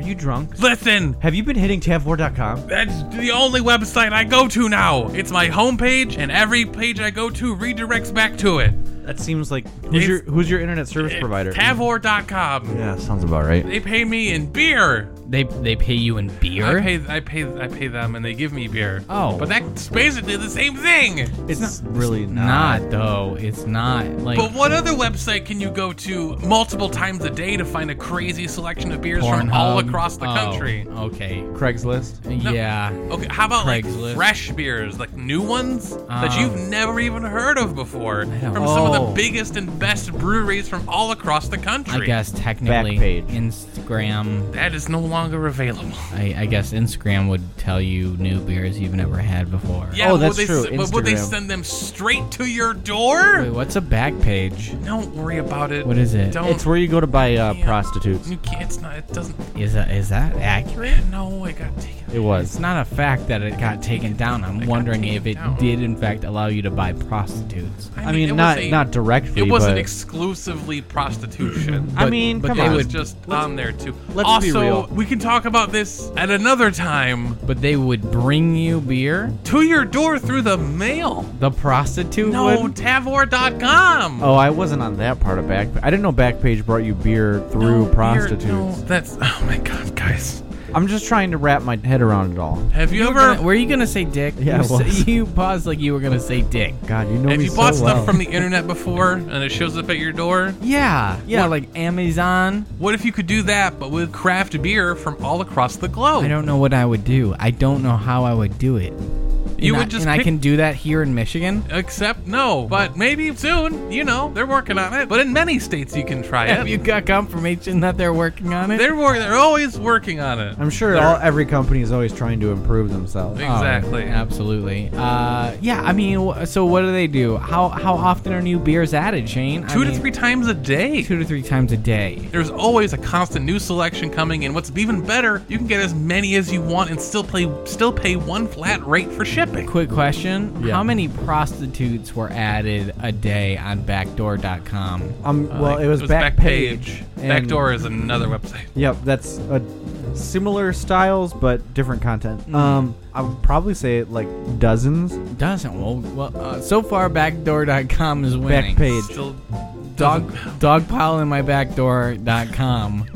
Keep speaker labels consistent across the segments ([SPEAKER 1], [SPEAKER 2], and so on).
[SPEAKER 1] you drunk?
[SPEAKER 2] Listen,
[SPEAKER 1] Have you been hitting tabwar.com?
[SPEAKER 2] that's the only website I go to now. It's my homepage, and every page I go to redirects back to it.
[SPEAKER 1] That seems like who's
[SPEAKER 2] It's-
[SPEAKER 1] your who's your internet service provider?
[SPEAKER 2] Tavor.com.
[SPEAKER 1] yeah, sounds about right.
[SPEAKER 2] They pay me in beer.
[SPEAKER 3] They they pay you in beer.
[SPEAKER 2] I pay, I pay, I pay them, and they give me beer.
[SPEAKER 3] Oh.
[SPEAKER 2] but that's basically the same thing.
[SPEAKER 1] It's, really not.
[SPEAKER 3] not though. It's not like
[SPEAKER 2] But what other website can you go to multiple times a day to find a crazy selection of beers from
[SPEAKER 3] Pornhub.
[SPEAKER 2] all across the
[SPEAKER 3] Oh,
[SPEAKER 2] country?
[SPEAKER 3] Okay.
[SPEAKER 4] Craigslist.
[SPEAKER 3] Yeah.
[SPEAKER 2] Okay, how about like
[SPEAKER 3] Craigslist.
[SPEAKER 2] fresh beers, like new ones that
[SPEAKER 3] Um,
[SPEAKER 2] you've never even heard of before,
[SPEAKER 3] don't-
[SPEAKER 2] from some of
[SPEAKER 1] Ah. Oh.
[SPEAKER 2] the biggest and best breweries from all across the country?
[SPEAKER 3] I guess technically
[SPEAKER 1] Backpage.
[SPEAKER 3] Instagram.
[SPEAKER 2] that is no longer available.
[SPEAKER 3] I, I guess Instagram would tell you new beers you've never had before.
[SPEAKER 2] Yeah,
[SPEAKER 1] Oh,
[SPEAKER 2] would
[SPEAKER 1] that's
[SPEAKER 2] they,
[SPEAKER 1] true,
[SPEAKER 2] s- But would they
[SPEAKER 1] Instagram.
[SPEAKER 2] send them straight to your door?
[SPEAKER 3] Wait, what's a back page?
[SPEAKER 2] Don't worry about it.
[SPEAKER 3] What is it?
[SPEAKER 2] Don't.
[SPEAKER 1] It's where you go to buy uh,
[SPEAKER 2] Yeah.
[SPEAKER 1] prostitutes.
[SPEAKER 2] you can't. It's not. It doesn't.
[SPEAKER 3] Is that is that accurate?
[SPEAKER 2] No, I got taken.
[SPEAKER 1] It
[SPEAKER 3] It's
[SPEAKER 1] was.
[SPEAKER 3] not a fact that it got taken down. I'm wondering if
[SPEAKER 2] taken
[SPEAKER 3] it
[SPEAKER 2] down.
[SPEAKER 3] did in fact allow you to buy prostitutes.
[SPEAKER 1] I mean,
[SPEAKER 2] it was
[SPEAKER 1] not
[SPEAKER 2] a-
[SPEAKER 1] not directly.
[SPEAKER 2] It wasn't
[SPEAKER 1] but-
[SPEAKER 2] exclusively prostitution.
[SPEAKER 1] I mean,
[SPEAKER 3] but
[SPEAKER 1] come
[SPEAKER 3] they
[SPEAKER 2] it
[SPEAKER 1] on.
[SPEAKER 2] was
[SPEAKER 3] would-
[SPEAKER 2] just on there too.
[SPEAKER 1] let's be
[SPEAKER 2] also,
[SPEAKER 1] real.
[SPEAKER 2] we can talk about this at another time.
[SPEAKER 3] But they would bring you beer.
[SPEAKER 2] To your door through the mail.
[SPEAKER 3] The prostitute
[SPEAKER 2] No,
[SPEAKER 3] would.
[SPEAKER 2] Tavor.com.
[SPEAKER 1] Oh, I wasn't on that part of back. I didn't know Backpage brought you beer through prostitutes.
[SPEAKER 2] No, that's. Oh my god, guys.
[SPEAKER 1] I'm just trying to wrap my head around it all.
[SPEAKER 2] Have you
[SPEAKER 3] You were
[SPEAKER 2] ever.
[SPEAKER 3] gonna- were you gonna say dick?
[SPEAKER 1] Yeah,
[SPEAKER 3] you,
[SPEAKER 1] I was.
[SPEAKER 3] sa- you paused like you were gonna say dick.
[SPEAKER 1] God, you know
[SPEAKER 2] have
[SPEAKER 1] me
[SPEAKER 2] you
[SPEAKER 1] so
[SPEAKER 2] bought stuff
[SPEAKER 1] well.
[SPEAKER 2] from the internet before and it shows up at your door?
[SPEAKER 3] Yeah, yeah, like Amazon.
[SPEAKER 2] What if you could do that, but with craft beer from all across the globe?
[SPEAKER 3] I don't know what I would do. I don't know how I would do it.
[SPEAKER 2] You
[SPEAKER 3] and
[SPEAKER 2] would
[SPEAKER 3] I,
[SPEAKER 2] just
[SPEAKER 3] and I
[SPEAKER 2] pick-
[SPEAKER 3] can do that here in Michigan.
[SPEAKER 2] Except no, but maybe soon. You know, they're working on it. But in many states, you can try
[SPEAKER 3] Have
[SPEAKER 2] it.
[SPEAKER 3] you got confirmation that they're working on it?
[SPEAKER 2] They're wor- They're always working on it.
[SPEAKER 1] I'm sure all, every company is always trying to improve themselves.
[SPEAKER 3] Oh,
[SPEAKER 2] exactly.
[SPEAKER 3] absolutely. Uh, yeah. I mean, wh- so what do they do? How how often are new beers added, Shane? I
[SPEAKER 2] Two to
[SPEAKER 3] mean,
[SPEAKER 2] three times a day.
[SPEAKER 3] Two to three times a day.
[SPEAKER 2] There's always a constant new selection coming, and what's even better, you can get as many as you want and still pay still pay one flat rate for shipping.
[SPEAKER 3] Quick question:
[SPEAKER 1] Yeah.
[SPEAKER 3] How many prostitutes were added a day on Backdoor.com?
[SPEAKER 1] Um, well, it was, Backpage. and-
[SPEAKER 2] Backdoor is another website.
[SPEAKER 1] Yep, that's a similar styles but different content.
[SPEAKER 3] Mm.
[SPEAKER 1] Um, I would probably say like dozens.
[SPEAKER 3] Doesn't well, well uh, so far Backdoor.com is winning.
[SPEAKER 1] Backpage.
[SPEAKER 2] Still
[SPEAKER 3] Dog dogpile in my backdoor.com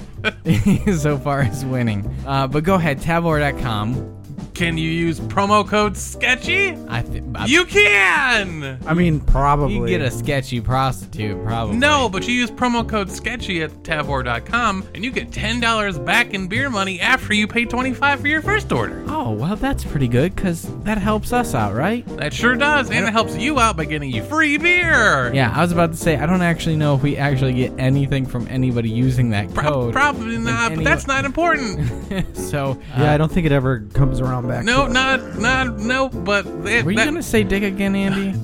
[SPEAKER 3] so far is winning. Uh, but go ahead, Tavor.com.
[SPEAKER 2] Can you use promo code Sketchy?
[SPEAKER 3] I th- I-
[SPEAKER 2] You can.
[SPEAKER 1] I mean, probably.
[SPEAKER 3] you get a sketchy prostitute, probably.
[SPEAKER 2] No, but you use promo code Sketchy at Tavor.com, and you get ten dollars back in beer money after you pay twenty five for your first order.
[SPEAKER 3] Oh, well, that's pretty good because that helps us out, right?
[SPEAKER 2] That sure does, and it helps you out by getting you free beer.
[SPEAKER 3] Yeah, I was about to say, I don't actually know if we actually get anything from anybody using that
[SPEAKER 2] Pro-
[SPEAKER 3] code.
[SPEAKER 2] probably
[SPEAKER 3] in
[SPEAKER 2] not,
[SPEAKER 3] any-
[SPEAKER 2] but that's not important.
[SPEAKER 3] so, uh,
[SPEAKER 1] yeah, I don't think it ever comes around back.
[SPEAKER 2] no,
[SPEAKER 1] to
[SPEAKER 2] not, not, no. But that,
[SPEAKER 3] were you
[SPEAKER 2] that-
[SPEAKER 3] going to say dick again, Andy?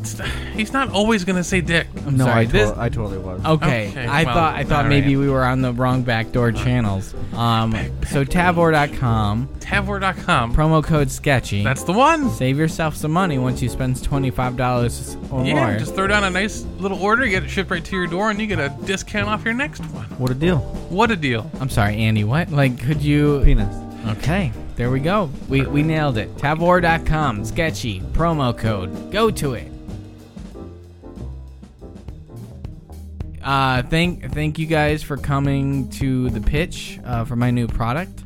[SPEAKER 2] he's not always gonna say dick.
[SPEAKER 3] I'm
[SPEAKER 1] No,
[SPEAKER 3] sorry.
[SPEAKER 1] I, to-
[SPEAKER 3] this, Oh.
[SPEAKER 1] I totally was.
[SPEAKER 3] Okay,
[SPEAKER 2] Okay,
[SPEAKER 3] I
[SPEAKER 2] well,
[SPEAKER 3] thought I thought
[SPEAKER 2] all
[SPEAKER 3] maybe
[SPEAKER 2] right.
[SPEAKER 3] we were on the wrong backdoor channels. Um, so tavor.com
[SPEAKER 2] Tavor.com.
[SPEAKER 3] promo code sketchy.
[SPEAKER 2] that's the one.
[SPEAKER 3] Save yourself some money once you spend twenty five dollars or
[SPEAKER 2] Yeah,
[SPEAKER 3] more.
[SPEAKER 2] just throw down a nice little order, get it shipped right to your door, and you get a discount off your next one.
[SPEAKER 1] What a deal.
[SPEAKER 2] What a deal!
[SPEAKER 3] I'm sorry, Andy. What? Like, could you?
[SPEAKER 1] Penis.
[SPEAKER 3] Okay, there we go. We we nailed it. Tavor.com sketchy promo code. Go to it. Uh, thank thank you guys for coming to the pitch uh, for my new product.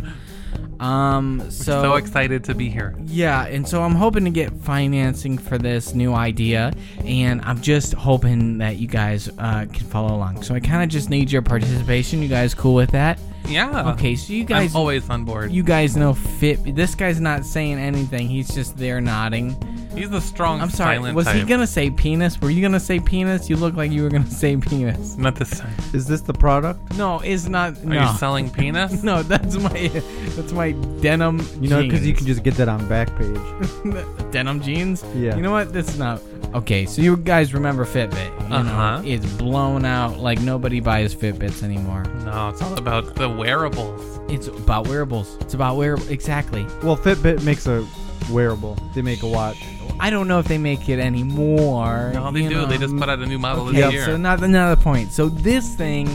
[SPEAKER 3] Um, so
[SPEAKER 2] so excited to be here.
[SPEAKER 3] Yeah, and so I'm hoping to get financing for this new idea, and I'm just hoping that you guys uh, can follow along. So I kind of just need your participation. You guys cool with that?
[SPEAKER 2] Yeah.
[SPEAKER 3] Okay, so you guys,
[SPEAKER 2] Uh, I'm always on board.
[SPEAKER 3] you guys know fit. This guy's not saying anything. He's just there nodding.
[SPEAKER 2] he's the strong.
[SPEAKER 3] I'm sorry.
[SPEAKER 2] Silent
[SPEAKER 3] was he
[SPEAKER 2] type.
[SPEAKER 3] gonna say penis? Were you gonna say penis? You look like you were gonna say penis.
[SPEAKER 2] Not this time.
[SPEAKER 1] Is this the product?
[SPEAKER 3] No, it's not.
[SPEAKER 2] Are
[SPEAKER 3] no.
[SPEAKER 2] you selling penis?
[SPEAKER 3] no, that's my that's my denim.
[SPEAKER 1] You know, because you
[SPEAKER 3] jeans.
[SPEAKER 1] can just get that on Backpage.
[SPEAKER 3] denim jeans.
[SPEAKER 1] Yeah.
[SPEAKER 3] You know what? That's not okay. So you guys remember Fitbit? You know,
[SPEAKER 2] Uh-huh.
[SPEAKER 3] it's blown out. Like nobody buys Fitbits anymore.
[SPEAKER 2] No, it's all about the wearables.
[SPEAKER 3] It's about wearables. It's about wearable. Exactly.
[SPEAKER 1] Well, Fitbit makes a wearable. They make a watch.
[SPEAKER 3] I don't know if they make it anymore.
[SPEAKER 2] No, they
[SPEAKER 3] you
[SPEAKER 2] do.
[SPEAKER 3] know.
[SPEAKER 2] They just put out a new model
[SPEAKER 3] Okay,
[SPEAKER 2] this year.
[SPEAKER 3] so not another point. So this thing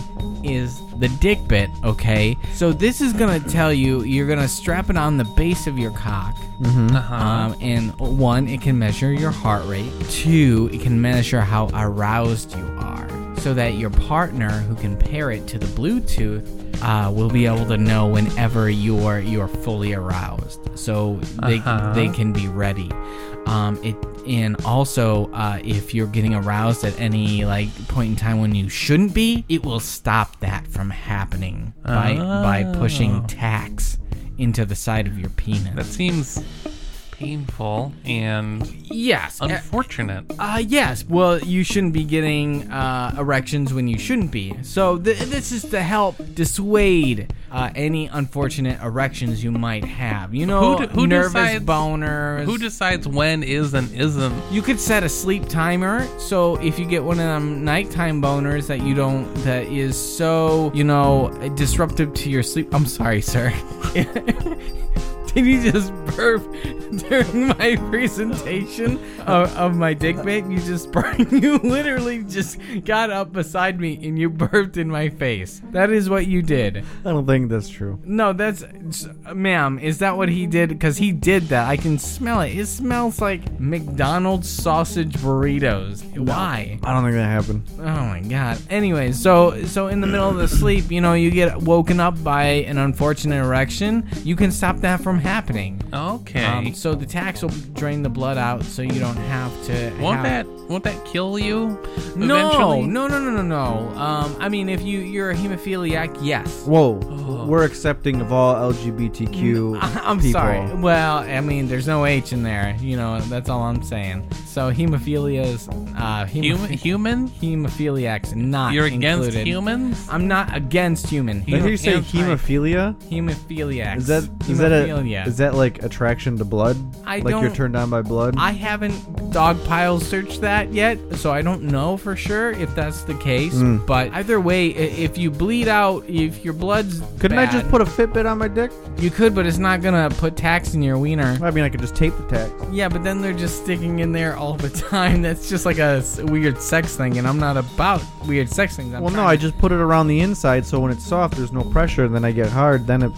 [SPEAKER 3] is the dick bit, okay? So this is gonna tell you you're gonna strap it on the base of your cock.
[SPEAKER 2] Uh-huh.
[SPEAKER 3] Um, and one, it can measure your heart rate. Two, it can measure how aroused you are, so that your partner, who can pair it to the Bluetooth, uh, will be able to know whenever you're you're fully aroused, so they
[SPEAKER 2] Uh-huh.
[SPEAKER 3] they can be ready. Um, it and also uh, if you're getting aroused at any like point in time when you shouldn't be, it will stop that from happening by by pushing tacks into the side of your penis.
[SPEAKER 2] Oh. that seems painful and
[SPEAKER 3] Yes. Uh,
[SPEAKER 2] unfortunate.
[SPEAKER 3] uh, yes. Well, you shouldn't be getting uh, erections when you shouldn't be. So th- this is to help dissuade uh, any unfortunate erections you might have. You know,
[SPEAKER 2] Who d- who
[SPEAKER 3] nervous
[SPEAKER 2] decides-
[SPEAKER 3] boners.
[SPEAKER 2] Who decides when is and isn't?
[SPEAKER 3] you could set a sleep timer, so if you get one of them nighttime boners that you don't, that is so you know disruptive to your sleep. I'm sorry, sir. Did you just burp during my presentation of, of my dick bit? You just burped. You literally just got up beside me and you burped in my face. That is what you did.
[SPEAKER 1] I don't think that's true.
[SPEAKER 3] No, that's, ma'am. Is that what he did? Because he did that. I can smell it. It smells like McDonald's sausage burritos. Why?
[SPEAKER 1] I don't think that happened.
[SPEAKER 3] Oh my god. Anyway, so so in the middle of the sleep, you know, you get woken up by an unfortunate erection. You can stop that from happening.
[SPEAKER 2] Okay.
[SPEAKER 3] Um, so the tax will drain the blood out, so you don't have to.
[SPEAKER 2] won't that
[SPEAKER 3] have-
[SPEAKER 2] won't that kill you?
[SPEAKER 3] No,
[SPEAKER 2] eventually?
[SPEAKER 3] no, no, no, no, no. Um, I mean, if you you're a hemophiliac, yes.
[SPEAKER 1] Whoa, we're accepting of all LGBTQ.
[SPEAKER 3] Oh. I'm
[SPEAKER 1] people.
[SPEAKER 3] sorry. Well, I mean, there's no H in there. You know, that's all I'm saying. So hemophilia is uh,
[SPEAKER 2] Human,
[SPEAKER 3] hemoph-
[SPEAKER 2] human?
[SPEAKER 3] hemophiliacs not
[SPEAKER 2] You're against
[SPEAKER 3] included.
[SPEAKER 2] humans?
[SPEAKER 3] I'm not against human.
[SPEAKER 1] Did I
[SPEAKER 2] You
[SPEAKER 1] hear
[SPEAKER 2] don't
[SPEAKER 1] you say
[SPEAKER 2] have type.
[SPEAKER 1] hemophilia?
[SPEAKER 3] hemophiliacs.
[SPEAKER 1] Is that is that
[SPEAKER 3] Hemophilia.
[SPEAKER 1] a is that like attraction to blood?
[SPEAKER 3] I
[SPEAKER 1] like you're
[SPEAKER 3] don't-
[SPEAKER 1] turned on by blood.
[SPEAKER 3] I haven't dogpile searched that yet, so I don't know for sure if that's the case.
[SPEAKER 1] Hmm.
[SPEAKER 3] But either way, i- if you bleed out, if your blood's
[SPEAKER 1] Couldn't I just
[SPEAKER 3] bad-
[SPEAKER 1] put a Fitbit on my dick?
[SPEAKER 3] You could, but it's not gonna put tax in your wiener.
[SPEAKER 1] I mean, I could just tape the tax.
[SPEAKER 3] Yeah, but then they're just sticking in there all the time. That's just like a s- weird sex thing, and I'm not about weird sex things. I'm
[SPEAKER 1] Well, no,
[SPEAKER 3] trying
[SPEAKER 1] I
[SPEAKER 3] to-
[SPEAKER 1] just put it around the inside, so when it's soft, there's no pressure. And then I get hard, then it,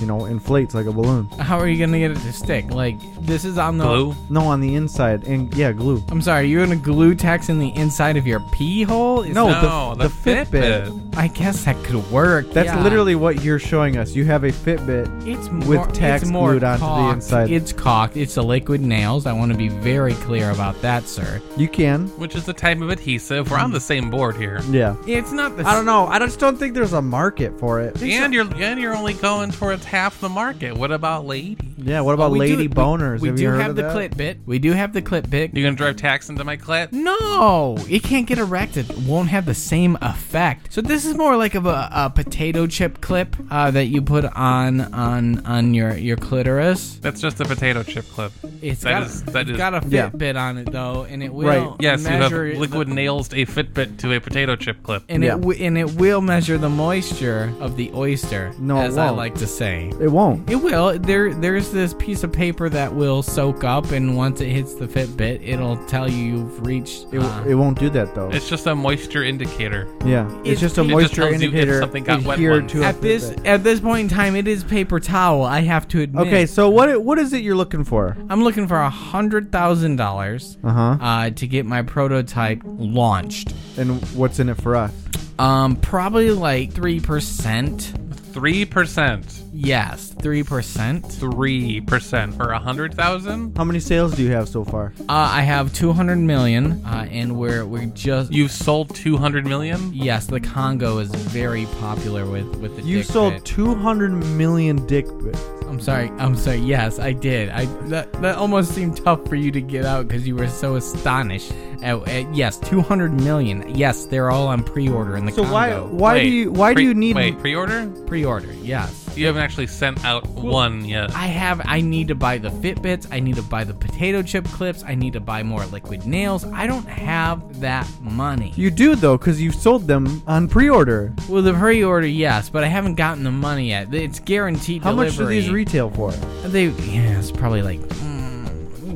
[SPEAKER 1] you know, inflates like a balloon.
[SPEAKER 3] How are you gonna get it to stick? Like this is on the.
[SPEAKER 2] Blue.
[SPEAKER 1] No, on the inside, and yeah, glue.
[SPEAKER 3] I'm sorry, you're gonna glue tax in the inside of your pee hole? Is
[SPEAKER 1] No,
[SPEAKER 3] that-
[SPEAKER 2] No,
[SPEAKER 1] the,
[SPEAKER 2] the
[SPEAKER 1] Fitbit.
[SPEAKER 2] Fitbit.
[SPEAKER 3] I guess that could work.
[SPEAKER 1] That's
[SPEAKER 3] yeah.
[SPEAKER 1] literally what you're showing us. You have a Fitbit.
[SPEAKER 3] It's
[SPEAKER 1] with
[SPEAKER 3] more,
[SPEAKER 1] tax
[SPEAKER 3] it's more
[SPEAKER 1] glued onto the
[SPEAKER 3] caulked.
[SPEAKER 1] inside.
[SPEAKER 3] It's caulked. It's a liquid nails. I want to be very clear about that, sir.
[SPEAKER 1] You can.
[SPEAKER 2] Which is the type of adhesive. We're on the same board here.
[SPEAKER 1] Yeah.
[SPEAKER 3] It's not the.
[SPEAKER 1] I don't know. I just don't think there's a market for it.
[SPEAKER 2] And you're and you're only going towards half the market. What about lady?
[SPEAKER 1] Yeah. What
[SPEAKER 3] Well,
[SPEAKER 1] about
[SPEAKER 3] we do-
[SPEAKER 1] lady
[SPEAKER 3] we-
[SPEAKER 1] boners?
[SPEAKER 3] We,
[SPEAKER 1] have
[SPEAKER 3] do
[SPEAKER 1] you heard
[SPEAKER 3] have
[SPEAKER 1] of
[SPEAKER 3] the
[SPEAKER 1] that?
[SPEAKER 3] clit bit. We do have the clit bit.
[SPEAKER 2] You gonna drive tax into my clit?
[SPEAKER 3] No, it can't get erected. It won't have the same effect. So this is more like of a, a potato chip clip uh, that you put on on on your your clitoris.
[SPEAKER 2] That's just a potato chip clip.
[SPEAKER 3] It's
[SPEAKER 2] That
[SPEAKER 3] got
[SPEAKER 2] is- that
[SPEAKER 3] it's
[SPEAKER 2] is-
[SPEAKER 3] got a
[SPEAKER 1] Yeah.
[SPEAKER 3] Fitbit on it though, and it will
[SPEAKER 1] Right.
[SPEAKER 2] Yes, you have
[SPEAKER 3] measure
[SPEAKER 2] liquid
[SPEAKER 3] the-
[SPEAKER 2] nails a Fitbit to a potato chip clip.
[SPEAKER 3] and
[SPEAKER 1] Yeah.
[SPEAKER 3] it w- and it will measure the moisture of the oyster.
[SPEAKER 1] No, it
[SPEAKER 3] as I
[SPEAKER 1] won't.
[SPEAKER 3] like to say.
[SPEAKER 1] It won't.
[SPEAKER 3] It will. There, there's this piece of paper that will soak up, and once it hits the Fitbit, it'll tell you you've reached.
[SPEAKER 1] It,
[SPEAKER 3] uh,
[SPEAKER 1] it won't do that though.
[SPEAKER 2] It's just a moisture indicator.
[SPEAKER 1] yeah.
[SPEAKER 3] it-
[SPEAKER 1] It's just a
[SPEAKER 3] it just
[SPEAKER 1] moisture
[SPEAKER 2] tells you if
[SPEAKER 1] indicator
[SPEAKER 2] something got wet
[SPEAKER 1] adhered
[SPEAKER 2] once.
[SPEAKER 1] to a
[SPEAKER 3] at this
[SPEAKER 1] Fitbit.
[SPEAKER 3] at this point in time, it is paper towel. I have to admit.
[SPEAKER 1] Okay, so what what is it you're looking for?
[SPEAKER 3] I'm looking for a hundred thousand dollars
[SPEAKER 1] Uh-huh.
[SPEAKER 3] uh, to get my prototype launched.
[SPEAKER 1] And what's in it for us?
[SPEAKER 3] Um, probably like three percent.
[SPEAKER 2] Three percent.
[SPEAKER 3] Yes, three percent.
[SPEAKER 2] Three percent for a hundred thousand?
[SPEAKER 1] How many sales do you have so far?
[SPEAKER 3] Uh, I have two hundred million, uh, and we're we're just.
[SPEAKER 2] You've sold two hundred million?
[SPEAKER 3] Yes, the Congo is very popular with with the.
[SPEAKER 1] You
[SPEAKER 3] dick
[SPEAKER 1] sold
[SPEAKER 3] bit.
[SPEAKER 1] 200 million dick bits.
[SPEAKER 3] I'm sorry. I'm sorry. Yes, I did. I that, that almost seemed tough for you to get out because you were so astonished. At, at- yes, 200 million. Yes, they're all on pre-order in the
[SPEAKER 1] So why
[SPEAKER 3] Congo.
[SPEAKER 1] why
[SPEAKER 2] Wait,
[SPEAKER 1] do you why
[SPEAKER 2] pre-
[SPEAKER 1] do you need
[SPEAKER 2] Wait, pre-order?
[SPEAKER 3] pre-order? Yes.
[SPEAKER 2] You haven't actually sent out one yet.
[SPEAKER 3] I have. I need to buy the Fitbits. I need to buy the potato chip clips. I need to buy more liquid nails. I don't have that money.
[SPEAKER 1] You do though cuz you sold them on pre-order.
[SPEAKER 3] well, the pre-order, yes, but I haven't gotten the money yet. It's guaranteed.
[SPEAKER 1] How much do
[SPEAKER 3] delivery.
[SPEAKER 1] these retail for?
[SPEAKER 3] They yeah, it's probably like. mm,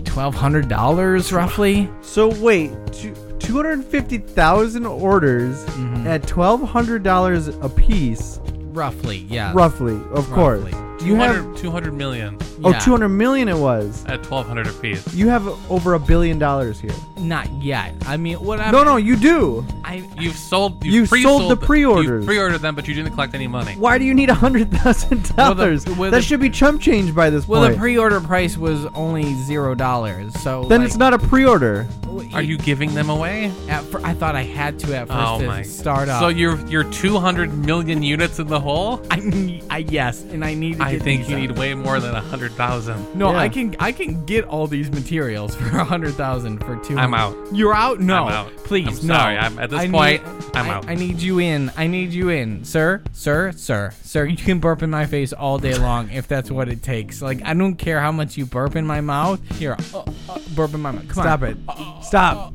[SPEAKER 3] $1200 roughly
[SPEAKER 1] So wait, two- 200 250,000 orders at $1,200 a piece,
[SPEAKER 3] Roughly, yeah.
[SPEAKER 1] roughly, of
[SPEAKER 3] Uh, Roughly.
[SPEAKER 1] course. Do you have
[SPEAKER 2] 200, 200 million
[SPEAKER 1] oh
[SPEAKER 3] yeah.
[SPEAKER 1] 200 million it was.
[SPEAKER 2] at 1200 apiece.
[SPEAKER 1] You have over a billion dollars here.
[SPEAKER 3] Not yet. I mean, what I
[SPEAKER 1] No, no, you do.
[SPEAKER 3] I
[SPEAKER 2] You've sold.
[SPEAKER 1] You
[SPEAKER 2] You've
[SPEAKER 1] sold
[SPEAKER 2] pre-sold
[SPEAKER 1] the
[SPEAKER 2] them.
[SPEAKER 1] pre-orders.
[SPEAKER 2] You pre-ordered them, but you didn't collect any money.
[SPEAKER 1] Why do you need $100,000?
[SPEAKER 3] Well, the-
[SPEAKER 1] that should be chump change by this
[SPEAKER 3] well,
[SPEAKER 1] point.
[SPEAKER 3] the pre-order price was only zero dollars, so
[SPEAKER 1] then
[SPEAKER 3] like,
[SPEAKER 1] it's not a pre-order.
[SPEAKER 2] Are you giving them away?
[SPEAKER 3] At fir- I thought I had to at first
[SPEAKER 2] Oh
[SPEAKER 3] to
[SPEAKER 2] my!
[SPEAKER 3] start off.
[SPEAKER 2] So you're you're 200 million units in the hole.
[SPEAKER 3] I, need- I yes, and I need. To
[SPEAKER 2] I
[SPEAKER 3] get
[SPEAKER 2] think
[SPEAKER 3] these
[SPEAKER 2] you
[SPEAKER 3] up.
[SPEAKER 2] need way more than 100,000.
[SPEAKER 3] No,
[SPEAKER 1] Yeah.
[SPEAKER 3] I can I can get all these materials for a hundred thousand for two.
[SPEAKER 2] I'm out.
[SPEAKER 3] You're out. No,
[SPEAKER 2] I'm out.
[SPEAKER 3] please.
[SPEAKER 2] I'm
[SPEAKER 3] no.
[SPEAKER 2] sorry. I'm- at this
[SPEAKER 3] I
[SPEAKER 2] point,
[SPEAKER 3] need-
[SPEAKER 2] I'm
[SPEAKER 3] I-
[SPEAKER 2] out.
[SPEAKER 3] I need you in. I need you in, sir, sir, sir, sir. You can burp in my face all day long if that's what it takes. Like I don't care how much you burp in my mouth. Here, uh, uh, burp in my mouth. Come
[SPEAKER 1] Stop
[SPEAKER 3] on.
[SPEAKER 1] it. Stop.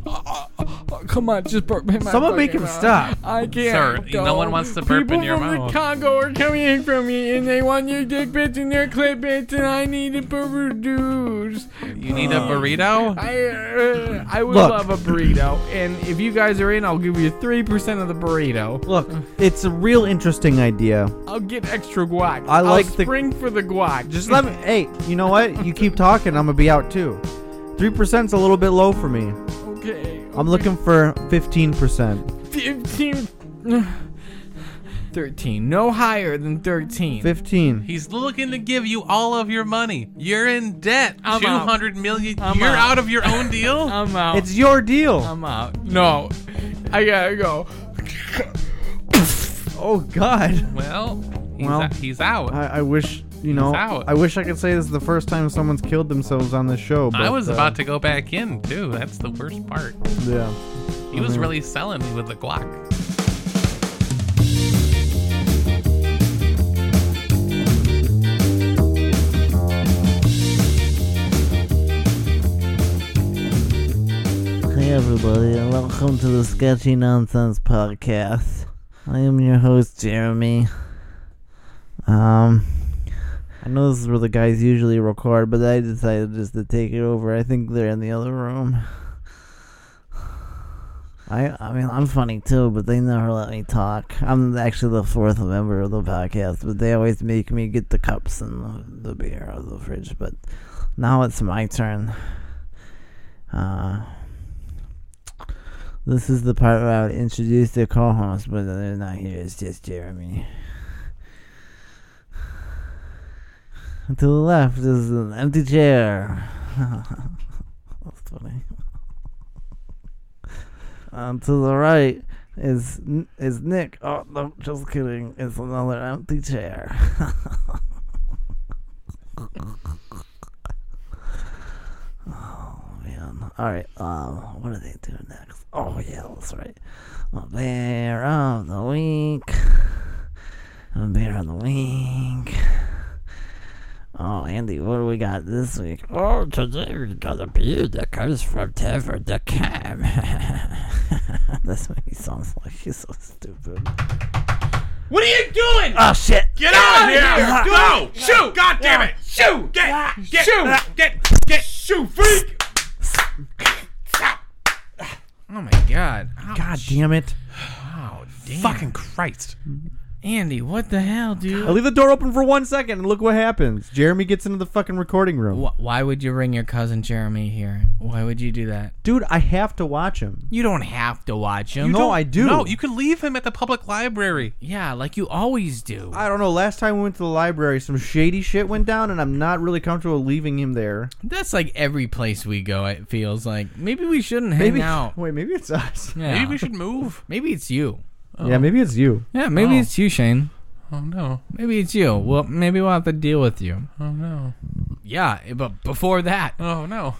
[SPEAKER 3] Uh, come on, just burp in my
[SPEAKER 1] Someone make
[SPEAKER 3] fucking
[SPEAKER 1] him
[SPEAKER 3] mouth.
[SPEAKER 1] stop.
[SPEAKER 3] I
[SPEAKER 2] Sir,
[SPEAKER 3] can't.
[SPEAKER 2] no one wants to burp
[SPEAKER 3] People
[SPEAKER 2] in your
[SPEAKER 3] from
[SPEAKER 2] mouth.
[SPEAKER 3] the Congo are coming from me, and they want your dick bits and their clit bits, and I need to produce.
[SPEAKER 2] You need
[SPEAKER 1] Uh,
[SPEAKER 2] a burrito.
[SPEAKER 3] I uh, I would
[SPEAKER 1] Look.
[SPEAKER 3] love a burrito, and if you guys are in, I'll give you three percent of the burrito.
[SPEAKER 1] Look, it's a real interesting idea.
[SPEAKER 3] I'll get extra guac.
[SPEAKER 1] I like
[SPEAKER 3] will
[SPEAKER 1] the-
[SPEAKER 3] spring for the guac.
[SPEAKER 1] Just let me. Hey, you know what? You keep talking, I'm gonna be out too. Three percent's a little bit low for me.
[SPEAKER 3] okay.
[SPEAKER 1] I'm looking for fifteen percent.
[SPEAKER 3] fifteen. 13. No higher than 13.
[SPEAKER 1] Fifteen.
[SPEAKER 2] He's looking to give you all of your money. You're in debt.
[SPEAKER 3] I'm
[SPEAKER 2] Two
[SPEAKER 3] out.
[SPEAKER 2] hundred million.
[SPEAKER 3] I'm
[SPEAKER 2] You're
[SPEAKER 3] out.
[SPEAKER 2] out. of your own deal.
[SPEAKER 3] I'm out.
[SPEAKER 1] It's your deal.
[SPEAKER 3] I'm out. No. I gotta go.
[SPEAKER 1] Oh God.
[SPEAKER 2] well, he's,
[SPEAKER 1] Well,
[SPEAKER 2] out, he's out. I,
[SPEAKER 1] I, I wish you know.
[SPEAKER 2] He's out.
[SPEAKER 1] I wish I could say this is the first time someone's killed themselves on this show. But,
[SPEAKER 2] was
[SPEAKER 1] uh,
[SPEAKER 2] about to go back in too. That's the worst part.
[SPEAKER 1] Yeah.
[SPEAKER 2] He
[SPEAKER 1] Mm-hmm.
[SPEAKER 2] was really selling me with the Glock.
[SPEAKER 4] Hey everybody, and welcome to the Sketchy Nonsense Podcast. I am your host, Jeremy. Um, I know this is where the guys usually record, but I decided just to take it over. I think they're in the other room. I I mean I'm funny too, but they never let me talk. I'm actually the fourth member of the podcast, but they always make me get the cups and the, the beer out of the fridge. But now it's my turn. Uh, this is the part where I would introduce the co-host, but they're not here. It's just Jeremy. To the left is an empty chair. That's funny. Um, to the right is N- is Nick. Oh no, just kidding. It's another empty chair. Oh, man. All right. Um, what do they do next? Oh yeah, that's right. Well, bear of the week. Uh, Bear of the week. Oh, Andy, what do we got this week? Oh, today we got a beer that comes from Tever the Cam. That's what he sounds like. He's so stupid.
[SPEAKER 2] What are you doing?
[SPEAKER 4] Oh shit!
[SPEAKER 2] Get out of here! Go! Shoot! God damn it! Shoot! Get! Get! Shoot! Get! Get! Shoot! Freak!
[SPEAKER 3] Oh my god.
[SPEAKER 1] God damn it.
[SPEAKER 3] Wow, damn.
[SPEAKER 2] Fucking Christ!
[SPEAKER 3] Andy, what the
[SPEAKER 1] I
[SPEAKER 3] hell, dude?
[SPEAKER 1] leave the door open for one second and look what happens. Jeremy gets into the fucking recording room.
[SPEAKER 3] Wh- Why would you ring your cousin Jeremy here? Why would you do that?
[SPEAKER 1] Dude, I have to watch him.
[SPEAKER 3] You don't have to watch him.
[SPEAKER 1] no, I do.
[SPEAKER 2] No, you can leave him at the public library.
[SPEAKER 3] Yeah, like you always do.
[SPEAKER 1] I don't know. Last time we went to the library, some shady shit went down, and I'm not really comfortable leaving him there.
[SPEAKER 3] That's like every place we go. It feels like maybe we shouldn't hang
[SPEAKER 1] Maybe
[SPEAKER 3] out.
[SPEAKER 1] wait, maybe it's us.
[SPEAKER 3] Yeah.
[SPEAKER 2] Maybe we should move.
[SPEAKER 3] Maybe it's you.
[SPEAKER 1] Yeah, maybe it's you.
[SPEAKER 3] Yeah, maybe
[SPEAKER 2] Oh.
[SPEAKER 3] it's you, Shane.
[SPEAKER 2] Oh no!
[SPEAKER 3] Maybe it's you. Well, maybe we'll have to deal with you.
[SPEAKER 2] Oh no!
[SPEAKER 3] Yeah, but before that,
[SPEAKER 2] Oh no!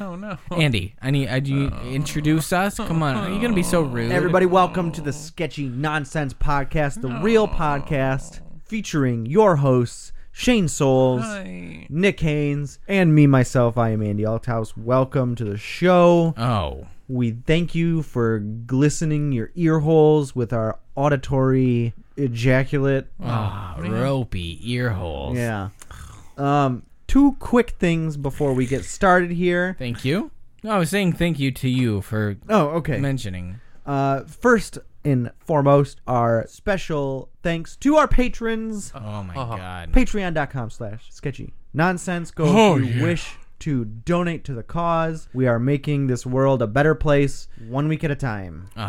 [SPEAKER 2] Oh no!
[SPEAKER 3] Andy, I need. I you introduce us. Come on, are you gonna be so rude?
[SPEAKER 1] Everybody, welcome to the Sketchy Nonsense Podcast, the real podcast featuring your hosts, Shane Souls,
[SPEAKER 2] Hi.
[SPEAKER 1] Nick Haynes, and me, myself. I am Andy Althouse. Welcome to the show.
[SPEAKER 3] Oh,
[SPEAKER 1] We thank you for glistening your ear holes with our auditory ejaculate.
[SPEAKER 3] ah, ropey ear holes.
[SPEAKER 1] Yeah. Um, two quick things before we get started here.
[SPEAKER 3] Thank you. No, I was saying thank you to you for
[SPEAKER 1] Oh, okay.
[SPEAKER 3] mentioning.
[SPEAKER 1] Uh, first and foremost, our special thanks to our patrons.
[SPEAKER 3] Oh my
[SPEAKER 2] Oh.
[SPEAKER 3] god.
[SPEAKER 1] Patreon.com slash sketchy nonsense. Go
[SPEAKER 2] Oh,
[SPEAKER 1] if you
[SPEAKER 2] yeah.
[SPEAKER 1] wish to donate to the cause. We are making this world a better place one week at a time.
[SPEAKER 3] Oh,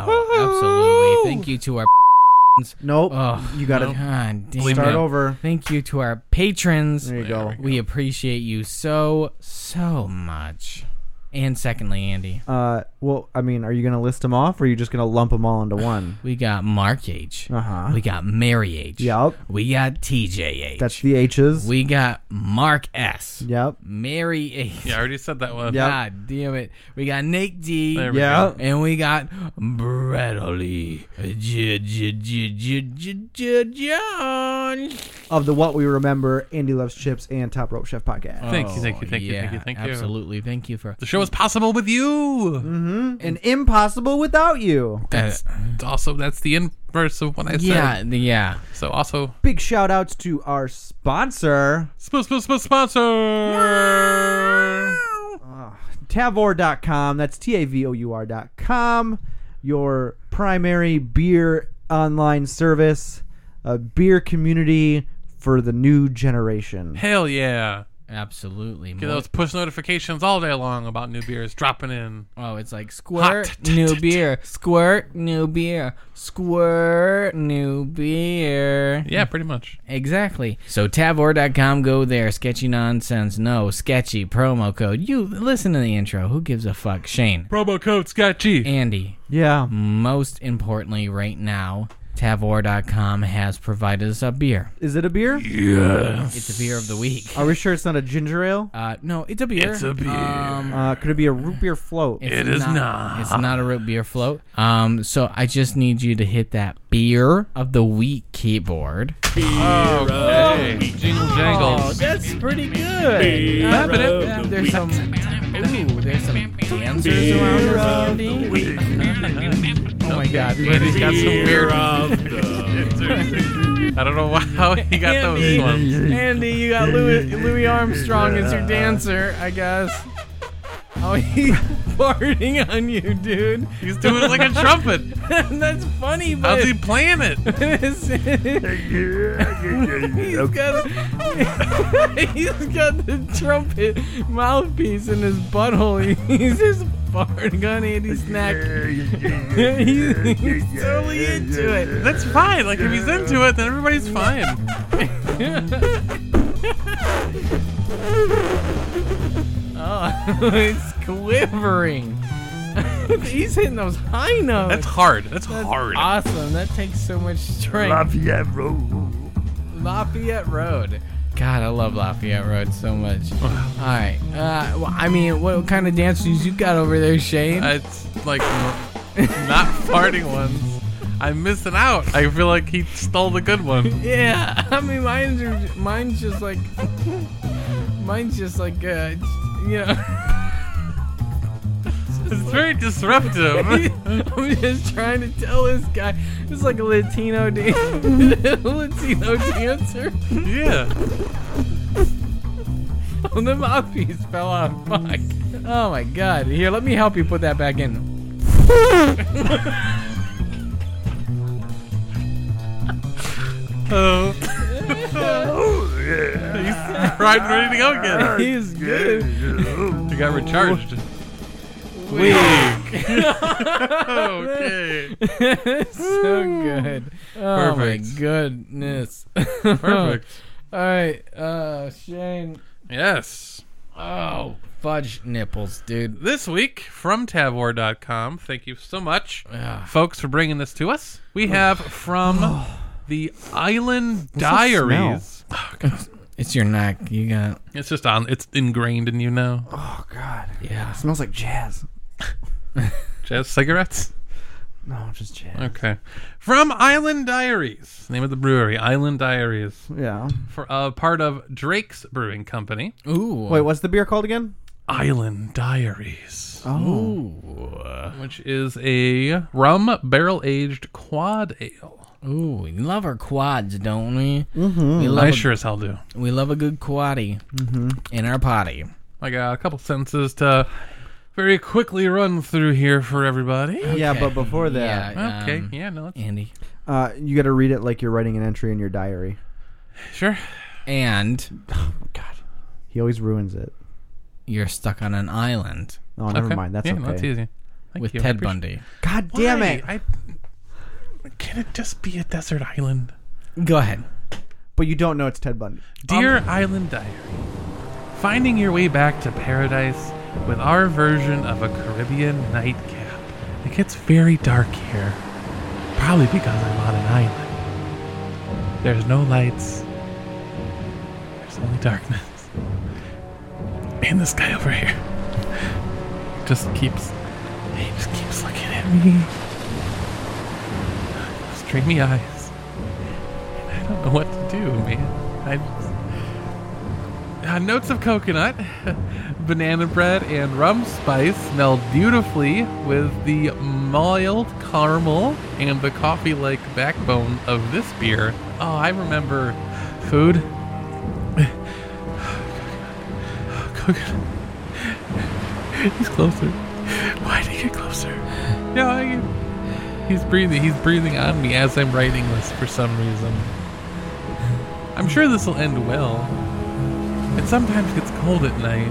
[SPEAKER 3] absolutely. Thank you to our
[SPEAKER 1] Nope.
[SPEAKER 3] Oh,
[SPEAKER 1] you got to
[SPEAKER 3] god damn
[SPEAKER 2] Believe
[SPEAKER 3] it.
[SPEAKER 1] start over.
[SPEAKER 3] Thank you to our patrons.
[SPEAKER 1] There you
[SPEAKER 2] There
[SPEAKER 1] go.
[SPEAKER 2] we
[SPEAKER 3] We appreciate you so so much. And secondly, Andy,
[SPEAKER 1] Uh, well, I mean, are you gonna list them off, or are you just gonna lump them all into one?
[SPEAKER 3] we got Mark H.
[SPEAKER 1] Uh-huh.
[SPEAKER 3] We got Mary H.
[SPEAKER 1] Yup.
[SPEAKER 3] We got TJ H.
[SPEAKER 1] That's the H's.
[SPEAKER 3] we got Mark S.
[SPEAKER 1] yep.
[SPEAKER 3] Mary H.
[SPEAKER 2] Yeah, I already said that one.
[SPEAKER 1] Yeah.
[SPEAKER 3] God damn it. We got Nate D.
[SPEAKER 2] There we
[SPEAKER 1] Yeah.
[SPEAKER 3] And we got Bradley J- J- J- J- J- J- Jones.
[SPEAKER 1] Of the what we remember, Andy loves chips and Top Rope Chef podcast,
[SPEAKER 2] Thank you, thank you,
[SPEAKER 3] Oh,
[SPEAKER 2] thank you, thank you,
[SPEAKER 3] yeah,
[SPEAKER 2] thank you.
[SPEAKER 3] Absolutely. Thank you for
[SPEAKER 2] The show is possible with you.
[SPEAKER 1] and impossible without you.
[SPEAKER 3] that.
[SPEAKER 2] Also, that's the inverse of what I said.
[SPEAKER 3] Uh, Yeah, the- yeah.
[SPEAKER 2] So also,
[SPEAKER 1] Big shout outs to our sponsor,
[SPEAKER 2] sp- sp- sp- sponsor.
[SPEAKER 1] Tavor.com. That's T A V O U R.com. Your primary beer online service, a beer community for the new generation.
[SPEAKER 2] Hell yeah!
[SPEAKER 3] Absolutely.
[SPEAKER 2] Get
[SPEAKER 3] More-
[SPEAKER 2] those push notifications all day long about new beers dropping in.
[SPEAKER 3] Oh, it's like squirt new beer, squirt new beer, squirt new beer.
[SPEAKER 2] Yeah, pretty much.
[SPEAKER 3] Exactly. So tavor.com, go there. Sketchy nonsense. No sketchy promo code. You listen to the intro. Who gives a fuck? Shane,
[SPEAKER 2] Promo code Scotchy.
[SPEAKER 3] Andy.
[SPEAKER 1] Yeah.
[SPEAKER 3] Most importantly, right now, tavor.com has provided us a beer.
[SPEAKER 1] Is it a beer?
[SPEAKER 3] It's a beer of the week.
[SPEAKER 1] Are we sure it's not a ginger ale?
[SPEAKER 3] Uh, no, it's a beer.
[SPEAKER 2] It's a beer.
[SPEAKER 3] Um,
[SPEAKER 1] Uh, could it be a root beer float?
[SPEAKER 3] it's
[SPEAKER 2] It is not.
[SPEAKER 3] It's not a root beer float. Um, so I just need you to hit that beer of the week keyboard.
[SPEAKER 2] Okay. Jingle jangles.
[SPEAKER 3] that's pretty good.
[SPEAKER 2] Clapping it.
[SPEAKER 3] Yeah, there's some. Ooh, there's some dancers around us, Andy. Oh my God!
[SPEAKER 2] But he's got some weird. I don't know why- how he got those
[SPEAKER 3] Andy,
[SPEAKER 2] ones.
[SPEAKER 4] Ah.
[SPEAKER 3] Andy, you got Louis, Louis Armstrong as your dancer, I guess. Oh, he's farting on you, dude.
[SPEAKER 2] He's doing it like a trumpet.
[SPEAKER 3] That's funny, but
[SPEAKER 2] How's he playing it?
[SPEAKER 3] he's got he's got the trumpet mouthpiece in his butthole. He's just farting on Andy's neck. he's, he's totally into it.
[SPEAKER 2] That's fine. Like if he's into it, then everybody's fine.
[SPEAKER 3] Oh, it's quivering. He's hitting those high notes.
[SPEAKER 2] That's hard. That's, hard.
[SPEAKER 3] awesome. That takes so much strength.
[SPEAKER 4] Lafayette Road.
[SPEAKER 3] Lafayette Road. God, I love Lafayette Road so much. All right. Uh, well, I mean, what kind of dances you got over there, Shane?
[SPEAKER 2] It's like n- not farting ones. I'm missing out. I feel like he stole the good one.
[SPEAKER 3] yeah. I mean, mine's are, mine's just like mine's just like uh, you know.
[SPEAKER 2] It's very disruptive.
[SPEAKER 3] I'm just trying to tell this guy. It's like a Latino dan- Latino dancer.
[SPEAKER 2] yeah.
[SPEAKER 3] Oh, the mouthpiece fell out. Fuck. Oh my god. Here, let me help you put that back in.
[SPEAKER 2] Oh. he's right and ready to go again.
[SPEAKER 3] He's good.
[SPEAKER 2] He got recharged.
[SPEAKER 3] Weak.
[SPEAKER 2] okay.
[SPEAKER 3] so good. Oh
[SPEAKER 2] Perfect.
[SPEAKER 3] my goodness.
[SPEAKER 2] Perfect.
[SPEAKER 3] All right, uh, Shane.
[SPEAKER 2] Yes.
[SPEAKER 3] Oh, fudge nipples, dude.
[SPEAKER 2] This week from Tavor.com, thank you so much,
[SPEAKER 3] Yeah.
[SPEAKER 2] folks, for bringing this to us. We have from the Island Diaries.
[SPEAKER 3] It's your neck. You got.
[SPEAKER 2] It's just on. It's ingrained in you now.
[SPEAKER 1] oh, God.
[SPEAKER 3] Yeah.
[SPEAKER 1] smells like jazz.
[SPEAKER 2] Jazz cigarettes.
[SPEAKER 1] No, just jazz.
[SPEAKER 2] Okay. From Island Diaries, name of the brewery, Island Diaries,
[SPEAKER 1] Yeah.
[SPEAKER 2] for uh, part of Drake's Brewing Company.
[SPEAKER 3] Ooh.
[SPEAKER 1] Wait, what's the beer called again?
[SPEAKER 2] Island Diaries, Uh,
[SPEAKER 1] Oh.
[SPEAKER 3] Ooh.
[SPEAKER 2] which is a rum barrel aged quad ale.
[SPEAKER 3] Ooh. We love our quads, don't we? Mm-hmm. We love.
[SPEAKER 2] I
[SPEAKER 3] a-
[SPEAKER 2] sure as hell do.
[SPEAKER 3] we love a good quaddy. Mm-hmm. In our potty.
[SPEAKER 2] I got a couple sentences to very quickly run through here for everybody.
[SPEAKER 1] Yeah,
[SPEAKER 3] Okay.
[SPEAKER 1] but before that,
[SPEAKER 3] Yeah,
[SPEAKER 2] Okay,
[SPEAKER 3] um,
[SPEAKER 2] yeah, no, it's,
[SPEAKER 3] Andy.
[SPEAKER 1] uh, you got to read it like you're writing an entry in your diary.
[SPEAKER 2] sure.
[SPEAKER 3] And
[SPEAKER 1] He always ruins it.
[SPEAKER 3] you're stuck on an island
[SPEAKER 1] Oh, never
[SPEAKER 2] okay.
[SPEAKER 1] mind. That's
[SPEAKER 2] yeah,
[SPEAKER 1] okay.
[SPEAKER 2] No, it's easy. Thank
[SPEAKER 3] with
[SPEAKER 2] you. I
[SPEAKER 3] Ted
[SPEAKER 2] appreciate-
[SPEAKER 3] Bundy.
[SPEAKER 1] God damn
[SPEAKER 2] Why?
[SPEAKER 1] it!
[SPEAKER 2] I, can it just be a desert island?
[SPEAKER 3] Go ahead.
[SPEAKER 1] But you don't know it's Ted Bundy.
[SPEAKER 2] Dear Island Diary, finding your way back to paradise with our version of a Caribbean nightcap. It gets very dark here, probably because I'm on an island. There's no lights, there's only darkness. And this guy over here just keeps, he just keeps looking at me. Streamy eyes. I don't know what to do, man. I uh, notes of coconut, banana bread, and rum spice smell beautifully with the mild caramel and the coffee-like backbone of this beer. Oh, I remember food. coconut. He's closer. Why did he get closer? No, I, he's breathing. He's breathing on me as I'm writing this for some reason. I'm sure this will end well. It sometimes gets cold at night.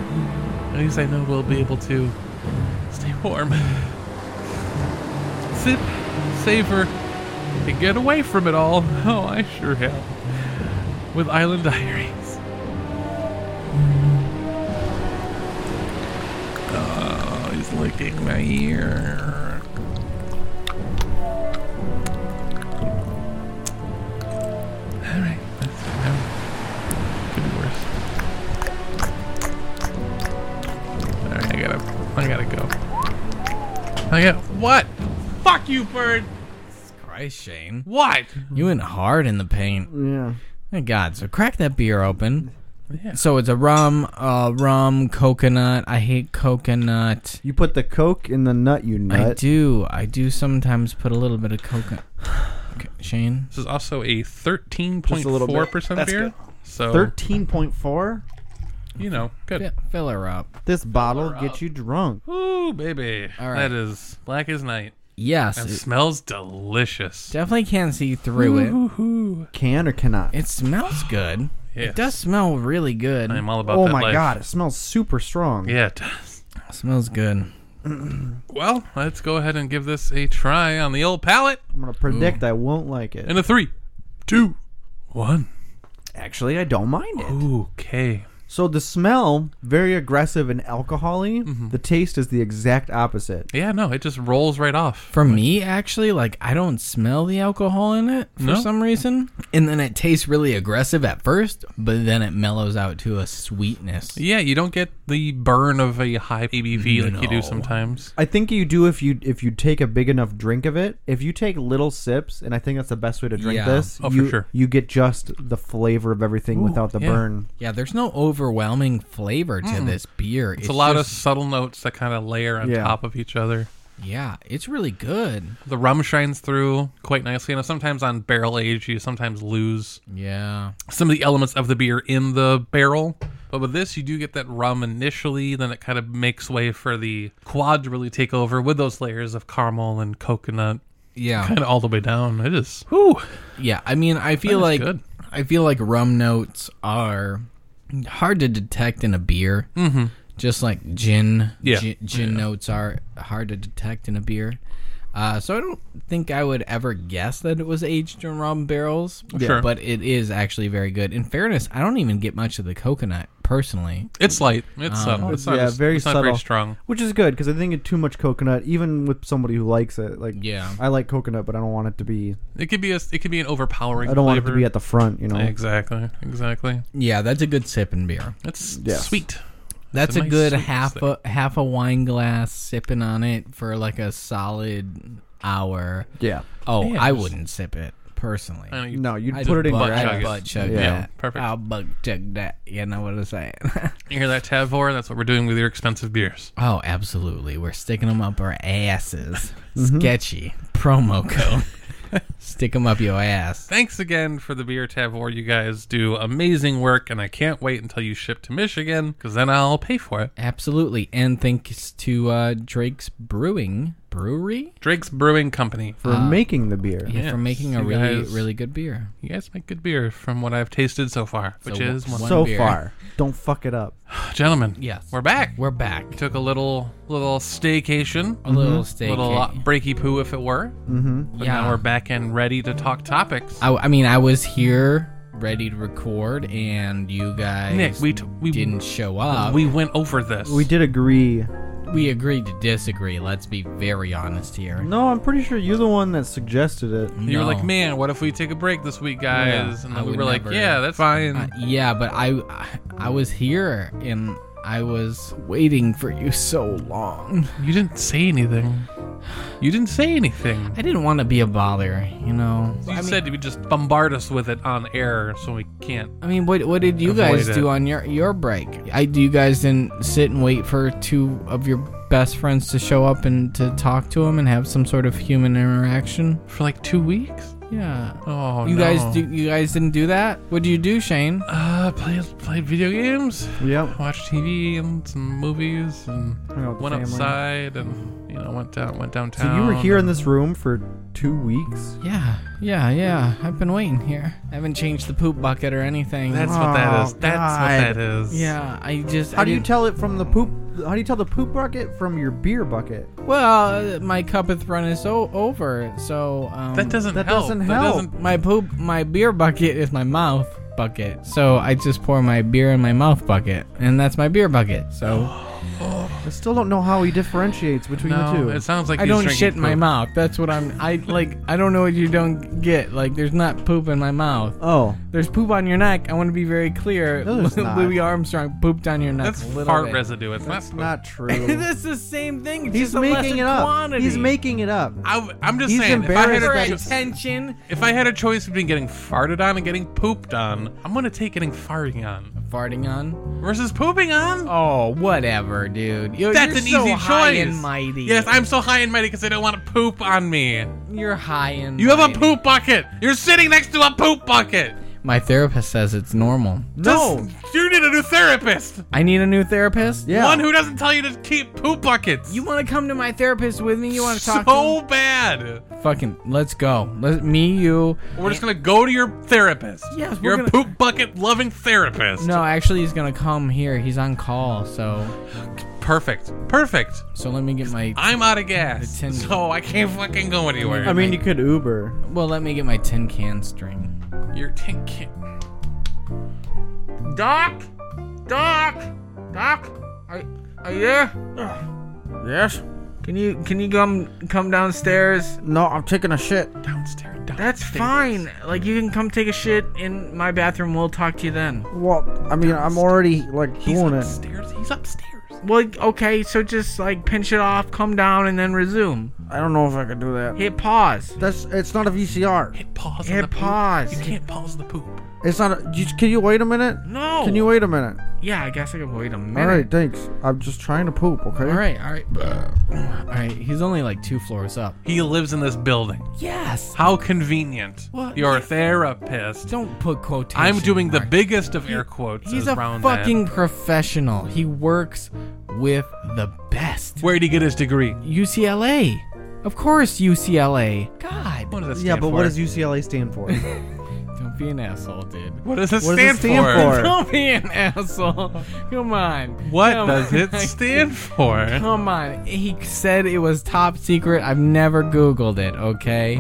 [SPEAKER 2] At least I know we'll be able to stay warm. Sip, savor, and get away from it all. Oh, I sure am. With Island Diaries. Oh, he's licking my ear. All right, that's no, could be worse. All right, I gotta, I gotta go. I got what? Fuck you, bird.
[SPEAKER 3] Christ, Shane.
[SPEAKER 2] What?
[SPEAKER 3] You went hard in the paint.
[SPEAKER 1] Yeah.
[SPEAKER 3] My God. So crack that beer open.
[SPEAKER 2] Yeah.
[SPEAKER 3] So it's a rum, uh, rum, coconut. I hate coconut.
[SPEAKER 1] You put the coke in the nut, you nut.
[SPEAKER 3] I do. I do sometimes put a little bit of coconut. Okay, Shane.
[SPEAKER 2] This is also a
[SPEAKER 1] Just a little bit.
[SPEAKER 2] 13.4%
[SPEAKER 1] That's
[SPEAKER 2] beer.
[SPEAKER 1] good.
[SPEAKER 2] So,
[SPEAKER 1] Thirteen point four.
[SPEAKER 2] you know, good.
[SPEAKER 3] Fill, fill her up.
[SPEAKER 1] This bottle
[SPEAKER 2] her up.
[SPEAKER 1] gets you drunk.
[SPEAKER 2] Ooh, baby.
[SPEAKER 3] All right.
[SPEAKER 2] That is black as night.
[SPEAKER 3] Yes.
[SPEAKER 2] And
[SPEAKER 3] it
[SPEAKER 2] smells delicious.
[SPEAKER 3] definitely can't see through it.
[SPEAKER 2] Woohoo.
[SPEAKER 1] Can or cannot.
[SPEAKER 3] It smells good.
[SPEAKER 2] Yes.
[SPEAKER 3] It does smell really good.
[SPEAKER 2] I'm all about
[SPEAKER 1] Oh
[SPEAKER 2] that
[SPEAKER 1] my
[SPEAKER 2] life.
[SPEAKER 1] god! It smells super strong.
[SPEAKER 2] Yeah, it does.
[SPEAKER 3] smells good.
[SPEAKER 2] Well, let's go ahead and give this a try on the old palate.
[SPEAKER 1] I'm gonna predict I won't like it.
[SPEAKER 2] And a three, two, one.
[SPEAKER 1] Actually, I don't mind it.
[SPEAKER 2] Okay.
[SPEAKER 1] So the smell very aggressive and alcoholy.
[SPEAKER 2] Mm-hmm.
[SPEAKER 1] The taste is the exact opposite.
[SPEAKER 2] Yeah, no, it just rolls right off.
[SPEAKER 3] For me, actually, like I don't smell the alcohol in it for
[SPEAKER 2] No?
[SPEAKER 3] some reason, and then it tastes really aggressive at first, but then it mellows out to a sweetness.
[SPEAKER 2] Yeah, you don't get the burn of a high ABV like you
[SPEAKER 3] No.
[SPEAKER 2] do sometimes.
[SPEAKER 1] I think you do if you if you take a big enough drink of it. If you take little sips, and I think that's the best way to drink
[SPEAKER 3] Yeah.
[SPEAKER 1] this.
[SPEAKER 2] Oh, for
[SPEAKER 1] you,
[SPEAKER 2] sure.
[SPEAKER 1] You get just the flavor of everything without the
[SPEAKER 2] yeah.
[SPEAKER 1] burn.
[SPEAKER 3] Yeah, there's no overwhelming flavor to this beer.
[SPEAKER 2] It's, a lot
[SPEAKER 3] just-
[SPEAKER 2] of subtle notes that kind of layer on
[SPEAKER 1] Yeah.
[SPEAKER 2] top of each other.
[SPEAKER 3] yeah, it's really good.
[SPEAKER 2] The rum shines through quite nicely. You know, sometimes on barrel age, you sometimes lose
[SPEAKER 3] Yeah,
[SPEAKER 2] some of the elements of the beer in the barrel. But with this, you do get that rum initially, then it kind of makes way for the quad to really take over with those layers of caramel and coconut,
[SPEAKER 3] yeah,
[SPEAKER 2] kind of all the way down. It is. Whew.
[SPEAKER 3] yeah. I mean, I feel
[SPEAKER 2] That
[SPEAKER 3] like
[SPEAKER 2] is good.
[SPEAKER 3] I feel like rum notes are hard to detect in a beer. Mm-hmm. Just like gin,
[SPEAKER 2] Yeah.
[SPEAKER 3] gin, gin notes are hard to detect in a beer. Uh, so I don't think I would ever guess that it was aged in rum barrels.
[SPEAKER 2] Sure.
[SPEAKER 3] But it is actually very good. In fairness, I don't even get much of the coconut personally.
[SPEAKER 2] It's light. It's
[SPEAKER 3] Um,
[SPEAKER 2] subtle. It's not,
[SPEAKER 1] yeah,
[SPEAKER 2] as-
[SPEAKER 1] very
[SPEAKER 2] it's not
[SPEAKER 1] subtle.
[SPEAKER 2] very strong.
[SPEAKER 1] Which is good because I think it's too much coconut, even with somebody who likes it. Like,
[SPEAKER 3] Yeah.
[SPEAKER 1] I like coconut, but I don't want it to be.
[SPEAKER 2] It could be a it could be an overpowering.
[SPEAKER 1] I don't want it to
[SPEAKER 2] flavor.
[SPEAKER 1] be at the front. You know,
[SPEAKER 2] exactly exactly.
[SPEAKER 3] Yeah, that's a good sip in beer.
[SPEAKER 2] It's
[SPEAKER 1] Yes.
[SPEAKER 2] sweet.
[SPEAKER 3] That's
[SPEAKER 2] a
[SPEAKER 3] a,
[SPEAKER 2] nice
[SPEAKER 3] good
[SPEAKER 2] sweetness
[SPEAKER 3] half
[SPEAKER 2] there.
[SPEAKER 3] a half a wine glass sipping on it for like a solid hour.
[SPEAKER 1] yeah.
[SPEAKER 3] Oh,
[SPEAKER 2] Yeah,
[SPEAKER 3] I
[SPEAKER 2] just-
[SPEAKER 3] wouldn't sip it personally.
[SPEAKER 2] I know you-
[SPEAKER 1] No, you'd
[SPEAKER 3] I
[SPEAKER 1] put it in
[SPEAKER 3] butt,
[SPEAKER 1] your
[SPEAKER 2] chug
[SPEAKER 1] ass.
[SPEAKER 2] it.
[SPEAKER 3] I'd butt chug
[SPEAKER 1] Yeah.
[SPEAKER 3] that.
[SPEAKER 2] Perfect.
[SPEAKER 3] I'll butt chug that. You know what I'm saying?
[SPEAKER 2] You hear that, Tavor? That's what we're doing with your expensive beers.
[SPEAKER 3] oh, Mm-hmm. absolutely. We're sticking them up our asses. Sketchy promo code. Stick them up your ass.
[SPEAKER 2] Thanks again for the beer tavor. You guys do amazing work, and I can't wait until you ship to Michigan because then I'll pay for it.
[SPEAKER 3] Absolutely. And thanks to uh, Drake's Brewing Brewery
[SPEAKER 2] Drake's Brewing Company.
[SPEAKER 1] for making the beer.
[SPEAKER 3] uh, yeah,
[SPEAKER 2] Yes,
[SPEAKER 3] for making a
[SPEAKER 2] you
[SPEAKER 3] really,
[SPEAKER 2] guys-
[SPEAKER 3] really good beer.
[SPEAKER 2] You guys make good beer from what I've tasted so far, which
[SPEAKER 3] So
[SPEAKER 2] is
[SPEAKER 3] wh-
[SPEAKER 2] one.
[SPEAKER 3] one
[SPEAKER 1] So
[SPEAKER 3] beer.
[SPEAKER 1] far, don't fuck it up.
[SPEAKER 2] Gentlemen,
[SPEAKER 3] Yes.
[SPEAKER 2] we're back.
[SPEAKER 3] We're back.
[SPEAKER 2] We took a little little staycation,
[SPEAKER 3] A little steak.
[SPEAKER 2] little uh, breaky poo if it were.
[SPEAKER 1] Mm-hmm.
[SPEAKER 2] But
[SPEAKER 3] Yeah.
[SPEAKER 2] now we're back and ready to talk topics.
[SPEAKER 3] I, I mean, I was here ready to record, and you guys
[SPEAKER 2] Nick, we t- we
[SPEAKER 3] didn't show up.
[SPEAKER 2] we went over this.
[SPEAKER 1] We did agree.
[SPEAKER 3] we agreed to disagree. Let's be very honest here.
[SPEAKER 1] No, I'm pretty sure you're the one that suggested it.
[SPEAKER 2] You were
[SPEAKER 3] No.
[SPEAKER 2] like, man, what if we take a break this week, guys?
[SPEAKER 3] Yeah,
[SPEAKER 2] and
[SPEAKER 3] I
[SPEAKER 2] we
[SPEAKER 3] would
[SPEAKER 2] were like,
[SPEAKER 3] never-
[SPEAKER 2] yeah, that's fine.
[SPEAKER 3] Uh, yeah, but I, I I was here and I was waiting for you so long.
[SPEAKER 2] you didn't say anything. You didn't say anything.
[SPEAKER 3] I didn't want to be a bother, you know.
[SPEAKER 2] You
[SPEAKER 3] I mean,
[SPEAKER 2] said you would just bombard us with it on air, so we can't.
[SPEAKER 3] I mean, what what did you
[SPEAKER 2] Avoid
[SPEAKER 3] guys
[SPEAKER 2] it.
[SPEAKER 3] do on your your break? I you guys didn't sit and wait for two of your best friends to show up and to talk to them and have some sort of human interaction.
[SPEAKER 2] For like two weeks?
[SPEAKER 3] Yeah.
[SPEAKER 2] Oh,
[SPEAKER 3] you
[SPEAKER 2] no.
[SPEAKER 3] guys do you guys didn't do that? What did you do, Shane?
[SPEAKER 2] Uh, play, play video games,
[SPEAKER 1] Yep.
[SPEAKER 2] watch TV and some movies, and
[SPEAKER 1] Hang out with the
[SPEAKER 2] went
[SPEAKER 1] family.
[SPEAKER 2] outside and, you know, went down, went
[SPEAKER 1] So
[SPEAKER 2] downtown.
[SPEAKER 1] you were here in this room for two weeks.
[SPEAKER 3] Yeah, yeah, yeah. I've been waiting here. I haven't changed the poop bucket or anything.
[SPEAKER 2] That's what that is.
[SPEAKER 1] Oh,
[SPEAKER 2] That's what
[SPEAKER 1] God.
[SPEAKER 2] that is.
[SPEAKER 3] yeah. I just.
[SPEAKER 1] How
[SPEAKER 3] I
[SPEAKER 1] do you
[SPEAKER 3] didn't-
[SPEAKER 1] tell it from the poop? How do you tell the poop bucket from your beer bucket?
[SPEAKER 3] Well, uh, my cuppeth runneth o- over, so um,
[SPEAKER 2] That doesn't
[SPEAKER 1] That
[SPEAKER 2] help.
[SPEAKER 1] doesn't
[SPEAKER 2] That
[SPEAKER 1] help.
[SPEAKER 2] doesn't-
[SPEAKER 3] My poop, my beer bucket is my mouth bucket, so I just pour my beer in my mouth bucket, and that's my beer bucket. So
[SPEAKER 1] I still don't know how he differentiates between the
[SPEAKER 2] no,
[SPEAKER 1] two.
[SPEAKER 2] it sounds like
[SPEAKER 3] I
[SPEAKER 2] he's
[SPEAKER 3] don't
[SPEAKER 2] drinking
[SPEAKER 3] shit in my
[SPEAKER 2] poop.
[SPEAKER 3] mouth. That's what I'm. I like. I don't know what you don't get. Like, there's not poop in my mouth.
[SPEAKER 1] oh,
[SPEAKER 3] There's poop on your neck. I want to be very clear.
[SPEAKER 1] No, there's not.
[SPEAKER 3] Louis Armstrong pooped on your neck.
[SPEAKER 2] That's
[SPEAKER 3] a little
[SPEAKER 2] fart
[SPEAKER 3] bit.
[SPEAKER 2] residue. It's not. poop.
[SPEAKER 1] not true.
[SPEAKER 3] that's the same thing. It's
[SPEAKER 1] He's
[SPEAKER 3] just a
[SPEAKER 1] making
[SPEAKER 3] lesser
[SPEAKER 1] it up.
[SPEAKER 3] Quantity.
[SPEAKER 1] He's making it up.
[SPEAKER 2] I, I'm just
[SPEAKER 1] He's
[SPEAKER 2] saying. If I, had
[SPEAKER 1] embarrassed
[SPEAKER 3] For
[SPEAKER 1] that-
[SPEAKER 2] a, cho-
[SPEAKER 3] attention.
[SPEAKER 2] if I had a choice between getting farted on and getting pooped on, I'm gonna take getting farting on
[SPEAKER 3] Farting on.
[SPEAKER 2] versus pooping on.
[SPEAKER 3] Oh, whatever, dude. You're,
[SPEAKER 2] That's
[SPEAKER 3] you're
[SPEAKER 2] an
[SPEAKER 3] so
[SPEAKER 2] easy
[SPEAKER 3] high
[SPEAKER 2] choice.
[SPEAKER 3] and mighty.
[SPEAKER 2] Yes, I'm so high and mighty because they don't want to poop on me.
[SPEAKER 3] You're high and
[SPEAKER 2] You have a
[SPEAKER 3] mighty.
[SPEAKER 2] poop bucket. You're sitting next to a poop bucket.
[SPEAKER 3] My therapist says it's normal.
[SPEAKER 1] No.
[SPEAKER 2] Just- you need a new therapist.
[SPEAKER 3] I need a new therapist.
[SPEAKER 1] Yeah.
[SPEAKER 2] One who doesn't tell you to keep poop buckets.
[SPEAKER 3] You want to come to my therapist with me? You want to talk?
[SPEAKER 2] so bad.
[SPEAKER 3] to him? Fucking, let's go. Let me, you.
[SPEAKER 2] We're just gonna go to your therapist.
[SPEAKER 3] Yes, we're
[SPEAKER 2] you're a
[SPEAKER 3] gonna-
[SPEAKER 2] poop bucket loving therapist.
[SPEAKER 3] No, actually, he's gonna come here. He's on call, so
[SPEAKER 2] Perfect. Perfect.
[SPEAKER 3] so let me get my
[SPEAKER 2] I'm out of gas,
[SPEAKER 3] The tin-
[SPEAKER 2] so I can't fucking go anywhere.
[SPEAKER 1] I mean, you could Uber.
[SPEAKER 3] well, let me get my tin can string.
[SPEAKER 2] Your tin can. Doc, Doc, Doc.
[SPEAKER 3] Are, are you there? Yes. Can you can you come come downstairs?
[SPEAKER 1] No, I'm taking a shit.
[SPEAKER 2] Downstairs. downstairs.
[SPEAKER 3] Like you can come take a shit in my bathroom. We'll talk to you then.
[SPEAKER 1] Well, I mean, I'm already like
[SPEAKER 2] He's
[SPEAKER 1] doing it.
[SPEAKER 2] upstairs. He's upstairs.
[SPEAKER 3] Well, okay. So just like pinch it off, come down, and then resume.
[SPEAKER 1] I don't know if I could do that.
[SPEAKER 3] Hit pause.
[SPEAKER 1] That's it's not a VCR.
[SPEAKER 2] Hit pause.
[SPEAKER 3] Hit
[SPEAKER 2] on the poop.
[SPEAKER 3] pause.
[SPEAKER 2] You can't pause the poop.
[SPEAKER 1] It's not. A, you, can you wait a minute?
[SPEAKER 3] No.
[SPEAKER 1] Can you wait a minute?
[SPEAKER 3] Yeah, I guess I could wait a minute.
[SPEAKER 1] All right, thanks. I'm just trying to poop. Okay.
[SPEAKER 3] All right, all right. all right, he's only like two floors up.
[SPEAKER 2] He lives in this building.
[SPEAKER 3] Yes.
[SPEAKER 2] How convenient.
[SPEAKER 3] What?
[SPEAKER 2] Your therapist.
[SPEAKER 3] Don't put quotation.
[SPEAKER 2] I'm doing the
[SPEAKER 3] marks.
[SPEAKER 2] biggest of air quotes
[SPEAKER 3] He's a
[SPEAKER 2] around
[SPEAKER 3] fucking professional. He works with the best.
[SPEAKER 2] Where'd he get his degree?
[SPEAKER 3] UCLA. Of course, UCLA. God.
[SPEAKER 2] What does that stand
[SPEAKER 1] Yeah, but
[SPEAKER 2] for?
[SPEAKER 1] what does UCLA stand for?
[SPEAKER 3] Don't be an asshole, dude.
[SPEAKER 2] What does this
[SPEAKER 1] what does
[SPEAKER 2] stand,
[SPEAKER 1] it stand for?
[SPEAKER 3] Don't be an asshole. Come on.
[SPEAKER 2] What
[SPEAKER 3] Come
[SPEAKER 2] does it
[SPEAKER 3] on.
[SPEAKER 2] stand for?
[SPEAKER 3] Come on. He said it was top secret. I've never Googled it, okay?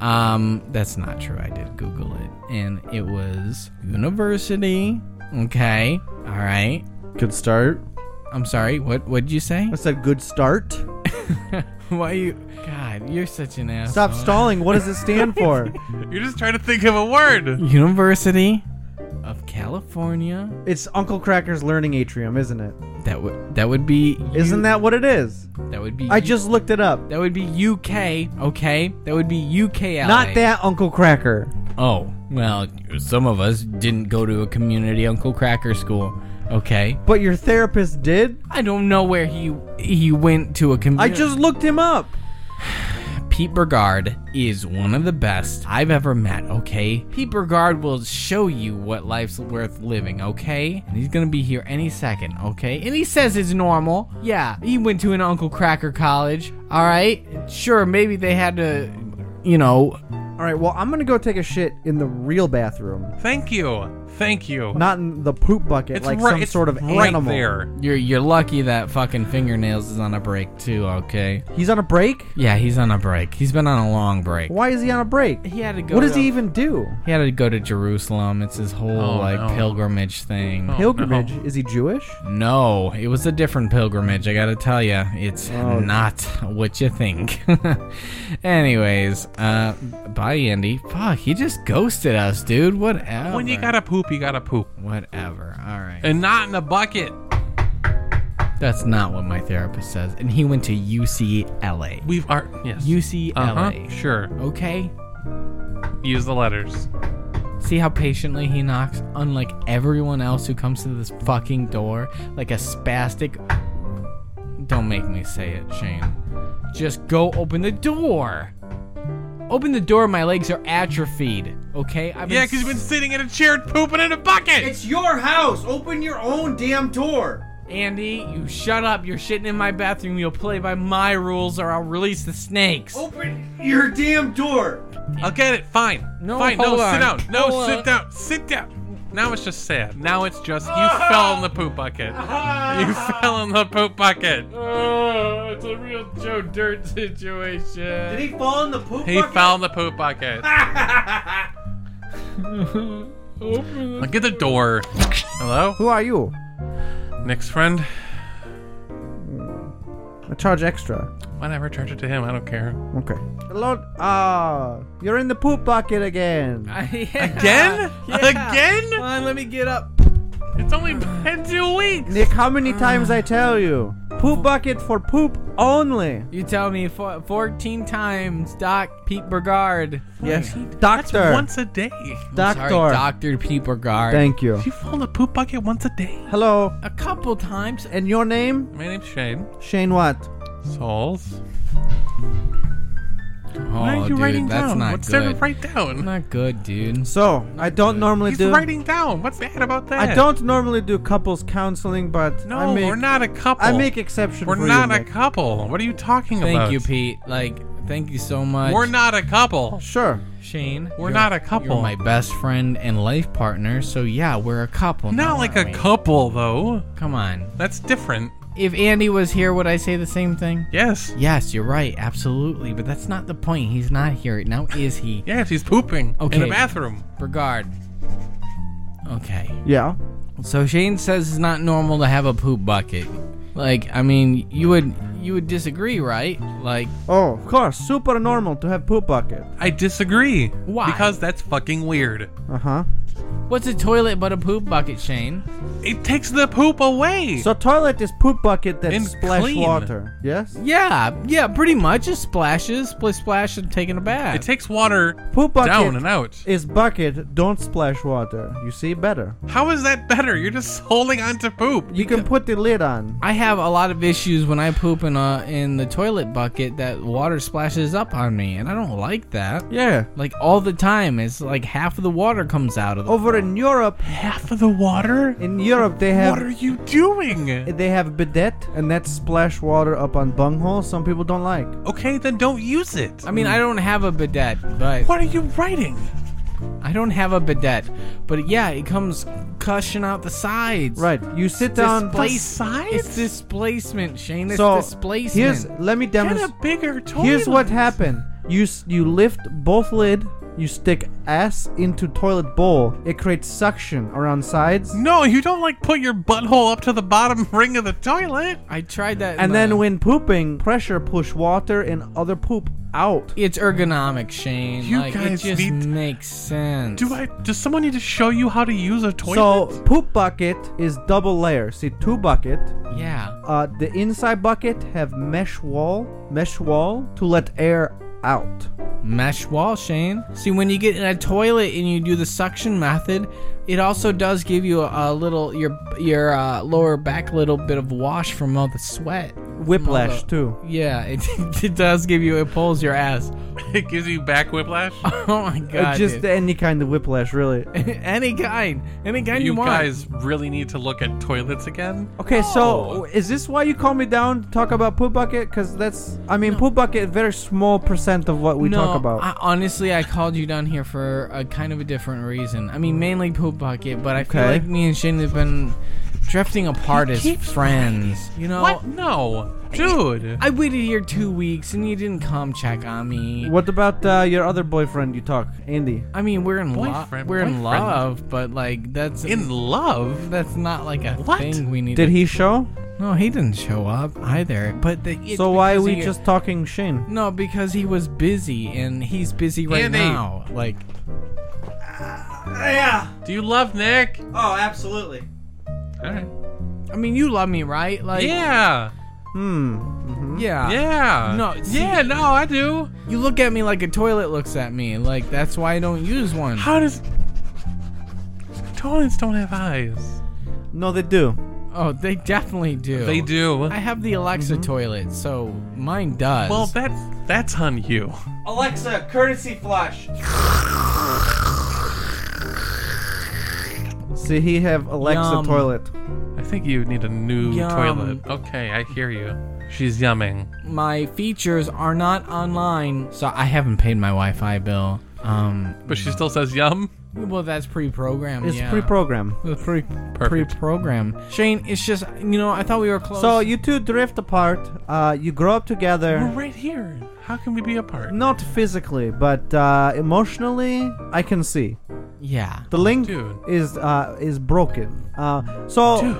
[SPEAKER 3] Um, that's not true. I did Google it. And it was university. Okay. All right.
[SPEAKER 1] good start.
[SPEAKER 3] I'm sorry. What what'd you say?
[SPEAKER 1] I said good start.
[SPEAKER 3] Why you God, you're such an asshole.
[SPEAKER 1] Stop stalling. What does it stand for?
[SPEAKER 2] You're just trying to think of a word.
[SPEAKER 3] University of California.
[SPEAKER 1] it's Uncle Cracker's learning atrium, isn't it?
[SPEAKER 3] That would that would be
[SPEAKER 1] Isn't that what it is?
[SPEAKER 3] that that would be
[SPEAKER 1] I just looked it up.
[SPEAKER 3] that would be UK, okay? That would be UKLA.
[SPEAKER 1] Not that Uncle Cracker.
[SPEAKER 3] Oh, well, some of us didn't go to a community Uncle Cracker school. Okay.
[SPEAKER 1] But your therapist did?
[SPEAKER 3] I don't know where he he went to a
[SPEAKER 1] I
[SPEAKER 3] community.
[SPEAKER 1] just looked him up.
[SPEAKER 3] Pete Burgard is one of the best I've ever met, okay? Pete Burgard will show you what life's worth living, okay? And he's gonna be here any second, okay? And he says it's normal. Yeah, he went to an Uncle Cracker college, alright? Sure, maybe they had to, you know,
[SPEAKER 1] All right, well, I'm gonna go take a shit in the real bathroom,
[SPEAKER 2] Thank you. Thank you.
[SPEAKER 1] not in the poop bucket
[SPEAKER 2] it's
[SPEAKER 1] like
[SPEAKER 2] right,
[SPEAKER 1] some
[SPEAKER 2] it's
[SPEAKER 1] sort of
[SPEAKER 2] right
[SPEAKER 1] animal.
[SPEAKER 2] there.
[SPEAKER 3] you're, you're lucky that fucking fingernails is on a break too, okay?
[SPEAKER 1] He's on a break.
[SPEAKER 3] Yeah, he's on a break. He's been on a long break.
[SPEAKER 1] Why is he on a break?
[SPEAKER 3] He had to go
[SPEAKER 1] What does
[SPEAKER 3] to-
[SPEAKER 1] he even do?
[SPEAKER 3] He had to go to Jerusalem. It's his whole
[SPEAKER 2] Oh,
[SPEAKER 3] like
[SPEAKER 2] no.
[SPEAKER 3] pilgrimage thing.
[SPEAKER 2] Oh,
[SPEAKER 1] Pilgrimage? Is he Jewish?
[SPEAKER 3] No, it was a different pilgrimage. I gotta tell you, it's
[SPEAKER 1] Oh.
[SPEAKER 3] not what you think. Anyways, uh, bye, Andy. Fuck, he just ghosted us, dude. Whatever.
[SPEAKER 2] When you gotta poop, you gotta poop,
[SPEAKER 3] Whatever. All right.
[SPEAKER 2] and not in a bucket.
[SPEAKER 3] That's not what my therapist says. And he went to UCLA.
[SPEAKER 2] We've are yes.
[SPEAKER 3] UCLA.
[SPEAKER 2] Uh-huh, Sure.
[SPEAKER 3] Okay.
[SPEAKER 2] Use the letters.
[SPEAKER 3] See how patiently he knocks, unlike everyone else who comes to this fucking door, like a spastic. Don't make me say it, Shane. Just go open the door. Open the door. My legs are atrophied. Okay. I've
[SPEAKER 2] Yeah, because you've been sitting in a chair pooping in a bucket.
[SPEAKER 1] your house. Open your own damn door.
[SPEAKER 3] Andy, you shut up. You're shitting in my bathroom. You'll play by my rules, or I'll release the snakes.
[SPEAKER 2] Oh.
[SPEAKER 1] Open your damn door.
[SPEAKER 2] I'll get it. Fine.
[SPEAKER 3] No,
[SPEAKER 2] Fine.
[SPEAKER 3] hold
[SPEAKER 2] no,
[SPEAKER 3] on.
[SPEAKER 2] sit down. No,
[SPEAKER 3] Hold
[SPEAKER 2] sit
[SPEAKER 3] on.
[SPEAKER 2] down. Sit down. Now it's just sad. Now it's just you fell in the poop bucket. You fell in the poop bucket.
[SPEAKER 3] Oh, it's a real Joe Dirt situation.
[SPEAKER 1] he fall in the poop
[SPEAKER 2] He fell in the poop bucket. Look at the door. Hello?
[SPEAKER 1] Who are you?
[SPEAKER 2] Nick's friend?
[SPEAKER 1] I charge extra.
[SPEAKER 2] Whatever, charge it to him. I don't care.
[SPEAKER 1] Okay. Hello. Ah, you're in the poop bucket again.
[SPEAKER 2] Again?
[SPEAKER 3] Come
[SPEAKER 2] Again?
[SPEAKER 3] on, let me get up.
[SPEAKER 2] It's only been two weeks.
[SPEAKER 1] Nick, how many times I tell you? Poop bucket for poop only.
[SPEAKER 3] You tell me fo- 14 times, Doc Pete Burgard.
[SPEAKER 1] Yes, doctor.
[SPEAKER 2] Once a day.
[SPEAKER 1] doctor.
[SPEAKER 3] Sorry, Dr. Pete Burgard.
[SPEAKER 1] Thank you.
[SPEAKER 2] You fall in the poop bucket once a day.
[SPEAKER 1] Hello.
[SPEAKER 3] A couple times.
[SPEAKER 1] And your name?
[SPEAKER 2] My name's Shane.
[SPEAKER 1] Shane what?
[SPEAKER 2] Souls.
[SPEAKER 3] Oh,
[SPEAKER 2] Why are you
[SPEAKER 3] dude,
[SPEAKER 2] writing
[SPEAKER 3] that's
[SPEAKER 2] down?
[SPEAKER 3] not
[SPEAKER 2] What's
[SPEAKER 3] good.
[SPEAKER 2] there to write down?
[SPEAKER 3] not good, dude.
[SPEAKER 1] So I don't normally
[SPEAKER 2] He's
[SPEAKER 1] do.
[SPEAKER 2] writing down. What's bad about that?
[SPEAKER 1] I don't normally do couples counseling, but
[SPEAKER 2] No,
[SPEAKER 1] I make,
[SPEAKER 2] we're not a couple.
[SPEAKER 1] I make exception
[SPEAKER 2] We're
[SPEAKER 1] for
[SPEAKER 2] not
[SPEAKER 1] you,
[SPEAKER 2] a
[SPEAKER 1] Nick.
[SPEAKER 2] couple. What are you talking
[SPEAKER 3] Thank
[SPEAKER 2] about?
[SPEAKER 3] you, Pete. Like, thank you so much.
[SPEAKER 2] We're not a couple.
[SPEAKER 1] Sure.
[SPEAKER 3] Shane.
[SPEAKER 2] We're
[SPEAKER 3] you're-
[SPEAKER 2] not a couple.
[SPEAKER 3] You're my best friend and life partner, so yeah, we're a couple. now,
[SPEAKER 2] Not like a
[SPEAKER 3] aren't we?
[SPEAKER 2] couple, though.
[SPEAKER 3] Come on.
[SPEAKER 2] That's different.
[SPEAKER 3] If Andy was here, would I say the same thing?
[SPEAKER 2] Yes.
[SPEAKER 3] Yes, you're right, absolutely. But that's not the point. He's not here now, is he?
[SPEAKER 2] Yes, he's pooping in the
[SPEAKER 3] Okay.
[SPEAKER 2] bathroom.
[SPEAKER 3] Burgard. Okay.
[SPEAKER 1] Yeah.
[SPEAKER 3] So Shane says it's not normal to have a poop bucket. Like, I mean, you would you would disagree, right? Like,
[SPEAKER 1] Oh, of course. Super normal to have poop bucket.
[SPEAKER 2] I disagree.
[SPEAKER 3] Why?
[SPEAKER 2] Because that's fucking weird.
[SPEAKER 1] Uh huh.
[SPEAKER 3] what's a toilet but a poop bucket, Shane?
[SPEAKER 2] It takes the poop away.
[SPEAKER 1] So toilet is poop bucket that
[SPEAKER 2] And
[SPEAKER 1] splash
[SPEAKER 2] clean.
[SPEAKER 1] water. Yes.
[SPEAKER 3] Yeah, yeah, pretty much. It splashes, splish splash, and taking a bath.
[SPEAKER 2] it takes water
[SPEAKER 1] Poop bucket
[SPEAKER 2] down and out.
[SPEAKER 1] is bucket. Don't splash water. You see better.
[SPEAKER 2] How is that better? You're just holding onto poop.
[SPEAKER 1] You can put the lid on.
[SPEAKER 3] I have a lot of issues when I poop in a, in the toilet bucket that water splashes up on me, and I don't like that.
[SPEAKER 1] Yeah.
[SPEAKER 3] Like all the time, it's like half of the water comes out of the
[SPEAKER 1] Over in Europe,
[SPEAKER 2] Half of the water?
[SPEAKER 1] in Europe they have
[SPEAKER 2] What are you doing?
[SPEAKER 1] they have bidet and that splash water up on bunghole. Some people don't like.
[SPEAKER 2] Okay, then don't use it.
[SPEAKER 3] I mean, I don't have a bidet, but
[SPEAKER 2] What are you writing?
[SPEAKER 3] I don't have a bidet. But yeah, it comes gushing out the sides.
[SPEAKER 1] Right. You sit down.
[SPEAKER 3] Displace-
[SPEAKER 2] sides?
[SPEAKER 3] It's displacement, Shane. It's
[SPEAKER 1] so
[SPEAKER 3] displacement.
[SPEAKER 1] here's let me
[SPEAKER 2] Get a
[SPEAKER 1] demonstrate.
[SPEAKER 2] bigger toilet.
[SPEAKER 1] Here's what happened. You s- you lift both lid. You stick ass into toilet bowl. It creates suction around sides.
[SPEAKER 2] No, you don't like put your butthole up to the bottom ring of the toilet.
[SPEAKER 3] I tried that. in
[SPEAKER 1] And
[SPEAKER 3] the-
[SPEAKER 1] then when pooping, pressure push water and other poop out.
[SPEAKER 3] it's ergonomic, Shane.
[SPEAKER 2] You
[SPEAKER 3] like,
[SPEAKER 2] guys
[SPEAKER 3] it just
[SPEAKER 2] need-
[SPEAKER 3] makes sense.
[SPEAKER 2] Do I? Does someone need to show you how to use a toilet?
[SPEAKER 1] So poop bucket is double layer. See two bucket.
[SPEAKER 3] Yeah.
[SPEAKER 1] Uh, the inside bucket have mesh wall, mesh wall to let air out.
[SPEAKER 3] Mesh wall, Shane. See, when you get in a toilet and you do the suction method, it also does give you a, a little your your uh, lower back a little bit of wash from all the sweat.
[SPEAKER 1] whiplash
[SPEAKER 3] No, the-
[SPEAKER 1] too.
[SPEAKER 3] Yeah, it, it does give you. It pulls your ass.
[SPEAKER 2] it gives you back whiplash.
[SPEAKER 3] Oh my
[SPEAKER 1] Uh,
[SPEAKER 3] god!
[SPEAKER 1] just
[SPEAKER 3] dude.
[SPEAKER 1] any kind of whiplash, really.
[SPEAKER 3] any kind, any kind you,
[SPEAKER 2] you
[SPEAKER 3] want.
[SPEAKER 2] guys really need to look at toilets again.
[SPEAKER 1] Okay,
[SPEAKER 3] Oh.
[SPEAKER 1] so is this why you call me down to talk about poop bucket? Because that's, I mean, poop bucket very small percent of what we
[SPEAKER 3] no,
[SPEAKER 1] talk about.
[SPEAKER 3] I, honestly, I called you down here for a kind of a different reason. I mean, mainly poop bucket, but I feel
[SPEAKER 1] Okay.
[SPEAKER 3] like me and Shane have been drifting apart as friends. You know,
[SPEAKER 2] What? No, dude.
[SPEAKER 3] I waited here two weeks and you didn't come check on me.
[SPEAKER 1] what about uh, your other boyfriend you talk, Andy?
[SPEAKER 3] I mean, we're in love. We're
[SPEAKER 2] Boyfriend- boyfriend.
[SPEAKER 3] in love, but like that's
[SPEAKER 2] In love.
[SPEAKER 3] that's not like a
[SPEAKER 2] What?
[SPEAKER 3] thing we need.
[SPEAKER 1] Did
[SPEAKER 3] to-
[SPEAKER 1] he show?
[SPEAKER 3] No, he didn't show up either. But the, it's
[SPEAKER 1] so why are
[SPEAKER 3] because
[SPEAKER 1] we
[SPEAKER 3] he-
[SPEAKER 1] just talking Shane?
[SPEAKER 3] No, because he was busy and he's busy right
[SPEAKER 2] Andy.
[SPEAKER 3] now. Like
[SPEAKER 1] Yeah.
[SPEAKER 2] Do you love Nick?
[SPEAKER 1] Oh, absolutely.
[SPEAKER 2] All right.
[SPEAKER 3] I mean, you love me, right? Like
[SPEAKER 2] Yeah.
[SPEAKER 1] Hmm. mhm.
[SPEAKER 3] yeah.
[SPEAKER 2] Yeah.
[SPEAKER 3] No, see-
[SPEAKER 2] yeah. No, I do.
[SPEAKER 3] You look at me like a toilet looks at me. Like that's why I don't use one.
[SPEAKER 2] How does toilets don't have eyes?
[SPEAKER 1] No, they do.
[SPEAKER 3] Oh, they definitely do.
[SPEAKER 2] They do.
[SPEAKER 3] I have the Alexa
[SPEAKER 1] Mm-hmm.
[SPEAKER 3] toilet, so mine does.
[SPEAKER 2] Well, that's that's on you.
[SPEAKER 1] Alexa, courtesy flush. See, he have Alexa
[SPEAKER 3] Yum.
[SPEAKER 1] toilet.
[SPEAKER 2] I think you need a new
[SPEAKER 3] Yum.
[SPEAKER 2] toilet. Okay, I hear you. She's yumming.
[SPEAKER 3] my features are not online, so I haven't paid my Wi-Fi bill. Um,
[SPEAKER 2] But she still says yum.
[SPEAKER 3] well, that's pre-programmed.
[SPEAKER 1] It's
[SPEAKER 3] yeah.
[SPEAKER 1] pre-programmed.
[SPEAKER 3] It's pre
[SPEAKER 2] Perfect.
[SPEAKER 3] pre-programmed. Shane, it's just you know I thought we were close.
[SPEAKER 1] So you two drift apart. Uh, you grow up together.
[SPEAKER 2] We're right here. How can we be apart?
[SPEAKER 1] Not physically, but uh, emotionally, I can see
[SPEAKER 3] yeah,
[SPEAKER 1] the link
[SPEAKER 2] Dude.
[SPEAKER 1] is uh, is broken. Uh, so
[SPEAKER 2] Dude.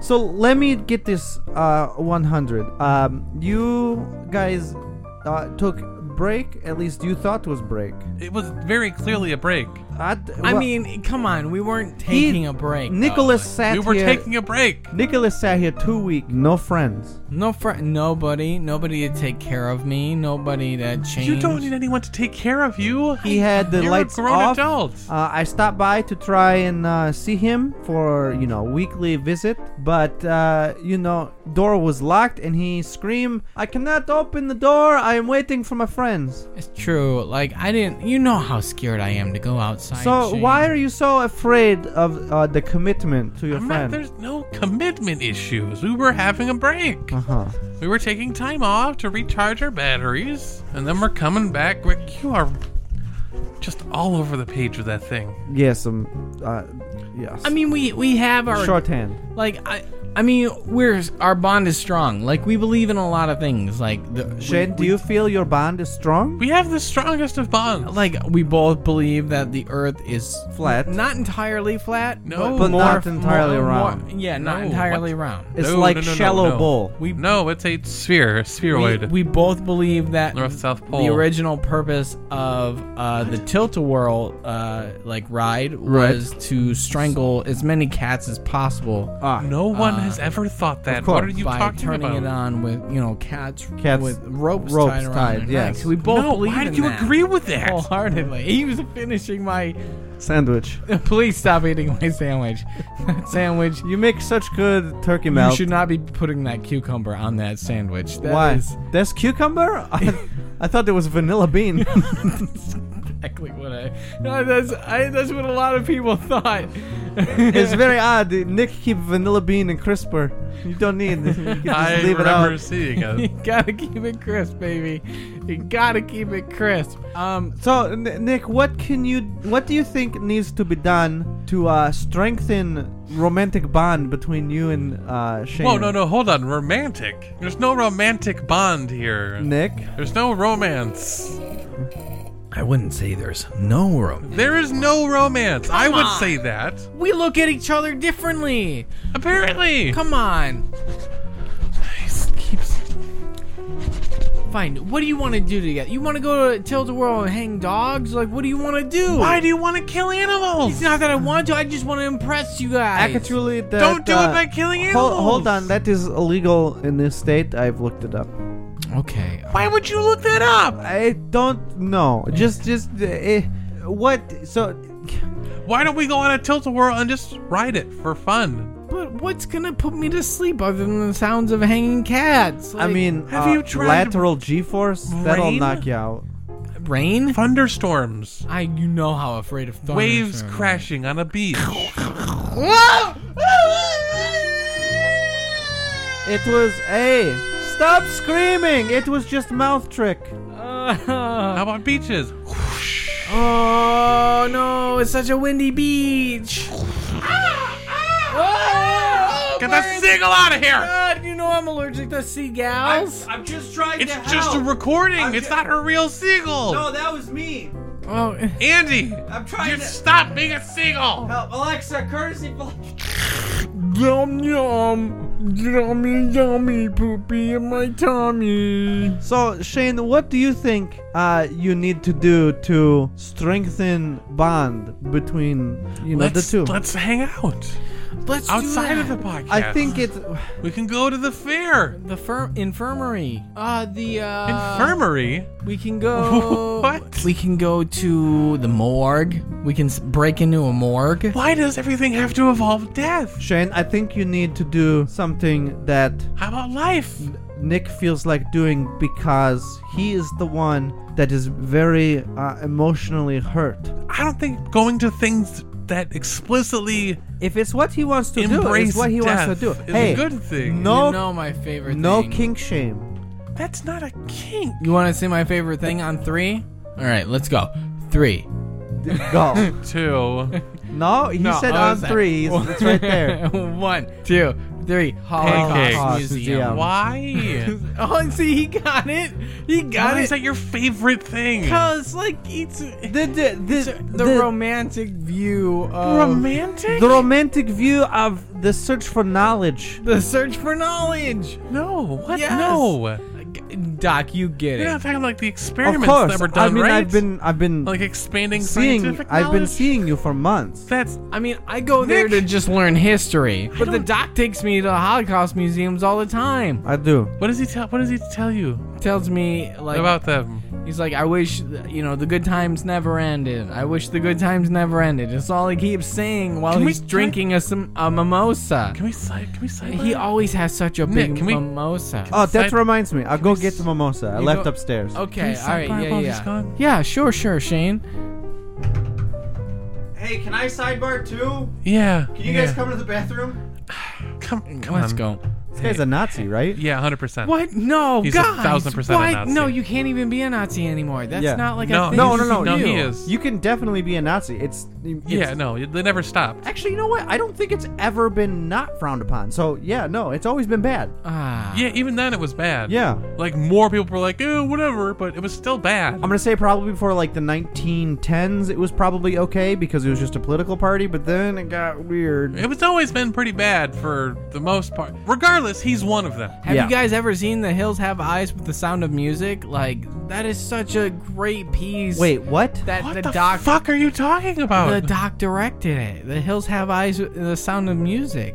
[SPEAKER 1] so let me get this uh, 100. Um, you guys uh, took break. At least you thought was break.
[SPEAKER 2] It was very clearly a break.
[SPEAKER 1] I, d-
[SPEAKER 3] I
[SPEAKER 1] well,
[SPEAKER 3] mean, come on, we weren't
[SPEAKER 1] he-
[SPEAKER 3] taking a break. though.
[SPEAKER 1] Nicholas sat
[SPEAKER 2] we were
[SPEAKER 1] here.
[SPEAKER 2] taking a break.
[SPEAKER 1] Nicholas sat here two weeks, no friends.
[SPEAKER 3] no friend, nobody, nobody to take care of me, nobody to change.
[SPEAKER 2] You don't need anyone to take care of you.
[SPEAKER 1] He had the
[SPEAKER 2] You're
[SPEAKER 1] lights
[SPEAKER 2] a grown
[SPEAKER 1] off.
[SPEAKER 2] adult.
[SPEAKER 1] Uh, I stopped by to try and uh, see him for you know weekly visit, but uh, you know door was locked, and he screamed, "I cannot open the door! I am waiting for my friends."
[SPEAKER 3] It's true. Like I didn't. You know how scared I am to go outside.
[SPEAKER 1] so
[SPEAKER 3] Shane.
[SPEAKER 1] why are you so afraid of uh, the commitment to your
[SPEAKER 2] I'm not,
[SPEAKER 1] friend?
[SPEAKER 2] there's no commitment issues. We were having a break.
[SPEAKER 1] uh huh.
[SPEAKER 2] We were taking time off to recharge our batteries, and then we're coming back. Rick, you are just all over the page with that thing.
[SPEAKER 1] Yes. Um. Uh, yes.
[SPEAKER 3] I mean, we we have our
[SPEAKER 1] shorthand.
[SPEAKER 3] Like I, I mean, we're our bond is strong. Like we believe in a lot of things. Like the
[SPEAKER 1] Shane, do you feel your bond is strong?
[SPEAKER 2] We have the strongest of bonds.
[SPEAKER 3] like we both believe that the Earth is
[SPEAKER 1] Flat.
[SPEAKER 3] not entirely flat.
[SPEAKER 2] No.
[SPEAKER 3] but,
[SPEAKER 2] But
[SPEAKER 3] more,
[SPEAKER 1] not entirely
[SPEAKER 3] more-
[SPEAKER 1] round.
[SPEAKER 3] more- yeah, not
[SPEAKER 2] No,
[SPEAKER 3] entirely
[SPEAKER 2] what?
[SPEAKER 3] round.
[SPEAKER 1] it's
[SPEAKER 2] No,
[SPEAKER 1] like
[SPEAKER 2] no, no, no,
[SPEAKER 1] shallow
[SPEAKER 2] no.
[SPEAKER 1] bowl.
[SPEAKER 3] We
[SPEAKER 2] no, it's a sphere, a
[SPEAKER 3] we,
[SPEAKER 2] spheroid.
[SPEAKER 3] we both believe that
[SPEAKER 2] North, South
[SPEAKER 3] the
[SPEAKER 2] Pole.
[SPEAKER 3] original purpose of uh, the tilt-a-whirl uh, like ride
[SPEAKER 1] Right.
[SPEAKER 3] was to strangle as many cats as possible.
[SPEAKER 1] Ah.
[SPEAKER 2] no one
[SPEAKER 3] Uh,
[SPEAKER 2] has ever thought that.
[SPEAKER 1] of
[SPEAKER 2] What are
[SPEAKER 1] course,
[SPEAKER 2] you
[SPEAKER 3] by
[SPEAKER 2] talking
[SPEAKER 3] turning
[SPEAKER 2] about?
[SPEAKER 3] it on with you know cats,
[SPEAKER 1] Cats-
[SPEAKER 3] with ropes,
[SPEAKER 1] ropes
[SPEAKER 3] tied around
[SPEAKER 1] tied,
[SPEAKER 3] their
[SPEAKER 1] yes.
[SPEAKER 3] necks. We both
[SPEAKER 2] no,
[SPEAKER 3] believe
[SPEAKER 2] why
[SPEAKER 3] in
[SPEAKER 2] do you
[SPEAKER 3] that
[SPEAKER 2] agree with that?
[SPEAKER 1] Oh,
[SPEAKER 3] wholeheartedly. He was finishing my.
[SPEAKER 1] Sandwich.
[SPEAKER 3] Please stop eating my sandwich. That sandwich.
[SPEAKER 1] You make such good turkey
[SPEAKER 3] You
[SPEAKER 1] melt.
[SPEAKER 3] should not be putting that cucumber on that sandwich. That
[SPEAKER 1] Why?
[SPEAKER 3] is
[SPEAKER 1] That's cucumber? I, I thought there was vanilla bean.
[SPEAKER 3] exactly what I. No, that's I, that's what a lot of people thought.
[SPEAKER 1] it's very odd. Nick keep vanilla bean and crisper. You don't need. You can just
[SPEAKER 2] I
[SPEAKER 1] leave it
[SPEAKER 2] remember
[SPEAKER 1] out.
[SPEAKER 2] seeing
[SPEAKER 3] you
[SPEAKER 2] it.
[SPEAKER 3] gotta keep it crisp, baby. You gotta keep it crisp. Um,
[SPEAKER 1] So N- Nick, what can you? What do you think needs to be done to uh, strengthen romantic bond between you and uh, Shane?
[SPEAKER 2] Whoa, no, no, hold on. Romantic. There's no romantic bond here.
[SPEAKER 1] Nick,
[SPEAKER 2] There's no romance.
[SPEAKER 3] I wouldn't say there's no room.
[SPEAKER 2] There is no romance. I would
[SPEAKER 3] on.
[SPEAKER 2] say that.
[SPEAKER 3] We look at each other differently.
[SPEAKER 2] Apparently.
[SPEAKER 3] Come on.
[SPEAKER 2] keeps
[SPEAKER 3] Fine. What do you want to do together? You want to go to Tilt a Whirl and hang dogs? Like, what do you want to do?
[SPEAKER 2] Why do you want to kill animals?
[SPEAKER 3] It's not that I want to. I just want to impress you guys.
[SPEAKER 1] actually, that,
[SPEAKER 2] Don't do
[SPEAKER 1] uh,
[SPEAKER 2] it by killing
[SPEAKER 1] hol-
[SPEAKER 2] animals.
[SPEAKER 1] hold on, that is illegal in this state. I've looked it up.
[SPEAKER 3] Okay. um,
[SPEAKER 2] Why would you look that up?
[SPEAKER 1] I don't know. Just, just uh, eh, what? So
[SPEAKER 2] Why don't we go on a tilt a whirl and just ride it for fun?
[SPEAKER 3] But what's gonna put me to sleep other than the sounds of hanging cats?
[SPEAKER 1] I
[SPEAKER 3] Like,
[SPEAKER 1] mean,
[SPEAKER 2] Have
[SPEAKER 1] uh,
[SPEAKER 2] you tried
[SPEAKER 1] lateral G-force? That'll
[SPEAKER 2] rain?
[SPEAKER 1] knock you out.
[SPEAKER 3] rain.
[SPEAKER 2] Thunderstorms.
[SPEAKER 3] I, you know how afraid of thunder
[SPEAKER 2] Waves
[SPEAKER 3] I am.
[SPEAKER 2] crashing on a beach.
[SPEAKER 1] It was a. Stop screaming! It was just mouth trick.
[SPEAKER 2] How about beaches?
[SPEAKER 3] oh no! It's such a windy beach.
[SPEAKER 1] Ah,
[SPEAKER 3] Oh,
[SPEAKER 2] Get that seagull out of here!
[SPEAKER 3] God, you know I'm allergic to seagulls.
[SPEAKER 1] I'm just trying
[SPEAKER 2] It's just a recording.
[SPEAKER 1] I'm
[SPEAKER 2] it's
[SPEAKER 1] ju-
[SPEAKER 2] not a real seagull.
[SPEAKER 1] that was me.
[SPEAKER 3] oh,
[SPEAKER 2] Andy,
[SPEAKER 1] I'm
[SPEAKER 2] you stop being a seagull.
[SPEAKER 1] help. Uh, Alexa, courtesy. Bl-
[SPEAKER 3] Yum yum, yummy yummy, poopy in my tummy.
[SPEAKER 1] so Shane, what do you think uh, you need to do to strengthen bond between you know
[SPEAKER 2] let's,
[SPEAKER 1] the 2
[SPEAKER 2] let's hang out
[SPEAKER 3] Let's
[SPEAKER 2] outside
[SPEAKER 3] do
[SPEAKER 2] of
[SPEAKER 3] that.
[SPEAKER 2] the podcast.
[SPEAKER 1] I think it.
[SPEAKER 2] we can go to the fair.
[SPEAKER 3] the fir- infirmary. Uh, the uh,
[SPEAKER 2] Infirmary.
[SPEAKER 3] We can go.
[SPEAKER 2] What?
[SPEAKER 3] We can go to the morgue. We can s- break into a morgue.
[SPEAKER 2] Why does everything have to involve death?
[SPEAKER 1] Shane, I think you need to do something that
[SPEAKER 2] How about life?
[SPEAKER 1] Nick feels like doing because he is the one that is very uh, emotionally hurt.
[SPEAKER 2] I don't think going to things that explicitly
[SPEAKER 1] If it's what he wants to do,
[SPEAKER 2] embrace
[SPEAKER 1] it's what he
[SPEAKER 2] death
[SPEAKER 1] wants to do.
[SPEAKER 2] is
[SPEAKER 1] hey,
[SPEAKER 2] a good thing.
[SPEAKER 1] no,
[SPEAKER 3] You know my favorite.
[SPEAKER 1] no
[SPEAKER 3] thing.
[SPEAKER 1] kink shame.
[SPEAKER 2] That's not a kink.
[SPEAKER 3] You want to see my favorite thing on three? All right, let's go. Three.
[SPEAKER 1] D- Go.
[SPEAKER 2] Two.
[SPEAKER 1] no, he
[SPEAKER 3] No,
[SPEAKER 1] said
[SPEAKER 3] oh,
[SPEAKER 1] on
[SPEAKER 3] is that-
[SPEAKER 1] threes. It's right there.
[SPEAKER 3] One, two, three. Holocaust
[SPEAKER 2] Holocaust
[SPEAKER 1] Museum.
[SPEAKER 3] Museum.
[SPEAKER 2] Why?
[SPEAKER 3] oh, and see, he got it. He got
[SPEAKER 2] Why is
[SPEAKER 3] it.
[SPEAKER 2] that your favorite thing?
[SPEAKER 3] Because, like, it's the,
[SPEAKER 1] The, the, the, the-
[SPEAKER 3] romantic view of
[SPEAKER 2] Romantic?
[SPEAKER 1] the romantic view of the search for knowledge.
[SPEAKER 3] the search for knowledge.
[SPEAKER 2] no. What?
[SPEAKER 3] Yes.
[SPEAKER 2] No.
[SPEAKER 3] Doc, you get
[SPEAKER 2] You're not
[SPEAKER 3] it.
[SPEAKER 2] talking like the experiments
[SPEAKER 1] Of course.
[SPEAKER 2] that were done,
[SPEAKER 1] I mean,
[SPEAKER 2] right?
[SPEAKER 1] I've been, I've been
[SPEAKER 2] like expanding
[SPEAKER 1] seeing,
[SPEAKER 2] scientific knowledge.
[SPEAKER 1] I've been seeing you for months.
[SPEAKER 2] That's
[SPEAKER 3] I mean, I go there
[SPEAKER 2] Nick.
[SPEAKER 3] to just learn history, but the
[SPEAKER 2] don't-
[SPEAKER 3] doc takes me to Holocaust museums all the time.
[SPEAKER 1] I do.
[SPEAKER 2] what does he tell? What does he tell you
[SPEAKER 3] Tells me like
[SPEAKER 2] about them?
[SPEAKER 3] he's like, I wish you know the good times never ended. I wish the good times never ended. It's all he keeps saying while
[SPEAKER 2] Can we-
[SPEAKER 3] he's
[SPEAKER 2] can we-
[SPEAKER 3] drinking a, sim- a mimosa.
[SPEAKER 2] Can we side? Can we side?
[SPEAKER 3] he always has such a
[SPEAKER 2] Nick,
[SPEAKER 3] big
[SPEAKER 2] can we-
[SPEAKER 3] mimosa.
[SPEAKER 1] Oh, that
[SPEAKER 2] Side-
[SPEAKER 1] reminds me. I'll go get the mimosa. I
[SPEAKER 3] You
[SPEAKER 1] left
[SPEAKER 3] go-
[SPEAKER 1] upstairs.
[SPEAKER 2] Can
[SPEAKER 3] okay,
[SPEAKER 2] we
[SPEAKER 3] all right,
[SPEAKER 2] sidebar
[SPEAKER 3] yeah,
[SPEAKER 2] while
[SPEAKER 3] yeah,
[SPEAKER 2] he's
[SPEAKER 3] yeah.
[SPEAKER 2] gone?
[SPEAKER 3] Yeah, sure, sure, Shane.
[SPEAKER 1] Hey, can I sidebar too?
[SPEAKER 2] Yeah. yeah.
[SPEAKER 1] to the bathroom?
[SPEAKER 2] Come, come
[SPEAKER 3] Let's
[SPEAKER 2] on.
[SPEAKER 3] go.
[SPEAKER 1] This guy's a Nazi, right?
[SPEAKER 2] Yeah, hundred percent.
[SPEAKER 3] What? No,
[SPEAKER 2] He's a
[SPEAKER 3] guys.
[SPEAKER 2] thousand percent a
[SPEAKER 3] why-
[SPEAKER 2] Nazi.
[SPEAKER 3] No, you can't even be a Nazi anymore. That's
[SPEAKER 1] Yeah.
[SPEAKER 3] not like
[SPEAKER 2] No,
[SPEAKER 3] a thing.
[SPEAKER 1] No,
[SPEAKER 3] you
[SPEAKER 1] no, no.
[SPEAKER 3] can
[SPEAKER 2] No,
[SPEAKER 3] do.
[SPEAKER 2] he is.
[SPEAKER 1] You can definitely be a Nazi. It's, it's
[SPEAKER 2] Yeah, no, they never stopped.
[SPEAKER 1] Actually, you know what? I don't think it's ever been not frowned upon. So yeah, no, it's always been bad.
[SPEAKER 3] Ah.
[SPEAKER 2] Yeah, even then it was bad.
[SPEAKER 1] Yeah.
[SPEAKER 2] like more people were like, "Oh, whatever," but it was still bad.
[SPEAKER 1] I'm gonna say probably before like the 1910s, it was probably okay because it was just a political party. But then it got weird.
[SPEAKER 2] It was always been pretty bad for the most part. Regardless, he's one of them.
[SPEAKER 3] Have
[SPEAKER 1] Yeah.
[SPEAKER 3] you guys ever seen The Hills Have Eyes with the Sound of Music? Like that is such a great piece.
[SPEAKER 1] Wait, what?
[SPEAKER 3] that
[SPEAKER 2] What
[SPEAKER 3] the,
[SPEAKER 2] the,
[SPEAKER 3] doc
[SPEAKER 2] fuck are you talking about?
[SPEAKER 3] the doc directed it. The Hills Have Eyes with the Sound of Music.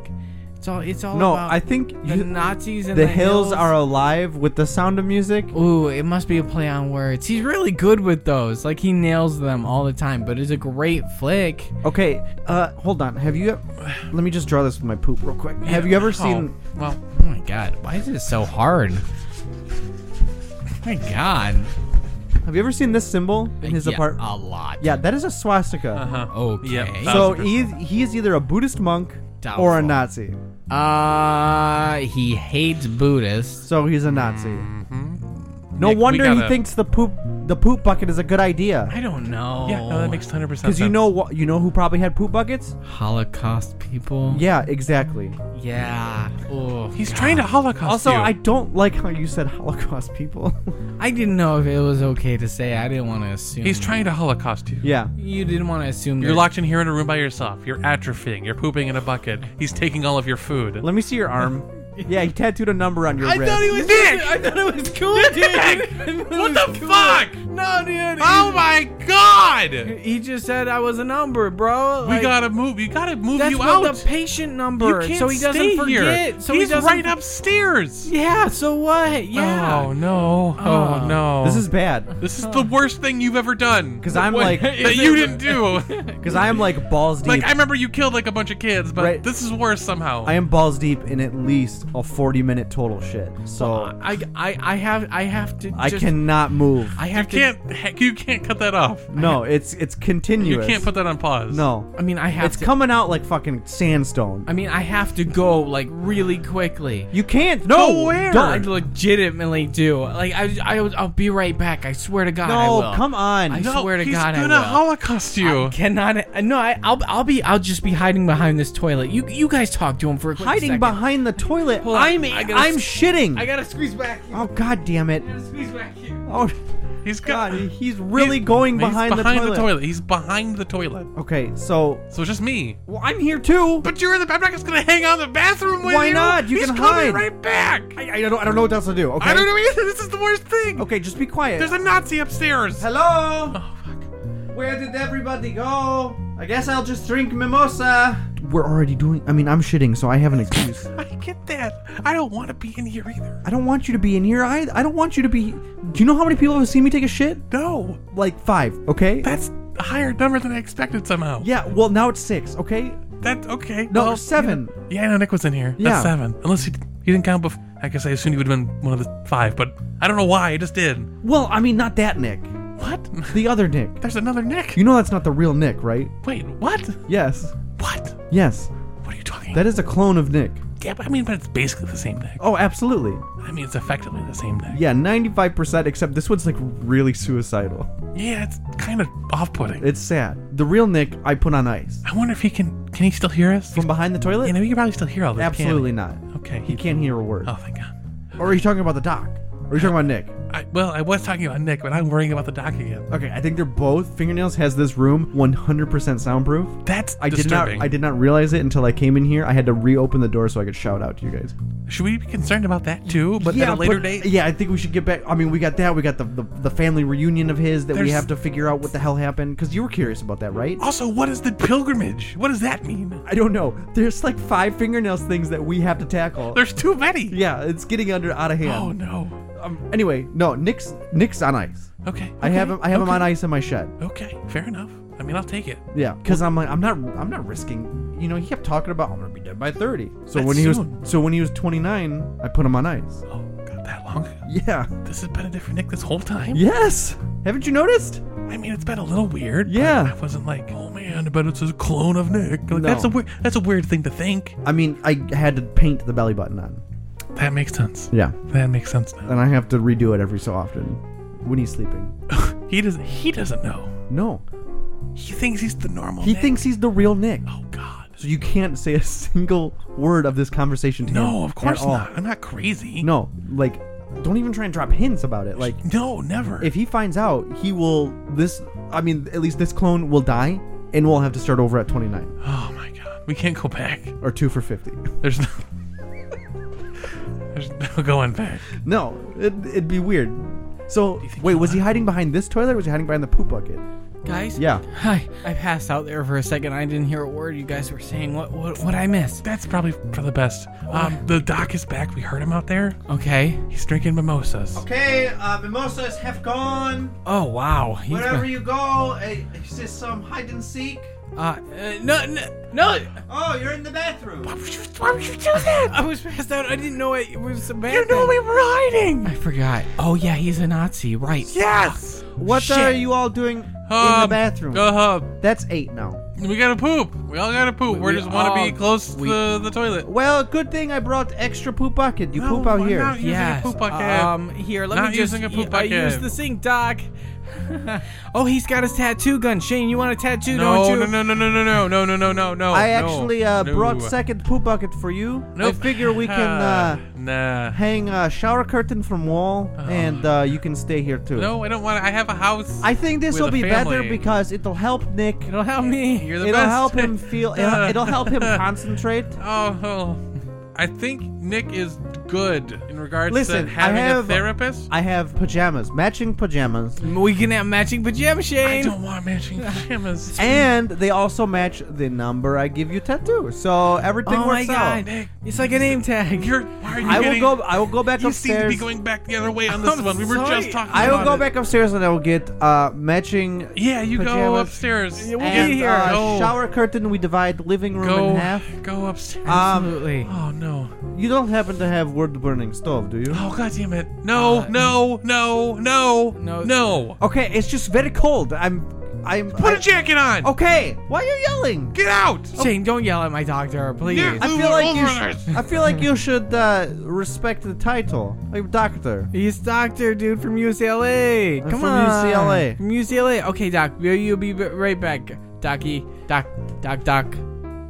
[SPEAKER 3] It's all it's all
[SPEAKER 1] no,
[SPEAKER 3] about
[SPEAKER 1] I think
[SPEAKER 3] the
[SPEAKER 1] you-
[SPEAKER 3] Nazis and
[SPEAKER 1] the hills, are alive with the sound of music.
[SPEAKER 3] Ooh, it must be a play on words. He's really good with those. Like he nails them all the time, but it's a great flick.
[SPEAKER 1] Okay, uh, hold on. Have you? e-, Let me just draw this with my poop real quick. Have you ever
[SPEAKER 2] Oh,
[SPEAKER 1] seen?
[SPEAKER 2] Well,
[SPEAKER 3] Oh my god, why is this so hard? Oh my god.
[SPEAKER 2] Oh.
[SPEAKER 1] Have you ever seen this symbol
[SPEAKER 2] Uh,
[SPEAKER 1] in his
[SPEAKER 3] Yeah,
[SPEAKER 1] apartment?
[SPEAKER 3] a lot.
[SPEAKER 1] Yeah, that is a swastika.
[SPEAKER 2] huh.
[SPEAKER 3] Okay.
[SPEAKER 2] Yep.
[SPEAKER 1] So
[SPEAKER 2] 1000%.
[SPEAKER 1] he's he is either a Buddhist monk or a
[SPEAKER 3] Doubtful.
[SPEAKER 1] Nazi.
[SPEAKER 3] Uh, he hates Buddhists.
[SPEAKER 1] So he's a Nazi. No
[SPEAKER 2] Nick, we
[SPEAKER 1] wonder he
[SPEAKER 2] gotta-
[SPEAKER 1] thinks the poop the poop bucket is a good idea.
[SPEAKER 3] I don't know.
[SPEAKER 2] yeah, no, that makes hundred percent.
[SPEAKER 1] Because you know what? You know who probably had poop buckets?
[SPEAKER 3] Holocaust people.
[SPEAKER 1] Yeah, exactly.
[SPEAKER 3] Yeah. Oh,
[SPEAKER 2] he's
[SPEAKER 3] God.
[SPEAKER 2] trying to holocaust.
[SPEAKER 1] Also,
[SPEAKER 2] you.
[SPEAKER 1] I don't like how you said Holocaust people.
[SPEAKER 3] I didn't know if it was okay to say. I didn't want to assume.
[SPEAKER 2] he's trying to holocaust you.
[SPEAKER 1] yeah.
[SPEAKER 3] You didn't want to assume.
[SPEAKER 2] You're
[SPEAKER 3] that-
[SPEAKER 2] locked in here in a room by yourself. You're atrophying. You're pooping in a bucket. He's taking all of your food.
[SPEAKER 1] Let me see your arm. Yeah, he tattooed a number on your
[SPEAKER 3] I
[SPEAKER 1] wrist.
[SPEAKER 3] thought he was
[SPEAKER 2] Nick!
[SPEAKER 3] I thought it was cool, dude. I thought it
[SPEAKER 2] What
[SPEAKER 3] was
[SPEAKER 2] the
[SPEAKER 3] cool.
[SPEAKER 2] fuck?
[SPEAKER 3] No, dude.
[SPEAKER 2] Oh my god!
[SPEAKER 3] my. He just said I was a number, bro.
[SPEAKER 2] We
[SPEAKER 3] Like,
[SPEAKER 2] gotta move. You gotta move
[SPEAKER 3] That's
[SPEAKER 2] you
[SPEAKER 3] what
[SPEAKER 2] out.
[SPEAKER 3] the patient
[SPEAKER 2] you
[SPEAKER 3] number.
[SPEAKER 2] can't
[SPEAKER 3] so he doesn't
[SPEAKER 2] stay
[SPEAKER 3] forget.
[SPEAKER 2] here.
[SPEAKER 3] So
[SPEAKER 2] He's
[SPEAKER 3] he doesn't,
[SPEAKER 2] right upstairs.
[SPEAKER 3] Yeah. So what? Yeah.
[SPEAKER 2] Oh no! Oh
[SPEAKER 3] Oh.
[SPEAKER 2] no!
[SPEAKER 1] This is bad
[SPEAKER 2] this is the worst thing you've ever done.
[SPEAKER 1] 'Cause I'm
[SPEAKER 2] What-
[SPEAKER 1] like-
[SPEAKER 2] that you didn't do.
[SPEAKER 1] because I am like balls deep.
[SPEAKER 2] like I remember you killed like a bunch of kids, but
[SPEAKER 1] Right.
[SPEAKER 2] this is worse somehow.
[SPEAKER 1] I am balls deep in at least a 40 minute total shit. So
[SPEAKER 3] I, I I have I have to.
[SPEAKER 1] I
[SPEAKER 3] just-
[SPEAKER 1] cannot move.
[SPEAKER 3] I
[SPEAKER 2] you
[SPEAKER 3] have to.
[SPEAKER 2] can't. heck, You can't cut that off.
[SPEAKER 1] No, it's it's
[SPEAKER 2] You
[SPEAKER 1] continuous.
[SPEAKER 2] can't put that on pause.
[SPEAKER 1] No.
[SPEAKER 3] I mean, I have
[SPEAKER 1] It's
[SPEAKER 3] to.
[SPEAKER 1] coming out like fucking sandstone.
[SPEAKER 3] I mean, I have to go like really quickly.
[SPEAKER 1] You can't. No.
[SPEAKER 2] Go where?
[SPEAKER 3] I
[SPEAKER 1] Don't.
[SPEAKER 3] legitimately do. Like I, I was- I'll be right back. I swear to God, I
[SPEAKER 1] No,
[SPEAKER 3] will.
[SPEAKER 1] come on.
[SPEAKER 3] I
[SPEAKER 1] No.
[SPEAKER 2] No,
[SPEAKER 3] swear to
[SPEAKER 2] he's
[SPEAKER 3] God, I
[SPEAKER 2] gonna
[SPEAKER 3] will.
[SPEAKER 2] holocaust you.
[SPEAKER 3] I cannot. I- No, I, I'll, I'll be. I'll just be hiding behind this toilet. You, you guys talk to him for a quick
[SPEAKER 1] Hiding
[SPEAKER 3] second.
[SPEAKER 1] behind the toilet.
[SPEAKER 3] Hold on,
[SPEAKER 1] I'm
[SPEAKER 3] I gotta
[SPEAKER 1] I'm
[SPEAKER 3] s-
[SPEAKER 1] shitting.
[SPEAKER 3] I gotta squeeze back.
[SPEAKER 1] oh god damn it.
[SPEAKER 3] gotta squeeze back here.
[SPEAKER 1] Oh
[SPEAKER 2] he's got.
[SPEAKER 1] god, he's really going
[SPEAKER 2] he's
[SPEAKER 1] behind,
[SPEAKER 2] behind the toilet. He's behind the toilet.
[SPEAKER 1] Okay, so
[SPEAKER 2] So it's just me.
[SPEAKER 1] well, I'm here too.
[SPEAKER 2] But you're in the. I'm not just gonna hang out in the bathroom with
[SPEAKER 1] Why
[SPEAKER 2] you.
[SPEAKER 1] not? You
[SPEAKER 2] He's
[SPEAKER 1] can
[SPEAKER 2] coming
[SPEAKER 1] hide.
[SPEAKER 2] right back. I,
[SPEAKER 1] I, I don't I don't know what else to do. Okay.
[SPEAKER 2] I don't know either. This is the worst thing.
[SPEAKER 1] Okay, just be quiet.
[SPEAKER 2] There's a Nazi upstairs.
[SPEAKER 1] Hello.
[SPEAKER 2] Oh fuck.
[SPEAKER 1] Where did everybody go? I guess I'll just drink mimosa. We're already doing. I mean, I'm shitting, so I have an excuse.
[SPEAKER 2] I get that. I don't want to be in here either.
[SPEAKER 1] I don't want you to be in here. I I don't want you to be. Do you know how many people have seen me take a shit?
[SPEAKER 2] No,
[SPEAKER 1] Like five. Okay.
[SPEAKER 2] that's a higher number than I expected somehow.
[SPEAKER 1] yeah. Well, now it's six. Okay.
[SPEAKER 2] That's okay.
[SPEAKER 1] No,
[SPEAKER 2] Well,
[SPEAKER 1] seven.
[SPEAKER 2] Oh, Yeah, no, Nick was in here.
[SPEAKER 1] Yeah.
[SPEAKER 2] That's seven. Unless he, he didn't count before. I guess I assumed he would have been one of the five, but I don't know why. I just did.
[SPEAKER 1] Well, I mean, not that Nick.
[SPEAKER 2] What?
[SPEAKER 1] The other Nick.
[SPEAKER 2] There's another Nick.
[SPEAKER 1] You know that's not the real Nick, right?
[SPEAKER 2] Wait, what?
[SPEAKER 1] Yes.
[SPEAKER 2] What?
[SPEAKER 1] Yes.
[SPEAKER 2] What are you talking
[SPEAKER 1] That is a clone of Nick.
[SPEAKER 2] Yeah, but I mean, but it's basically the same Nick.
[SPEAKER 1] Oh, absolutely.
[SPEAKER 2] I mean, it's effectively the same Nick.
[SPEAKER 1] Yeah, 95%, except this one's like really suicidal.
[SPEAKER 2] Yeah, it's kind of off putting.
[SPEAKER 1] It's sad. The real Nick, I put on ice.
[SPEAKER 2] I wonder if he can. Can he still hear us?
[SPEAKER 1] From behind the toilet?
[SPEAKER 2] Yeah, no, he can probably still hear all this. can't he?
[SPEAKER 1] Absolutely not.
[SPEAKER 2] Okay.
[SPEAKER 1] He can't hear a word.
[SPEAKER 2] Oh, thank God.
[SPEAKER 1] Or are you talking about the doc? Or are you talking about Nick?
[SPEAKER 2] I, well, I was talking about Nick, but I'm worrying about the doc again.
[SPEAKER 1] Okay, I think they're both. Fingernails has this room 100% soundproof.
[SPEAKER 2] That's
[SPEAKER 1] I did not.
[SPEAKER 2] disturbing.
[SPEAKER 1] I did not realize it until I came in here. I had to reopen the door so I could shout out to you guys.
[SPEAKER 2] Should we be concerned about that too? But at a
[SPEAKER 1] but-
[SPEAKER 2] later date.
[SPEAKER 1] Yeah, I think we should get back. I mean, we got that. We got the the, the family reunion of his that we
[SPEAKER 2] There's- Oh.
[SPEAKER 1] have to figure out what the hell happened because you were curious about that, right?
[SPEAKER 2] Also, what is the pilgrimage? What does that mean?
[SPEAKER 1] I don't know. There's like five fingernails things that we have to tackle.
[SPEAKER 2] There's too many.
[SPEAKER 1] yeah, it's getting under out of
[SPEAKER 2] Oh
[SPEAKER 1] hand.
[SPEAKER 2] no.
[SPEAKER 1] Um, anyway, no, Nick's Nick's on ice.
[SPEAKER 2] Okay.
[SPEAKER 1] I have him.
[SPEAKER 2] okay,
[SPEAKER 1] I have
[SPEAKER 2] okay,
[SPEAKER 1] him on ice in my shed.
[SPEAKER 2] Okay. Fair enough. I mean, I'll take it.
[SPEAKER 1] Yeah, because I'm like, I'm not, I'm not risking. You know, he kept talking about I'm gonna be dead by 30. So
[SPEAKER 2] That's
[SPEAKER 1] when he
[SPEAKER 2] soon.
[SPEAKER 1] was, so when he was 29, I put him on ice.
[SPEAKER 2] Oh, got that long?
[SPEAKER 1] Yeah.
[SPEAKER 2] This has been a different Nick this whole time.
[SPEAKER 1] Yes. Haven't you noticed?
[SPEAKER 2] I mean, it's been a little weird. but
[SPEAKER 1] Yeah.
[SPEAKER 2] I wasn't like, oh man, but it's a clone of Nick. Like,
[SPEAKER 1] No.
[SPEAKER 2] That's a weird. That's a weird thing to think.
[SPEAKER 1] I mean, I had to paint the belly button on.
[SPEAKER 2] That makes sense.
[SPEAKER 1] Yeah. Uh,
[SPEAKER 2] That makes sense now.
[SPEAKER 1] And I have to redo it every so often when he's sleeping.
[SPEAKER 2] He doesn't. He doesn't know.
[SPEAKER 1] No,
[SPEAKER 2] He thinks he's the normal.
[SPEAKER 1] he
[SPEAKER 2] Nick.
[SPEAKER 1] thinks he's the real Nick.
[SPEAKER 2] Oh God.
[SPEAKER 1] So you can't say a single word of this conversation to him.
[SPEAKER 2] No, of
[SPEAKER 1] at
[SPEAKER 2] course
[SPEAKER 1] all.
[SPEAKER 2] not. I'm not crazy.
[SPEAKER 1] No, like, don't even try and drop hints about it. Like,
[SPEAKER 2] No, never.
[SPEAKER 1] if he finds out, he will this. I mean, at least this clone will die, and we'll have to start over at 29
[SPEAKER 2] oh my god, we can't go back.
[SPEAKER 1] or two for 50.
[SPEAKER 2] There's no. There's no going back.
[SPEAKER 1] No, it, it'd be weird. So
[SPEAKER 2] you think
[SPEAKER 1] wait,
[SPEAKER 2] he'll
[SPEAKER 1] was he hiding behind this toilet? or Was he hiding behind the poop bucket?
[SPEAKER 3] Guys.
[SPEAKER 1] Yeah.
[SPEAKER 3] Hi. I passed out there for a second. I didn't hear a word you guys were saying. What what what I miss?
[SPEAKER 2] That's probably for the best. Um, the doc is back. We heard him out there.
[SPEAKER 3] Okay.
[SPEAKER 2] He's drinking mimosas.
[SPEAKER 1] Okay, uh, mimosas have gone.
[SPEAKER 3] Oh wow. He's been-
[SPEAKER 1] you go, uh, is this some hide and seek?
[SPEAKER 3] uh, uh, no no no.
[SPEAKER 1] Oh, you're in the bathroom.
[SPEAKER 2] Why would you? Why would you do that?
[SPEAKER 3] I was passed out. I didn't know it, was a bad
[SPEAKER 2] You know
[SPEAKER 3] thing.
[SPEAKER 2] we were hiding.
[SPEAKER 3] I forgot. Oh yeah, he's a Nazi, right?
[SPEAKER 2] Yes.
[SPEAKER 1] What
[SPEAKER 3] Shit.
[SPEAKER 1] are you all doing in the bathroom?
[SPEAKER 2] Uh huh.
[SPEAKER 1] That's eight now.
[SPEAKER 2] We gotta poop. We all gotta poop.
[SPEAKER 3] We-
[SPEAKER 2] We, are
[SPEAKER 3] we
[SPEAKER 2] just want to
[SPEAKER 3] all-
[SPEAKER 2] be close to
[SPEAKER 3] we-
[SPEAKER 2] the, the toilet.
[SPEAKER 1] Well, good thing I brought extra poop bucket. You
[SPEAKER 2] No,
[SPEAKER 1] poop out
[SPEAKER 2] why
[SPEAKER 1] here.
[SPEAKER 2] not? Using a
[SPEAKER 3] Yes.
[SPEAKER 2] poop bucket.
[SPEAKER 3] Um, here, let
[SPEAKER 2] Not
[SPEAKER 3] me just.
[SPEAKER 2] using a poop
[SPEAKER 3] I
[SPEAKER 2] bucket.
[SPEAKER 3] used the sink, Doc. oh, he's got his tattoo gun. Shane, you want a tattoo?
[SPEAKER 2] No,
[SPEAKER 3] don't
[SPEAKER 2] no,
[SPEAKER 3] you?
[SPEAKER 2] no, no, no, no, no, no, no, no, no, Oh, no.
[SPEAKER 1] I actually uh,
[SPEAKER 2] no.
[SPEAKER 1] brought second poop bucket for you.
[SPEAKER 2] Nope. Ah,
[SPEAKER 1] I figure we can uh,
[SPEAKER 2] nah.
[SPEAKER 1] hang a shower curtain from wall,
[SPEAKER 2] Uh-huh.
[SPEAKER 1] and uh, you can stay here too.
[SPEAKER 2] No, I don't want. to. I have a house.
[SPEAKER 1] I think this
[SPEAKER 2] With
[SPEAKER 1] will
[SPEAKER 2] a
[SPEAKER 1] be better
[SPEAKER 2] family.
[SPEAKER 1] because it'll help Nick.
[SPEAKER 3] It'll help me.
[SPEAKER 2] You're the
[SPEAKER 1] It'll
[SPEAKER 2] best.
[SPEAKER 1] help him feel. It'll, it'll help him concentrate.
[SPEAKER 2] oh, oh. I think Nick is good in regards
[SPEAKER 1] Listen,
[SPEAKER 2] to
[SPEAKER 1] I
[SPEAKER 2] having
[SPEAKER 1] have-
[SPEAKER 2] a therapist.
[SPEAKER 1] I have pajamas, matching pajamas,
[SPEAKER 3] We can have matching pajama
[SPEAKER 2] I
[SPEAKER 3] shade.
[SPEAKER 2] don't want matching pajamas.
[SPEAKER 1] and they also match the number I give you tattoo. So everything
[SPEAKER 3] Oh my
[SPEAKER 1] works out.
[SPEAKER 3] god, it's like a name tag.
[SPEAKER 2] You're, why are you
[SPEAKER 1] I will
[SPEAKER 2] getting-
[SPEAKER 1] go. I will go back
[SPEAKER 2] You
[SPEAKER 1] upstairs.
[SPEAKER 2] seem to be going back the other way on this
[SPEAKER 3] I'm
[SPEAKER 2] one. We were
[SPEAKER 3] sorry.
[SPEAKER 2] just talking.
[SPEAKER 1] I will
[SPEAKER 2] about
[SPEAKER 1] go
[SPEAKER 2] it.
[SPEAKER 1] back upstairs and I will get uh, matching.
[SPEAKER 2] Yeah, you go
[SPEAKER 1] pajamas
[SPEAKER 2] upstairs.
[SPEAKER 3] Yeah, we'll
[SPEAKER 2] Get-
[SPEAKER 1] and,
[SPEAKER 3] be here.
[SPEAKER 1] uh,
[SPEAKER 2] Go.
[SPEAKER 1] shower curtain. We divide living room
[SPEAKER 2] Go,
[SPEAKER 1] in half.
[SPEAKER 2] go upstairs.
[SPEAKER 1] Um,
[SPEAKER 3] Absolutely.
[SPEAKER 2] oh no.
[SPEAKER 1] you don't happen to have wood burning stove, do you?
[SPEAKER 2] Oh god damn it. No,
[SPEAKER 3] Uh,
[SPEAKER 2] no, no, no, no,
[SPEAKER 3] No.
[SPEAKER 2] no.
[SPEAKER 1] Okay, it's just very cold. I'm, I'm.
[SPEAKER 2] Put
[SPEAKER 1] I-
[SPEAKER 2] a jacket on.
[SPEAKER 3] Oh,
[SPEAKER 1] Okay, why are you yelling?
[SPEAKER 2] Get out.
[SPEAKER 3] Shane, don't yell at my doctor, please.
[SPEAKER 2] Oh. Yeah.
[SPEAKER 1] I
[SPEAKER 2] Lou,
[SPEAKER 1] feel
[SPEAKER 2] we're
[SPEAKER 1] like you.
[SPEAKER 2] over
[SPEAKER 1] sh-
[SPEAKER 2] this.
[SPEAKER 1] I feel like you should uh, respect the title, like doctor.
[SPEAKER 3] He's doctor, dude, from UCLA.
[SPEAKER 1] I'm
[SPEAKER 3] Come
[SPEAKER 1] from
[SPEAKER 3] on.
[SPEAKER 1] UCLA.
[SPEAKER 3] From UCLA. Okay, doc, will you be b- right back? Docy, doc, doc, doc.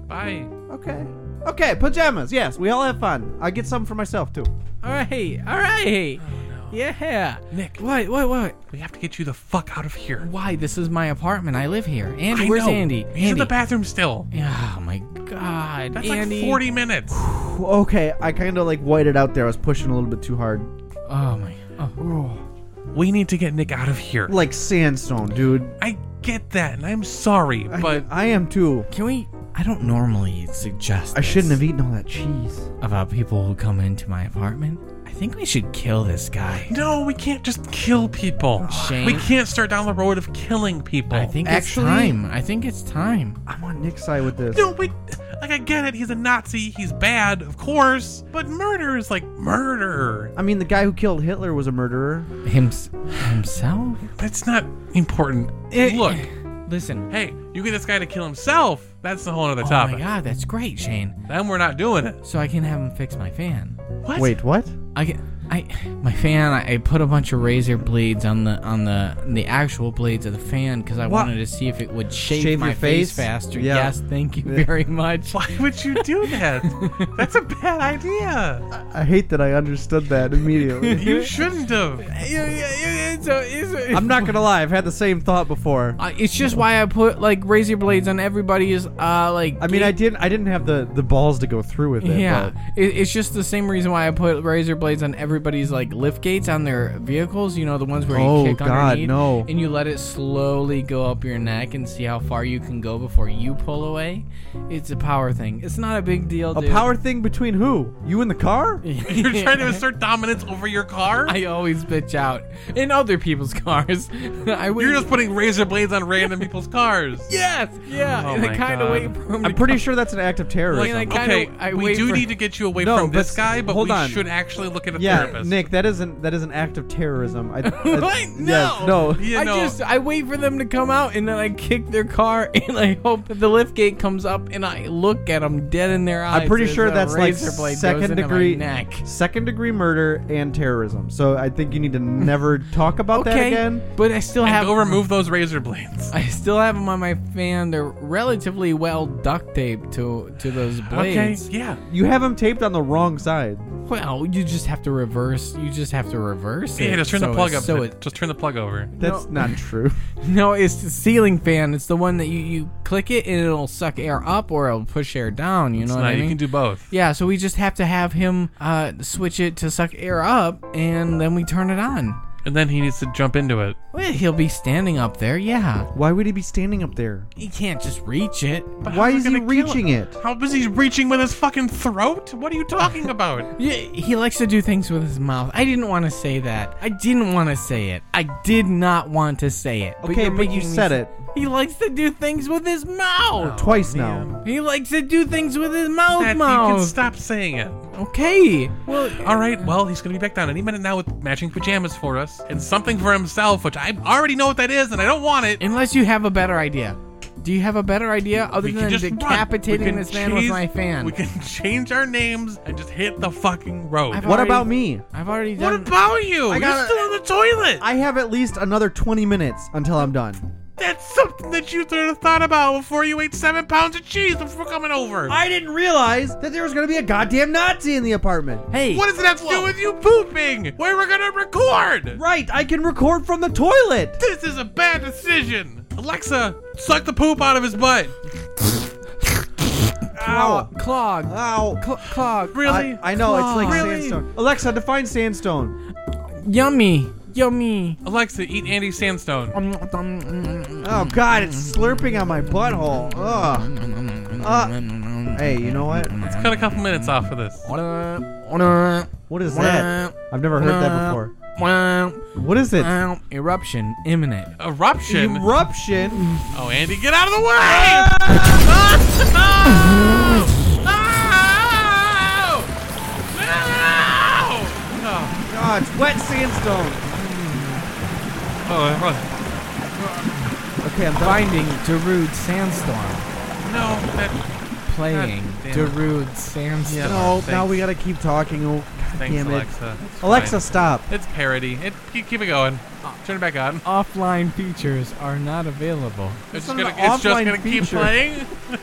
[SPEAKER 2] Bye.
[SPEAKER 1] Okay. Okay, pajamas. Yes, we all have fun. I get some for myself too.
[SPEAKER 3] All right, all right.
[SPEAKER 2] Oh no.
[SPEAKER 3] Yeah.
[SPEAKER 2] Nick,
[SPEAKER 3] What, what, what?
[SPEAKER 2] we have to get you the fuck out of here.
[SPEAKER 3] Why? This is my apartment. I live here. Andy,
[SPEAKER 2] I
[SPEAKER 3] where's
[SPEAKER 2] know.
[SPEAKER 3] Andy?
[SPEAKER 2] He's
[SPEAKER 3] Andy.
[SPEAKER 2] in the bathroom still.
[SPEAKER 3] Oh my God.
[SPEAKER 2] That's
[SPEAKER 3] Andy.
[SPEAKER 2] like 40 minutes.
[SPEAKER 1] Okay, I kind of like whited out there. I was pushing a little bit too hard.
[SPEAKER 3] Oh my. Oh.
[SPEAKER 2] We need to get Nick out of here.
[SPEAKER 1] Like sandstone, dude.
[SPEAKER 2] I get that, and I'm sorry, but
[SPEAKER 1] I, I am too.
[SPEAKER 3] Can we? I don't normally suggest.
[SPEAKER 1] I shouldn't
[SPEAKER 3] this
[SPEAKER 1] have eaten all that cheese.
[SPEAKER 2] e-
[SPEAKER 3] about people who come into my apartment. I think we should kill this guy.
[SPEAKER 2] no, we can't just kill people.
[SPEAKER 3] Shane.
[SPEAKER 2] We can't start down the road of killing people.
[SPEAKER 3] I think
[SPEAKER 1] actually-
[SPEAKER 3] it's time. I think it's time.
[SPEAKER 1] I'm on Nick's side with this.
[SPEAKER 2] No, but like I get it. He's a Nazi. He's bad, of course. But murder is like murder.
[SPEAKER 1] I mean, the guy who killed Hitler was a murderer.
[SPEAKER 3] Hims- himself?
[SPEAKER 2] That's not important.
[SPEAKER 3] It-
[SPEAKER 2] Look,
[SPEAKER 3] Listen.
[SPEAKER 2] hey, you get this guy to kill himself. That's a whole other
[SPEAKER 3] Oh my
[SPEAKER 2] topic.
[SPEAKER 3] God, that's great, Shane.
[SPEAKER 2] Then we're not doing it.
[SPEAKER 3] So I can have him fix my fan.
[SPEAKER 2] What?
[SPEAKER 1] Wait, what?
[SPEAKER 3] I get- I my fan. I, I put a bunch of razor blades on the on the the actual blades of the fan because I
[SPEAKER 1] What?
[SPEAKER 3] wanted to see if it would shave,
[SPEAKER 1] Shave
[SPEAKER 3] my
[SPEAKER 1] your
[SPEAKER 3] face?
[SPEAKER 1] face?
[SPEAKER 3] faster.
[SPEAKER 1] Yeah.
[SPEAKER 3] Yes, thank you
[SPEAKER 1] Yeah.
[SPEAKER 3] very much.
[SPEAKER 2] Why would you do that? That's a bad idea.
[SPEAKER 1] I hate that I understood that immediately.
[SPEAKER 2] You shouldn't have.
[SPEAKER 1] I'm not gonna lie, I've had the same thought before.
[SPEAKER 3] Uh, it's just why I put like razor blades on everybody's uh like.
[SPEAKER 1] I mean, I
[SPEAKER 3] gate-
[SPEAKER 1] didn't. I didn't have the the balls to go through with it.
[SPEAKER 3] Yeah,
[SPEAKER 1] but-
[SPEAKER 3] it, it's just the same reason why I put razor blades on everybody's like lift gates on their vehicles. You know the ones where you
[SPEAKER 1] Oh,
[SPEAKER 3] kick
[SPEAKER 1] God,
[SPEAKER 3] underneath,
[SPEAKER 1] no.
[SPEAKER 3] and you let it slowly go up your neck and see how far you can go before you pull away. It's a power thing. It's not a big deal.
[SPEAKER 1] A
[SPEAKER 3] dude.
[SPEAKER 1] power thing between who? You in the car?
[SPEAKER 2] You're trying to assert dominance over your car.
[SPEAKER 3] I always bitch out in other people's cars. I would.
[SPEAKER 2] You're just putting razor blades on random people's cars.
[SPEAKER 3] yes, yeah.
[SPEAKER 2] Oh
[SPEAKER 3] and I
[SPEAKER 2] my
[SPEAKER 3] kind of
[SPEAKER 2] God.
[SPEAKER 3] wait for him.
[SPEAKER 1] I'm
[SPEAKER 3] to
[SPEAKER 1] pretty sure that's an act of terrorism.
[SPEAKER 3] Like, like-
[SPEAKER 2] Okay,
[SPEAKER 3] kinda- I
[SPEAKER 2] we
[SPEAKER 3] wait
[SPEAKER 2] do
[SPEAKER 3] for-
[SPEAKER 2] need to get you away
[SPEAKER 1] No,
[SPEAKER 2] from
[SPEAKER 1] but-
[SPEAKER 2] this guy, but
[SPEAKER 1] hold
[SPEAKER 2] we
[SPEAKER 1] on.
[SPEAKER 2] should actually look at a
[SPEAKER 1] yeah,
[SPEAKER 2] therapist.
[SPEAKER 1] Nick, that isn't that is an act of terrorism. I, that-
[SPEAKER 3] What?
[SPEAKER 1] yes,
[SPEAKER 3] No.
[SPEAKER 1] no.
[SPEAKER 2] You
[SPEAKER 3] I
[SPEAKER 2] know,
[SPEAKER 3] just I wait for them to come out and then I kick their car and I hope that the lift gate comes up and I look at them dead in their eyes.
[SPEAKER 1] I'm pretty
[SPEAKER 3] as
[SPEAKER 1] sure
[SPEAKER 3] a
[SPEAKER 1] that's like
[SPEAKER 3] razor blade goes
[SPEAKER 1] second
[SPEAKER 3] into my
[SPEAKER 1] degree
[SPEAKER 3] neck.
[SPEAKER 1] second degree murder and terrorism. So I think you need to never talk about that
[SPEAKER 3] Okay,
[SPEAKER 1] again.
[SPEAKER 3] but I still
[SPEAKER 2] and
[SPEAKER 3] have
[SPEAKER 2] go remove those razor blades.
[SPEAKER 3] I still have them on my fan. They're relatively well duct taped to to those blades.
[SPEAKER 2] Okay, yeah.
[SPEAKER 1] You have him taped on the wrong side.
[SPEAKER 3] Well, you just have to reverse. You just have to reverse it.
[SPEAKER 2] Yeah, just turn
[SPEAKER 3] So
[SPEAKER 2] the plug up.
[SPEAKER 3] it's- So it,
[SPEAKER 2] it, just turn the plug over.
[SPEAKER 1] That's not true.
[SPEAKER 3] No, it's the ceiling fan. It's the one that you, you click it and it'll suck air up or it'll push air down. You know
[SPEAKER 2] No,
[SPEAKER 3] what I mean?
[SPEAKER 2] you can do both.
[SPEAKER 3] yeah, so we just have to have him uh, switch it to suck air up and then we turn it on.
[SPEAKER 2] And then he needs to jump into it.
[SPEAKER 3] Well, he'll be standing up there, yeah.
[SPEAKER 1] Why would he be standing up there?
[SPEAKER 3] He can't just reach it.
[SPEAKER 2] But
[SPEAKER 1] Why
[SPEAKER 2] how's
[SPEAKER 1] is he
[SPEAKER 2] gonna kill
[SPEAKER 1] reaching
[SPEAKER 2] him?
[SPEAKER 1] it?
[SPEAKER 2] How is he reaching with his fucking throat? What are you talking about?
[SPEAKER 3] Yeah, He likes to do things with his mouth. I didn't want to say that. I didn't want to say it. I did not want to say it.
[SPEAKER 1] Okay,
[SPEAKER 3] you're
[SPEAKER 1] but you
[SPEAKER 3] making me
[SPEAKER 1] said
[SPEAKER 3] s-
[SPEAKER 1] it.
[SPEAKER 3] He likes to do things with his mouth.
[SPEAKER 1] Twice now.
[SPEAKER 2] man.
[SPEAKER 3] He likes to do things with his mouth,
[SPEAKER 2] That- you can
[SPEAKER 3] mouth.
[SPEAKER 2] stop saying it.
[SPEAKER 3] okay. Well,
[SPEAKER 2] All right, well, he's going to be back down any minute now with matching pajamas for us and something for himself, which I already know what that is and I don't want it.
[SPEAKER 3] Unless you have a better idea. Do you have a better idea other
[SPEAKER 2] we can
[SPEAKER 3] than
[SPEAKER 2] just run. We
[SPEAKER 3] decapitating
[SPEAKER 2] can
[SPEAKER 3] this man with
[SPEAKER 2] chase-
[SPEAKER 3] my fan?
[SPEAKER 2] We can change our names and just hit the fucking road.
[SPEAKER 3] I've
[SPEAKER 1] What
[SPEAKER 3] already-
[SPEAKER 1] about me?
[SPEAKER 3] I've already
[SPEAKER 2] What
[SPEAKER 3] done.
[SPEAKER 2] about
[SPEAKER 1] gotta-
[SPEAKER 2] you? You're still in the toilet.
[SPEAKER 1] I have at least another 20 minutes until I'm done.
[SPEAKER 2] That's something that you should have thought about before you ate seven pounds of cheese before coming over.
[SPEAKER 1] I didn't realize that there was gonna be a goddamn Nazi in the apartment.
[SPEAKER 3] hey,
[SPEAKER 2] what does it have to do with you pooping? Where we're gonna record?
[SPEAKER 1] Right, I can record from the toilet.
[SPEAKER 2] This is a bad decision. Alexa, suck the poop out of his butt.
[SPEAKER 1] Ow.
[SPEAKER 3] clog, clog,
[SPEAKER 1] Ow.
[SPEAKER 3] cl- clog.
[SPEAKER 2] Really?
[SPEAKER 1] I, I know, it's like
[SPEAKER 2] Really?
[SPEAKER 1] sandstone. Alexa, define sandstone.
[SPEAKER 3] Yummy, yummy.
[SPEAKER 2] Alexa, eat Andy Sandstone.
[SPEAKER 3] Um, um, mm,
[SPEAKER 1] Oh, God, it's slurping on my butthole. Ugh. Uh, hey, you know what?
[SPEAKER 2] Let's cut a couple minutes off of this.
[SPEAKER 3] wah, wah,
[SPEAKER 1] What is that?
[SPEAKER 3] wah,
[SPEAKER 1] I've never heard that before.
[SPEAKER 3] wah,
[SPEAKER 1] What is it?
[SPEAKER 3] wah. Eruption imminent.
[SPEAKER 2] Eruption.
[SPEAKER 1] Eruption.
[SPEAKER 2] oh, Andy, get out of the way! Oh! No! No!
[SPEAKER 1] Oh, it's wet sandstone.
[SPEAKER 2] Oh,
[SPEAKER 1] Okay, I'm done.
[SPEAKER 3] Finding Darude Sandstorm.
[SPEAKER 2] no, that,
[SPEAKER 3] Playing
[SPEAKER 2] God damn it.
[SPEAKER 3] Darude Sandstorm.
[SPEAKER 2] Yeah.
[SPEAKER 1] No, now
[SPEAKER 2] Thanks.
[SPEAKER 1] we gotta keep talking. Oh, God
[SPEAKER 2] thanks,
[SPEAKER 1] damn it.
[SPEAKER 2] Alexa. It's
[SPEAKER 1] Alexa,
[SPEAKER 2] fine.
[SPEAKER 1] stop.
[SPEAKER 2] It's parody. It, keep, keep it going.
[SPEAKER 1] Oh.
[SPEAKER 2] Turn it back on.
[SPEAKER 3] Offline features are not available.
[SPEAKER 2] It's, just
[SPEAKER 1] not
[SPEAKER 2] gonna,
[SPEAKER 1] an
[SPEAKER 2] it's just
[SPEAKER 1] offline
[SPEAKER 2] gonna keep
[SPEAKER 1] feature.
[SPEAKER 2] playing.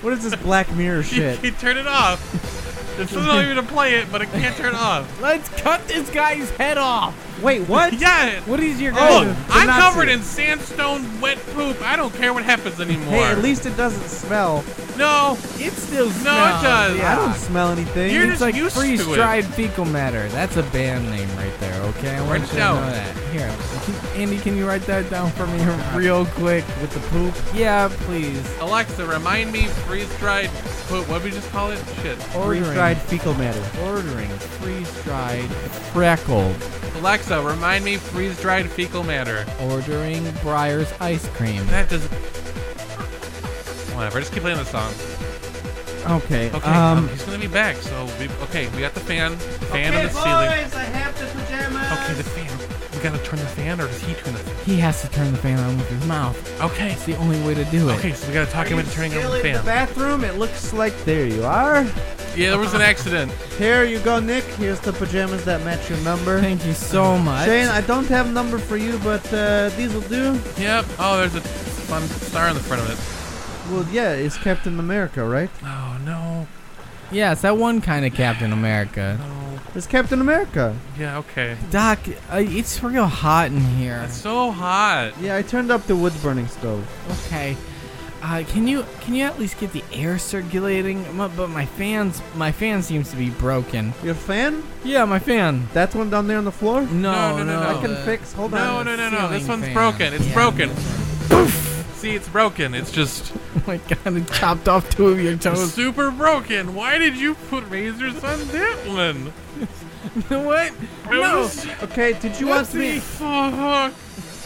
[SPEAKER 1] What is this Black Mirror shit?
[SPEAKER 2] You can turn it off. It's not even to play it, but it can't turn it off.
[SPEAKER 3] Let's cut this guy's head off.
[SPEAKER 1] Wait, what?
[SPEAKER 2] Yeah.
[SPEAKER 3] What is your
[SPEAKER 2] Oh,
[SPEAKER 3] guys?
[SPEAKER 2] I'm
[SPEAKER 1] Nazi.
[SPEAKER 2] covered in sandstone, wet poop. I don't care what happens anymore.
[SPEAKER 1] Hey, at least it doesn't smell.
[SPEAKER 2] no,
[SPEAKER 3] it still smells.
[SPEAKER 1] I
[SPEAKER 2] does.
[SPEAKER 3] Yeah.
[SPEAKER 1] don't smell anything.
[SPEAKER 2] You're just
[SPEAKER 3] it's like
[SPEAKER 2] used to
[SPEAKER 3] freeze
[SPEAKER 2] it.
[SPEAKER 3] dried fecal matter. That's a band name right there. Okay, I
[SPEAKER 2] Write
[SPEAKER 3] want
[SPEAKER 2] it
[SPEAKER 3] you to
[SPEAKER 2] down.
[SPEAKER 3] know that. Here, can- Andy, can you write that down for me real quick with the poop? Yeah, please.
[SPEAKER 2] Alexa, remind me freeze dried poop. What did we just call it? Shit.
[SPEAKER 3] Ordering,
[SPEAKER 1] Freeze-dried fecal matter.
[SPEAKER 3] ordering, freeze dried, freckled,
[SPEAKER 2] Alexa, remind me freeze dried fecal matter.
[SPEAKER 3] ordering Briar's ice cream.
[SPEAKER 2] That doesn't. Whatever. Just keep playing the song.
[SPEAKER 1] Okay.
[SPEAKER 2] Okay.
[SPEAKER 1] Um.
[SPEAKER 2] um, he's gonna be back. So we okay. We got the fan. The fan on the ceiling.
[SPEAKER 1] I have the pajamas.
[SPEAKER 2] Okay, the fan. We gotta turn the fan, or does he turn the fan?
[SPEAKER 3] He has to turn the fan on with his mouth.
[SPEAKER 2] Okay.
[SPEAKER 3] It's the only way to do it.
[SPEAKER 2] Okay, so we gotta talk him into turning
[SPEAKER 1] still
[SPEAKER 2] on the
[SPEAKER 1] in the
[SPEAKER 2] fan.
[SPEAKER 1] bathroom? It looks like there you are.
[SPEAKER 2] yeah, there was an accident.
[SPEAKER 1] Here you go, Nick. Here's the pajamas that match your number.
[SPEAKER 3] Thank you so much.
[SPEAKER 1] Shane, I don't have a number for you, but uh, these will do.
[SPEAKER 2] Yep. Oh, there's a fun star in the front of it.
[SPEAKER 1] Well, yeah, it's Captain America, right?
[SPEAKER 2] Oh no.
[SPEAKER 3] yes, that one kind of Captain America.
[SPEAKER 2] No.
[SPEAKER 1] It's Captain America.
[SPEAKER 2] Yeah. Okay.
[SPEAKER 3] Doc, uh, it's real hot in here.
[SPEAKER 2] That's so hot.
[SPEAKER 1] Yeah, I turned up the wood burning stove.
[SPEAKER 3] Okay. Uh, can you can you at least get the air circulating? M- But my fans my fan seems to be broken.
[SPEAKER 1] Your fan?
[SPEAKER 3] Yeah, my fan.
[SPEAKER 1] That one down there on the floor?
[SPEAKER 3] No,
[SPEAKER 2] No, no, no, no.
[SPEAKER 1] I can fix. Hold
[SPEAKER 2] No,
[SPEAKER 1] on.
[SPEAKER 2] no, no, no. This
[SPEAKER 3] Ceiling
[SPEAKER 2] one's
[SPEAKER 3] fan.
[SPEAKER 2] broken. It's
[SPEAKER 3] Yeah.
[SPEAKER 2] broken. See, it's broken. It's just
[SPEAKER 3] Oh my god! It chopped off two of your toes.
[SPEAKER 2] super broken. Why did you put razors on that one?
[SPEAKER 3] what?
[SPEAKER 2] It
[SPEAKER 3] No.
[SPEAKER 2] was-
[SPEAKER 1] Okay, did you want me?
[SPEAKER 2] Fuck.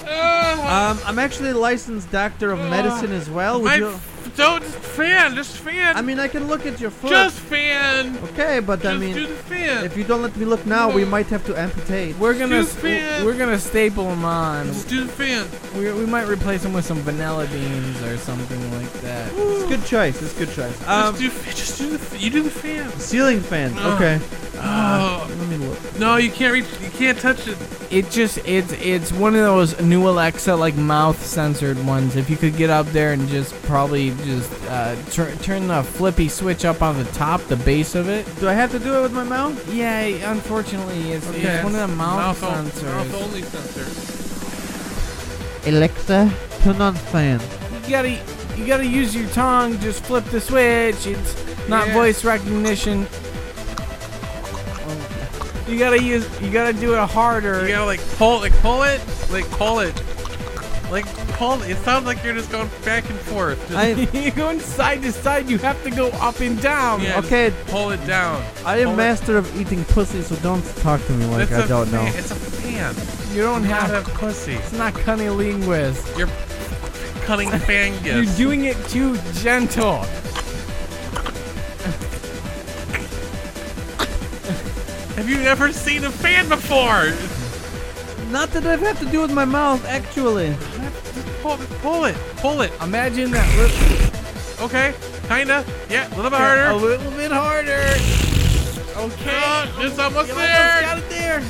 [SPEAKER 2] Ah.
[SPEAKER 1] Um, I'm actually a licensed doctor of medicine as well. Would
[SPEAKER 2] My
[SPEAKER 1] you?
[SPEAKER 2] f- don't fan. Just fan.
[SPEAKER 1] I mean, I can look at your foot.
[SPEAKER 2] just fan.
[SPEAKER 1] okay, but I
[SPEAKER 2] Just do
[SPEAKER 1] mean,
[SPEAKER 2] the fan.
[SPEAKER 1] if you don't let me look now, we might have to amputate.
[SPEAKER 3] We're gonna
[SPEAKER 2] Stupid.
[SPEAKER 3] we're gonna staple them on.
[SPEAKER 2] Just do the fan.
[SPEAKER 3] We, we might replace them with some vanilla beans or something like that.
[SPEAKER 1] It's good choice. It's good choice.
[SPEAKER 2] Just
[SPEAKER 1] Um,
[SPEAKER 2] do, fa- just do the, f- you do the fan.
[SPEAKER 1] ceiling fan.
[SPEAKER 2] Ugh.
[SPEAKER 1] Okay.
[SPEAKER 2] Oh,
[SPEAKER 1] Let me look.
[SPEAKER 2] no, you can't reach, you can't touch it.
[SPEAKER 3] It just it's it's one of those new Alexa like mouth censored ones. If you could get up there and just probably just uh, tur- turn the flippy switch up on the top, the base of it.
[SPEAKER 1] Do I have to do it with my mouth?
[SPEAKER 3] Yeah, unfortunately, it's, it's one of the mouth,
[SPEAKER 2] on-
[SPEAKER 3] sensors.
[SPEAKER 2] Mouth only sensor.
[SPEAKER 1] Alexa, turn on fan.
[SPEAKER 3] You gotta you gotta use your tongue. Just flip the switch. It's not
[SPEAKER 1] Yeah.
[SPEAKER 3] voice recognition. You gotta use you gotta do it harder.
[SPEAKER 2] You gotta like pull, like pull it, like pull it, like pull. It sounds like you're just going back and forth. Just
[SPEAKER 1] I
[SPEAKER 3] you go side to side. You have to go up and down.
[SPEAKER 2] Yeah.
[SPEAKER 1] okay.
[SPEAKER 2] pull it down.
[SPEAKER 1] I am
[SPEAKER 2] Hold it.
[SPEAKER 1] master of eating pussy, so don't talk to me like
[SPEAKER 2] That's
[SPEAKER 1] I
[SPEAKER 2] a
[SPEAKER 1] don't
[SPEAKER 2] fan.
[SPEAKER 1] know.
[SPEAKER 2] It's a fan.
[SPEAKER 3] You don't have
[SPEAKER 2] Not
[SPEAKER 3] to.
[SPEAKER 2] a pussy.
[SPEAKER 3] It's not cunning linguist.
[SPEAKER 2] You're cutting fan
[SPEAKER 3] You're
[SPEAKER 2] gifts.
[SPEAKER 3] doing it too gentle.
[SPEAKER 2] Have you ever seen a fan before?
[SPEAKER 1] Not that I have to do with my mouth, actually.
[SPEAKER 2] Pull, pull it, pull it.
[SPEAKER 3] Imagine that little,
[SPEAKER 2] Okay, kinda. Yeah, a little bit harder.
[SPEAKER 3] a little bit harder. Okay.
[SPEAKER 2] Oh, it's almost
[SPEAKER 3] You almost
[SPEAKER 2] there.
[SPEAKER 3] got it there.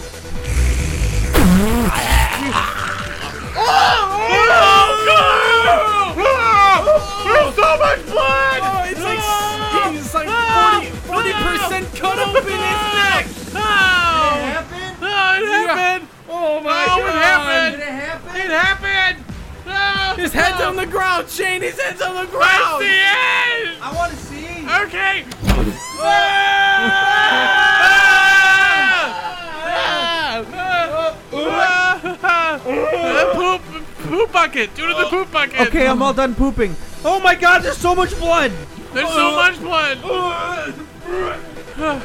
[SPEAKER 2] Oh, no! Oh, There's so much blood!
[SPEAKER 3] Oh, it's like
[SPEAKER 2] No!
[SPEAKER 3] it's like
[SPEAKER 2] Ah!
[SPEAKER 3] 40 percent cut open his neck.
[SPEAKER 2] No! Oh, it happened!
[SPEAKER 3] Oh
[SPEAKER 2] Oh, it happened!
[SPEAKER 1] it happen?
[SPEAKER 2] It happened! Ah. No!
[SPEAKER 3] His head's on the ground, Shane. His head's on the
[SPEAKER 2] That's
[SPEAKER 3] ground.
[SPEAKER 2] the end!
[SPEAKER 1] I want to see.
[SPEAKER 2] Okay. The poop, poop bucket. Do it in the poop bucket.
[SPEAKER 1] Okay, I'm all done pooping. Oh my god, there's so much blood.
[SPEAKER 2] There's so much blood.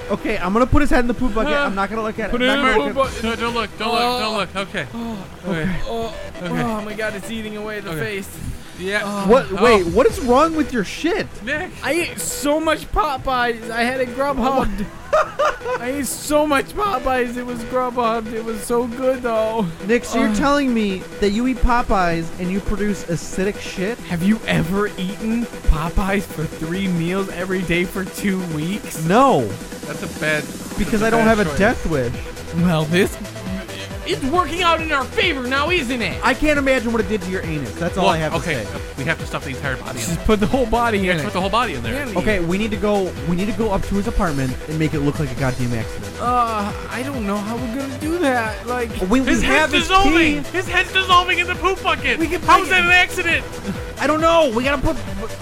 [SPEAKER 1] Okay, I'm gonna put his head in the poop bucket. I'm not gonna look at it.
[SPEAKER 2] Put it in
[SPEAKER 1] Not
[SPEAKER 2] the
[SPEAKER 1] gonna-
[SPEAKER 2] poop bucket. No, don't look. Don't look. Don't look. Okay. Okay.
[SPEAKER 3] Oh,
[SPEAKER 2] Okay.
[SPEAKER 3] oh my god, it's eating away the
[SPEAKER 2] Okay.
[SPEAKER 3] face.
[SPEAKER 2] Yeah.
[SPEAKER 1] What?
[SPEAKER 2] Oh,
[SPEAKER 1] Wait, what is wrong with your shit?
[SPEAKER 2] Nick.
[SPEAKER 3] I ate so much Popeyes. I had it grub
[SPEAKER 2] Oh,
[SPEAKER 3] hubbed. I ate so much Popeyes. It was grub hubbed. It was so good though.
[SPEAKER 1] Nick, so
[SPEAKER 2] Oh.
[SPEAKER 1] you're
[SPEAKER 3] Ugh.
[SPEAKER 1] telling me that you eat Popeyes and you produce acidic shit?
[SPEAKER 3] Have you ever eaten Popeyes for three meals every day for two weeks?
[SPEAKER 1] No,
[SPEAKER 2] That's a bad.
[SPEAKER 1] because I don't have a
[SPEAKER 2] choice.
[SPEAKER 1] death wish.
[SPEAKER 3] Well, this. It's working out in our favor now, isn't it?
[SPEAKER 1] I can't imagine what it did to your anus. That's all
[SPEAKER 2] Look,
[SPEAKER 1] I have
[SPEAKER 2] okay.
[SPEAKER 1] to say.
[SPEAKER 2] We have to stuff the entire body in.
[SPEAKER 3] Just put the whole body
[SPEAKER 2] You have
[SPEAKER 3] in
[SPEAKER 2] to put
[SPEAKER 3] it.
[SPEAKER 2] the whole body in there.
[SPEAKER 3] Really?
[SPEAKER 1] Okay, we need to go. We need to go up to his apartment and make it look like a goddamn accident.
[SPEAKER 3] Uh, I don't know how we're gonna do that. Like,
[SPEAKER 1] We, we
[SPEAKER 2] His
[SPEAKER 1] have
[SPEAKER 2] head's
[SPEAKER 1] his
[SPEAKER 2] dissolving.
[SPEAKER 1] key.
[SPEAKER 2] His head's dissolving in the poop bucket.
[SPEAKER 1] We can
[SPEAKER 2] How
[SPEAKER 1] bring
[SPEAKER 2] is
[SPEAKER 1] it-
[SPEAKER 2] that an accident?
[SPEAKER 1] I don't know. We gotta put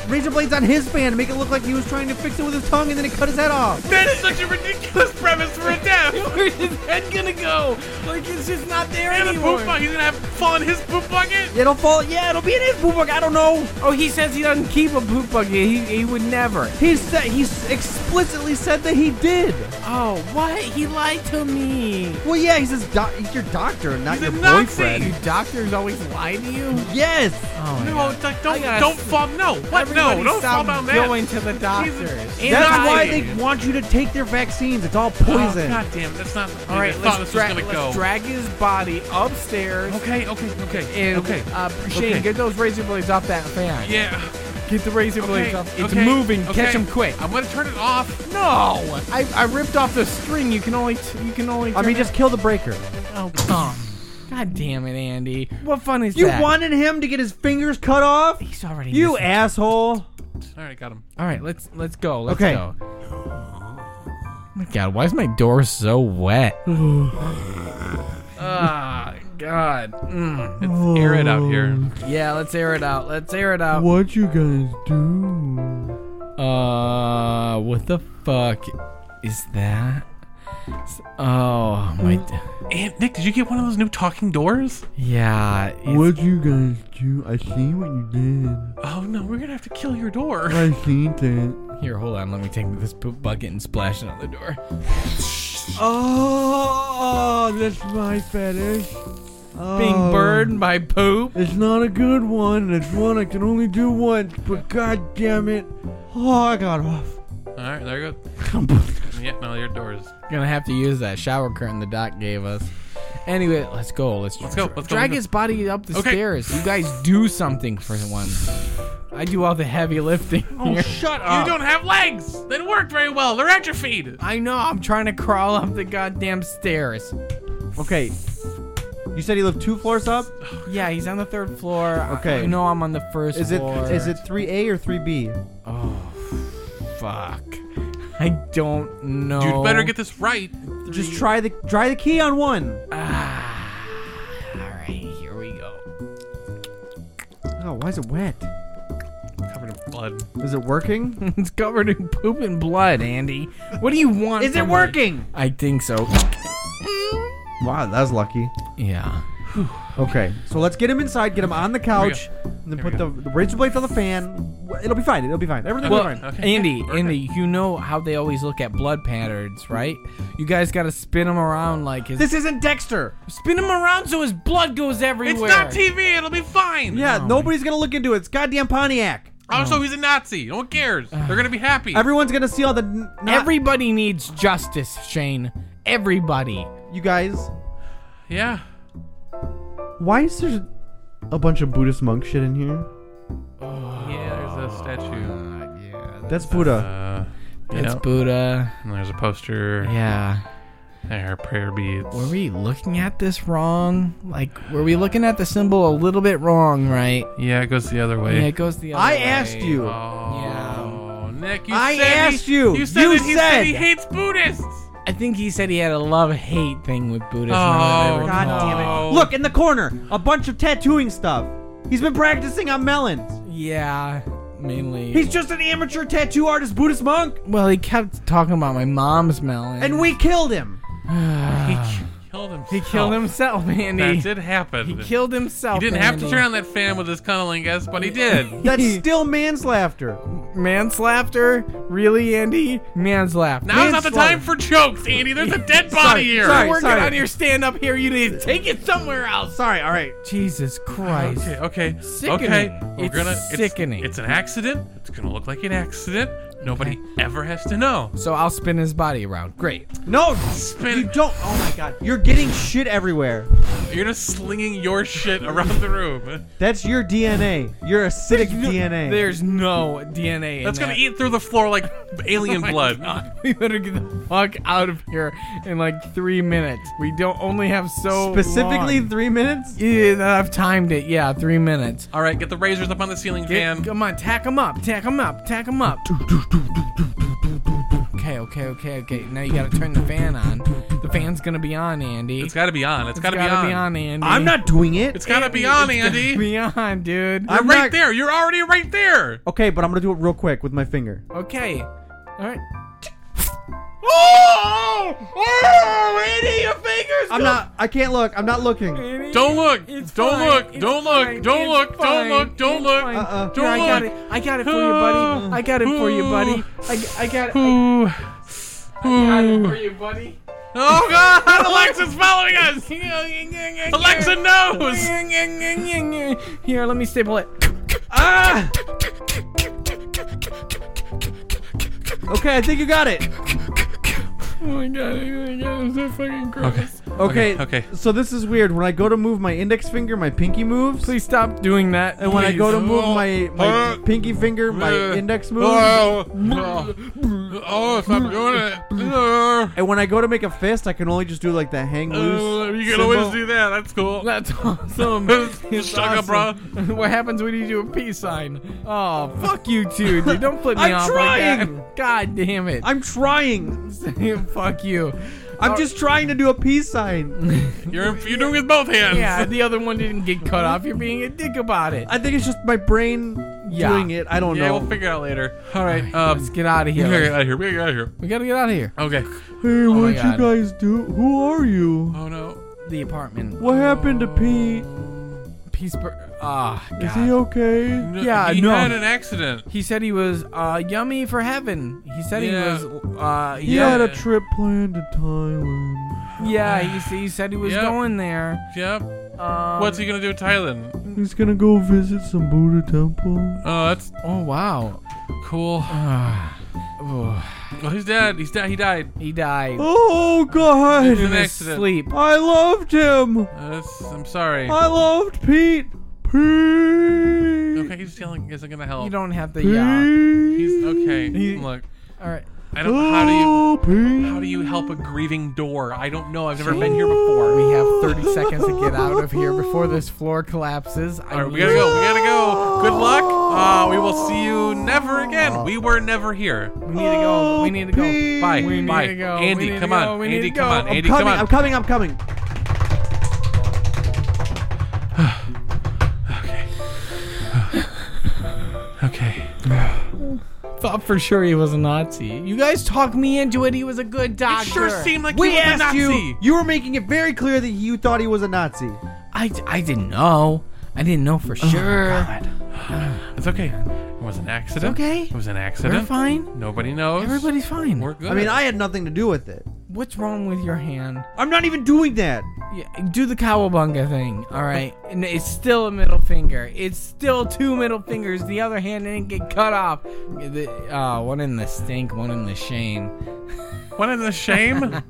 [SPEAKER 1] razor blades on his band, make it look like he was trying to fix it with his tongue, and then it cut his head off.
[SPEAKER 2] That is such a ridiculous premise for a death.
[SPEAKER 3] where's his head gonna go? Like, it's just not there
[SPEAKER 2] And the
[SPEAKER 3] anymore.
[SPEAKER 2] poop bucket. He's gonna have fall in his poop bucket.
[SPEAKER 1] It'll fall. Yeah, it'll be in his boob. I don't know.
[SPEAKER 3] Oh, he says he doesn't keep a poop bucket. He, he would never.
[SPEAKER 1] He said he s- explicitly said that he did.
[SPEAKER 3] Oh, what? He lied to me.
[SPEAKER 1] Well, yeah, he says doc- he's your doctor, not
[SPEAKER 2] He's a
[SPEAKER 1] your
[SPEAKER 2] Nazi.
[SPEAKER 1] boyfriend.
[SPEAKER 3] Do doctors always lie to you?
[SPEAKER 1] Yes.
[SPEAKER 3] Oh, my
[SPEAKER 2] No,
[SPEAKER 3] God.
[SPEAKER 2] it's like
[SPEAKER 3] I
[SPEAKER 2] don't
[SPEAKER 3] gotta
[SPEAKER 2] don't
[SPEAKER 3] s-
[SPEAKER 2] fall. No, what? No,
[SPEAKER 3] Everybody
[SPEAKER 2] don't fall
[SPEAKER 3] stop
[SPEAKER 2] down that.
[SPEAKER 3] going to the doctors.
[SPEAKER 1] That's
[SPEAKER 2] Nazi.
[SPEAKER 1] why they want you to take their vaccines. It's all
[SPEAKER 2] Oh,
[SPEAKER 1] poison.
[SPEAKER 2] God damn, that's not.
[SPEAKER 3] All right,
[SPEAKER 2] I thought
[SPEAKER 3] let's,
[SPEAKER 2] this was
[SPEAKER 3] dra-
[SPEAKER 2] gonna
[SPEAKER 3] let's
[SPEAKER 2] go.
[SPEAKER 3] drag his body upstairs.
[SPEAKER 2] okay, okay, okay,
[SPEAKER 3] And,
[SPEAKER 2] okay.
[SPEAKER 3] Uh, Shane,
[SPEAKER 2] Okay.
[SPEAKER 3] get those razor blades off that fan.
[SPEAKER 2] yeah.
[SPEAKER 3] Get the razor blades
[SPEAKER 2] Okay,
[SPEAKER 3] off. uh, It's
[SPEAKER 2] okay,
[SPEAKER 3] moving.
[SPEAKER 2] okay.
[SPEAKER 3] Catch him quick.
[SPEAKER 2] I'm gonna turn it off.
[SPEAKER 3] No, I, I ripped off the string. You can only t- you can only.
[SPEAKER 1] I
[SPEAKER 3] turn
[SPEAKER 1] mean,
[SPEAKER 3] it-
[SPEAKER 1] just kill the breaker.
[SPEAKER 3] oh, oh, god damn it, Andy. What fun is
[SPEAKER 1] You
[SPEAKER 3] that?
[SPEAKER 1] wanted him to get his fingers cut off?
[SPEAKER 3] He's already.
[SPEAKER 1] You
[SPEAKER 3] missing.
[SPEAKER 1] asshole.
[SPEAKER 2] All right, got him.
[SPEAKER 3] All right, let's let's go. Let's
[SPEAKER 1] Okay.
[SPEAKER 3] go. Oh my God, why is my door so wet? Ah, God. Mm.
[SPEAKER 2] It's air it out here.
[SPEAKER 3] Yeah, let's air it out. Let's air it out.
[SPEAKER 1] What you guys do?
[SPEAKER 3] Uh, what the fuck is that? S- Oh my. D-
[SPEAKER 2] And Nick, did you get one of those new talking doors?
[SPEAKER 3] yeah. it's-
[SPEAKER 1] you guys do? I see what you did.
[SPEAKER 2] Oh no, we're gonna have to kill your door.
[SPEAKER 1] I seen it.
[SPEAKER 3] Here, hold on. Let me take this poop bucket and splash it on the door.
[SPEAKER 1] Oh, that's my fetish. Uh, Oh,
[SPEAKER 3] Being burned by poop.
[SPEAKER 1] It's not a good one. It's one I can only do once, but god damn it. Oh, I got off.
[SPEAKER 2] All right, there you go. yeah, no, your door is.
[SPEAKER 3] Gonna have to use that shower curtain the doc gave us. Anyway, let's go. Let's,
[SPEAKER 2] Let's go, let's go, let's
[SPEAKER 3] drag
[SPEAKER 2] go.
[SPEAKER 3] his body up the
[SPEAKER 2] Okay.
[SPEAKER 3] stairs. You guys do something for once. I do all the heavy lifting.
[SPEAKER 1] Oh,
[SPEAKER 3] here.
[SPEAKER 1] shut
[SPEAKER 2] You
[SPEAKER 1] up.
[SPEAKER 2] don't have legs. They don't work very well. They're atrophied.
[SPEAKER 3] I know. I'm trying to crawl up the goddamn stairs.
[SPEAKER 1] okay. You said he lived two floors up?
[SPEAKER 3] Yeah, he's on the third floor. I-
[SPEAKER 1] Okay.
[SPEAKER 3] I know I'm on the first
[SPEAKER 1] Is it
[SPEAKER 3] floor.
[SPEAKER 1] is it 3A or 3B?
[SPEAKER 3] Oh, fuck. I don't know.
[SPEAKER 2] Dude, better get this right.
[SPEAKER 1] Just try the try the key on one.
[SPEAKER 3] Ah, all right, here we go.
[SPEAKER 1] Oh, why is it wet?
[SPEAKER 2] Covered in blood.
[SPEAKER 1] Is it working?
[SPEAKER 3] it's covered in poop and blood, Andy. What do you want?
[SPEAKER 1] is it
[SPEAKER 3] from me?
[SPEAKER 1] working?
[SPEAKER 3] I think so.
[SPEAKER 1] Wow, that was lucky.
[SPEAKER 3] Yeah.
[SPEAKER 1] Okay, so let's get him inside, get him on the couch, and then
[SPEAKER 2] Here we
[SPEAKER 1] put the,
[SPEAKER 2] go.
[SPEAKER 1] the razor blades on the fan. It'll be fine. It'll be fine. Everything will
[SPEAKER 3] Well,
[SPEAKER 1] be fine.
[SPEAKER 2] Okay.
[SPEAKER 3] Andy,
[SPEAKER 2] Okay.
[SPEAKER 3] Andy, you know how they always look at blood patterns, right? You guys got to spin him around like his.
[SPEAKER 1] This isn't Dexter.
[SPEAKER 3] spin him around so his blood goes
[SPEAKER 2] It's
[SPEAKER 3] everywhere.
[SPEAKER 2] not TV. It'll be fine.
[SPEAKER 1] Yeah,
[SPEAKER 3] No.
[SPEAKER 1] nobody's gonna look into it. It's goddamn Pontiac.
[SPEAKER 2] Also, he's a Nazi. No one cares. They're gonna be happy.
[SPEAKER 1] Everyone's gonna see all the. N- not-
[SPEAKER 3] Everybody needs justice, Shane. Everybody.
[SPEAKER 1] you guys,
[SPEAKER 2] yeah.
[SPEAKER 1] why is there a bunch of Buddhist monk shit in here?
[SPEAKER 2] Yeah. There's a statue.
[SPEAKER 3] yeah.
[SPEAKER 1] That's Buddha.
[SPEAKER 2] Uh, you
[SPEAKER 3] That's
[SPEAKER 2] know,
[SPEAKER 3] Buddha.
[SPEAKER 2] and there's a poster.
[SPEAKER 3] Yeah.
[SPEAKER 2] There are prayer beads.
[SPEAKER 3] Were we looking at this wrong? Like, were we looking at the symbol a little bit wrong, right?
[SPEAKER 2] Yeah, it goes the other
[SPEAKER 3] Yeah,
[SPEAKER 2] way.
[SPEAKER 3] it goes the other
[SPEAKER 1] I
[SPEAKER 3] way.
[SPEAKER 1] asked you.
[SPEAKER 2] Oh, Nick, you
[SPEAKER 1] I
[SPEAKER 2] said he-
[SPEAKER 1] asked you.
[SPEAKER 2] You said
[SPEAKER 1] You
[SPEAKER 2] that he said he
[SPEAKER 1] said.
[SPEAKER 2] hates Buddhists.
[SPEAKER 3] I think he said he had a love-hate thing with Buddhism.
[SPEAKER 2] Oh,
[SPEAKER 3] or whatever.
[SPEAKER 1] God
[SPEAKER 2] no.
[SPEAKER 1] damn it! Look in the corner, a bunch of tattooing stuff. He's been practicing on melons.
[SPEAKER 3] Yeah, mainly.
[SPEAKER 1] He's just an amateur tattoo artist, Buddhist monk,
[SPEAKER 3] well, he kept talking about my mom's melon.
[SPEAKER 1] and we killed him.
[SPEAKER 2] He killed himself.
[SPEAKER 3] Ah. He killed himself,
[SPEAKER 2] That
[SPEAKER 3] Andy.
[SPEAKER 2] did happen.
[SPEAKER 3] He killed himself.
[SPEAKER 2] He didn't have to
[SPEAKER 3] Andy.
[SPEAKER 2] turn on that fan with his cunnilingus, but he did.
[SPEAKER 1] That's still man's laughter.
[SPEAKER 3] Man's laughter? Really, Andy? Man's laughter.
[SPEAKER 2] Now's not the time for jokes, Andy. There's a dead body here.
[SPEAKER 1] sorry.
[SPEAKER 3] You're working on your stand up here. You need to take it somewhere else.
[SPEAKER 1] Sorry, all right.
[SPEAKER 3] Jesus Christ.
[SPEAKER 2] Okay, okay,
[SPEAKER 3] Sickening.
[SPEAKER 2] okay. We're
[SPEAKER 3] It's
[SPEAKER 2] gonna, it's-
[SPEAKER 3] sickening.
[SPEAKER 2] It's, an accident. It's gonna look like an accident. Nobody ever has to know.
[SPEAKER 3] So I'll spin his body around. Great.
[SPEAKER 1] No,
[SPEAKER 2] Spin-
[SPEAKER 1] you don't. Oh my god, you're getting shit everywhere.
[SPEAKER 2] You're just slinging your shit around the room.
[SPEAKER 1] That's your DNA. Your acidic DNA.
[SPEAKER 3] There's no DNA. in
[SPEAKER 2] That's gonna
[SPEAKER 3] that. Oh
[SPEAKER 2] eat through the floor like alien blood.
[SPEAKER 3] We better get the fuck out of here in like three minutes. We don't only have so
[SPEAKER 1] Specifically,
[SPEAKER 3] long.
[SPEAKER 1] three minutes.
[SPEAKER 3] Yeah, I've timed it. Yeah, three minutes.
[SPEAKER 2] All right, get the razors up on the ceiling
[SPEAKER 3] Get-
[SPEAKER 2] fan.
[SPEAKER 3] Come on, tack him up, tack him up, tack him up. Okay, okay, okay, okay. Now you gotta turn the fan on. The fan's gonna be on, Andy.
[SPEAKER 2] It's gotta be on. It's gotta, be, on.
[SPEAKER 3] Andy.
[SPEAKER 1] I'm not doing it.
[SPEAKER 2] It's gotta be on,
[SPEAKER 3] It's
[SPEAKER 2] Andy.
[SPEAKER 3] gotta be on, dude.
[SPEAKER 1] I'm
[SPEAKER 2] I'm right
[SPEAKER 1] not-
[SPEAKER 2] there. You're already right there.
[SPEAKER 1] Okay, but I'm gonna do it real quick with my finger.
[SPEAKER 3] okay. All right.
[SPEAKER 2] Oh! Oh, Andy, your fingers.
[SPEAKER 1] I'm not. I can't look. I'm not looking.
[SPEAKER 3] Andy,
[SPEAKER 2] Don't look.
[SPEAKER 3] It's
[SPEAKER 2] Don't
[SPEAKER 3] fine.
[SPEAKER 2] look.
[SPEAKER 3] It's
[SPEAKER 2] Don't look.
[SPEAKER 3] fine.
[SPEAKER 2] Don't
[SPEAKER 3] It's
[SPEAKER 2] look. Don't
[SPEAKER 3] fine.
[SPEAKER 2] look. Don't
[SPEAKER 3] It's
[SPEAKER 2] look.
[SPEAKER 3] fine.
[SPEAKER 1] Uh-uh.
[SPEAKER 3] Here, I
[SPEAKER 2] Don't
[SPEAKER 3] got
[SPEAKER 2] look. Ah.
[SPEAKER 3] it. I got it for you, buddy. I got it for you, buddy. I, I got it. I
[SPEAKER 2] Ooh.
[SPEAKER 3] got it
[SPEAKER 2] Ooh.
[SPEAKER 3] for you, buddy.
[SPEAKER 2] Oh God! Alexa's following us. Alexa knows.
[SPEAKER 3] Here, let me staple it.
[SPEAKER 1] Ah! Okay, I think you got it.
[SPEAKER 3] Oh my god, oh my god, it's so fucking gross.
[SPEAKER 1] Okay.
[SPEAKER 2] Okay, okay.
[SPEAKER 1] So this is weird. When I go to move my index finger, my pinky moves.
[SPEAKER 3] Please stop doing that.
[SPEAKER 1] And when I go to move my, my
[SPEAKER 2] Uh,
[SPEAKER 1] pinky finger, my
[SPEAKER 2] uh,
[SPEAKER 1] index moves.
[SPEAKER 2] Oh, oh, oh, stop doing it. Uh,
[SPEAKER 1] And when I go to make a fist, I can only just do like the hang loose.
[SPEAKER 2] you can
[SPEAKER 1] symbol.
[SPEAKER 2] always do that. That's cool.
[SPEAKER 3] That's awesome. It's
[SPEAKER 2] Shut up,
[SPEAKER 3] awesome. what happens when you do a peace sign? Oh, fuck you too, dude. Don't flip me
[SPEAKER 1] I'm
[SPEAKER 3] off like
[SPEAKER 1] trying.
[SPEAKER 3] that. God damn it.
[SPEAKER 1] I'm trying.
[SPEAKER 3] fuck you.
[SPEAKER 2] Uh,
[SPEAKER 1] I'm just trying to do a peace sign.
[SPEAKER 2] You're you're doing it with both hands.
[SPEAKER 3] Yeah, the other one didn't get cut off. You're being a dick about it.
[SPEAKER 1] I think it's just my brain
[SPEAKER 3] Yeah.
[SPEAKER 1] doing it. I don't
[SPEAKER 3] Oh,
[SPEAKER 2] Yeah,
[SPEAKER 1] know.
[SPEAKER 2] we'll figure it out later. All right. Um,
[SPEAKER 3] Let's get out of
[SPEAKER 2] we
[SPEAKER 3] here.
[SPEAKER 2] gotta get out of here. We gotta get out of here.
[SPEAKER 3] We gotta get out of here.
[SPEAKER 2] Okay.
[SPEAKER 1] hey,
[SPEAKER 3] my
[SPEAKER 1] what you
[SPEAKER 3] God.
[SPEAKER 1] guys do? Who are you?
[SPEAKER 2] Oh no.
[SPEAKER 3] The apartment.
[SPEAKER 1] What happened to Pete?
[SPEAKER 3] Peace. Per- ah,
[SPEAKER 1] Is
[SPEAKER 3] God.
[SPEAKER 1] he okay?
[SPEAKER 2] No,
[SPEAKER 3] Yeah,
[SPEAKER 2] he
[SPEAKER 3] no.
[SPEAKER 2] had an accident.
[SPEAKER 3] He said he was uh, yummy for heaven. He said
[SPEAKER 2] Yeah.
[SPEAKER 3] he was. Uh,
[SPEAKER 1] He
[SPEAKER 3] yeah,
[SPEAKER 1] had a
[SPEAKER 2] Yeah.
[SPEAKER 1] trip planned to Thailand.
[SPEAKER 3] yeah. He, s- he said he was
[SPEAKER 2] Yeah.
[SPEAKER 3] going there.
[SPEAKER 2] Yep.
[SPEAKER 3] Um,
[SPEAKER 2] What's he gonna do in Thailand?
[SPEAKER 1] He's gonna go visit some Buddha temple.
[SPEAKER 2] Oh, that's
[SPEAKER 3] Oh wow.
[SPEAKER 2] cool.
[SPEAKER 3] Ah. Oh,
[SPEAKER 2] Well, he's dead. He's dead. He died.
[SPEAKER 3] he died.
[SPEAKER 1] Oh
[SPEAKER 2] An
[SPEAKER 3] in
[SPEAKER 1] God!
[SPEAKER 2] Dude.
[SPEAKER 3] his
[SPEAKER 2] accident.
[SPEAKER 3] sleep.
[SPEAKER 1] I loved him.
[SPEAKER 2] Uh, that's, I'm sorry.
[SPEAKER 1] I loved Pete. Pete.
[SPEAKER 2] Okay, he's yelling. Isn't gonna help.
[SPEAKER 3] You don't have to. Yeah.
[SPEAKER 2] He's okay.
[SPEAKER 3] He-
[SPEAKER 2] Look,
[SPEAKER 3] All right.
[SPEAKER 2] I don't. How do you?
[SPEAKER 1] Oh, Pete.
[SPEAKER 2] How do you help a grieving door? I don't know. I've never been here before.
[SPEAKER 3] We have 30 seconds to get out of here before this floor collapses.
[SPEAKER 2] All right, we gotta go. We gotta go. Good luck. Uh, we will see you never again. We were never here.
[SPEAKER 3] We need to go. We need to go.
[SPEAKER 2] Bye.
[SPEAKER 3] We need
[SPEAKER 2] Bye.
[SPEAKER 3] to go. We need
[SPEAKER 2] Andy,
[SPEAKER 3] to
[SPEAKER 2] come
[SPEAKER 3] go.
[SPEAKER 2] on.
[SPEAKER 3] We
[SPEAKER 2] Andy,
[SPEAKER 3] need to
[SPEAKER 2] come
[SPEAKER 3] go.
[SPEAKER 2] on.
[SPEAKER 3] I'm
[SPEAKER 2] Andy,
[SPEAKER 1] coming,
[SPEAKER 2] come
[SPEAKER 1] I'm
[SPEAKER 2] on.
[SPEAKER 1] coming, I'm coming.
[SPEAKER 2] Okay.
[SPEAKER 3] Thought for sure he was a Nazi. You guys talked me into it. He was a good doctor.
[SPEAKER 2] Sure seemed like
[SPEAKER 1] We
[SPEAKER 2] he was a
[SPEAKER 1] asked
[SPEAKER 2] Nazi.
[SPEAKER 1] you. You were making it very clear that you thought he was a Nazi.
[SPEAKER 3] I, I didn't know. I didn't know
[SPEAKER 2] Oh
[SPEAKER 3] for sure.
[SPEAKER 2] It's okay. It was an accident.
[SPEAKER 3] okay.
[SPEAKER 2] It was an
[SPEAKER 3] We're
[SPEAKER 2] accident.
[SPEAKER 3] fine.
[SPEAKER 2] Nobody knows.
[SPEAKER 3] Everybody's fine.
[SPEAKER 2] We're good.
[SPEAKER 1] I mean, I had nothing to do with it.
[SPEAKER 3] What's wrong with your hand?
[SPEAKER 1] I'm not even doing that.
[SPEAKER 3] Yeah, do the cowabunga thing. All right. And it's still a middle finger. It's still two middle fingers. The other hand didn't get cut off. The, uh, one in the stink, one in the shame.
[SPEAKER 2] What is the shame?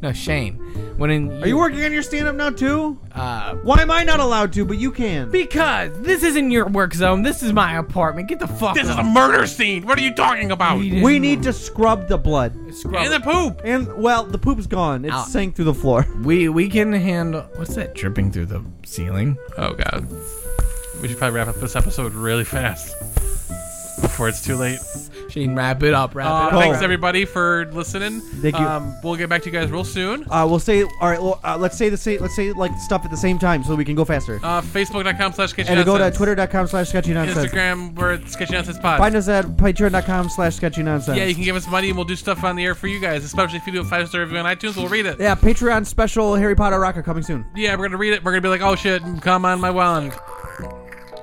[SPEAKER 3] No, shame. One in.
[SPEAKER 1] Are you working on your stand up now, too?
[SPEAKER 3] Uh,
[SPEAKER 1] Why am I not allowed to, but you can?
[SPEAKER 3] because this isn't your work zone. This is my apartment. Get the fuck
[SPEAKER 2] this is
[SPEAKER 3] out.
[SPEAKER 2] a murder scene. What are you talking about?
[SPEAKER 3] We
[SPEAKER 2] And
[SPEAKER 3] didn't
[SPEAKER 1] We need to scrub the blood.
[SPEAKER 3] Scrub
[SPEAKER 2] the poop.
[SPEAKER 1] And, well, the poop's gone. It's
[SPEAKER 3] Ow.
[SPEAKER 1] sank through the floor.
[SPEAKER 3] We we can handle. What's that dripping through the ceiling?
[SPEAKER 2] Oh god. We should probably wrap up this episode really fast. before it's too late.
[SPEAKER 3] Shane, wrap it up. Wrap
[SPEAKER 2] Uh,
[SPEAKER 3] it up.
[SPEAKER 2] thanks everybody for listening.
[SPEAKER 1] Thank you.
[SPEAKER 2] Um, we'll get back to you guys real soon.
[SPEAKER 1] Uh, we'll say all right. Well, uh, let's say the same. Let's say like stuff at the same time so we can go faster.
[SPEAKER 2] Uh, Facebook.com slash sketchy
[SPEAKER 1] and go to
[SPEAKER 2] Nonsense.
[SPEAKER 1] twitter.com/slash sketchy nonsense.
[SPEAKER 2] Instagram, we're at sketchy nonsense pod.
[SPEAKER 1] Find us at patreon.com/slash sketchy nonsense.
[SPEAKER 2] Yeah, you can give us money and we'll do stuff on the air for you guys, especially if you do a five star review on iTunes. We'll read it.
[SPEAKER 1] Yeah, Patreon special Harry Potter rocker coming soon.
[SPEAKER 2] Yeah, we're gonna read it. We're gonna be like, oh shit, come on, my wand.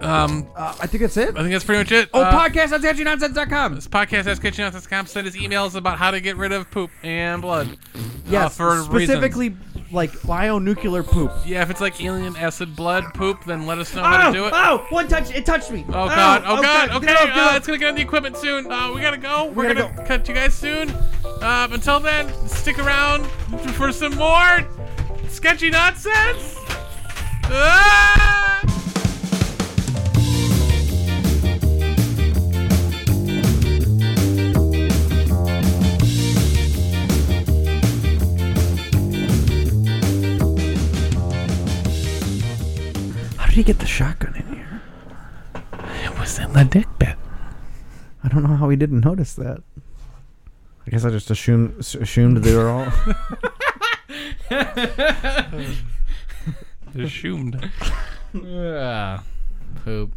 [SPEAKER 2] Um,
[SPEAKER 1] Uh, I think that's it.
[SPEAKER 2] I think that's pretty much it.
[SPEAKER 1] Oh,
[SPEAKER 2] Uh,
[SPEAKER 1] podcast at sketchynonsense.com.
[SPEAKER 2] This podcast at sketchynonsense.com send us emails about how to get rid of poop and blood.
[SPEAKER 1] Yes,
[SPEAKER 2] uh, for
[SPEAKER 1] specifically like bionuclear poop.
[SPEAKER 2] reasons. Yeah, if it's like alien acid blood poop, then let us know how
[SPEAKER 1] Oh,
[SPEAKER 2] to do it.
[SPEAKER 1] oh, one touch, it touched me.
[SPEAKER 2] Oh god! Oh, god!
[SPEAKER 1] Get
[SPEAKER 2] Okay,
[SPEAKER 1] up, get
[SPEAKER 2] uh,
[SPEAKER 1] up.
[SPEAKER 2] it's gonna get on the equipment soon. Uh, we gotta go. We're
[SPEAKER 1] gotta
[SPEAKER 2] gonna cut you guys soon. Uh, until then, stick around for some more sketchy nonsense. Ah!
[SPEAKER 1] How did he get the shotgun in here?
[SPEAKER 2] It was in the dick bit.
[SPEAKER 1] I don't know how he didn't notice that. I guess I just assumed assumed they were all.
[SPEAKER 2] Assumed.
[SPEAKER 3] Yeah. Poop.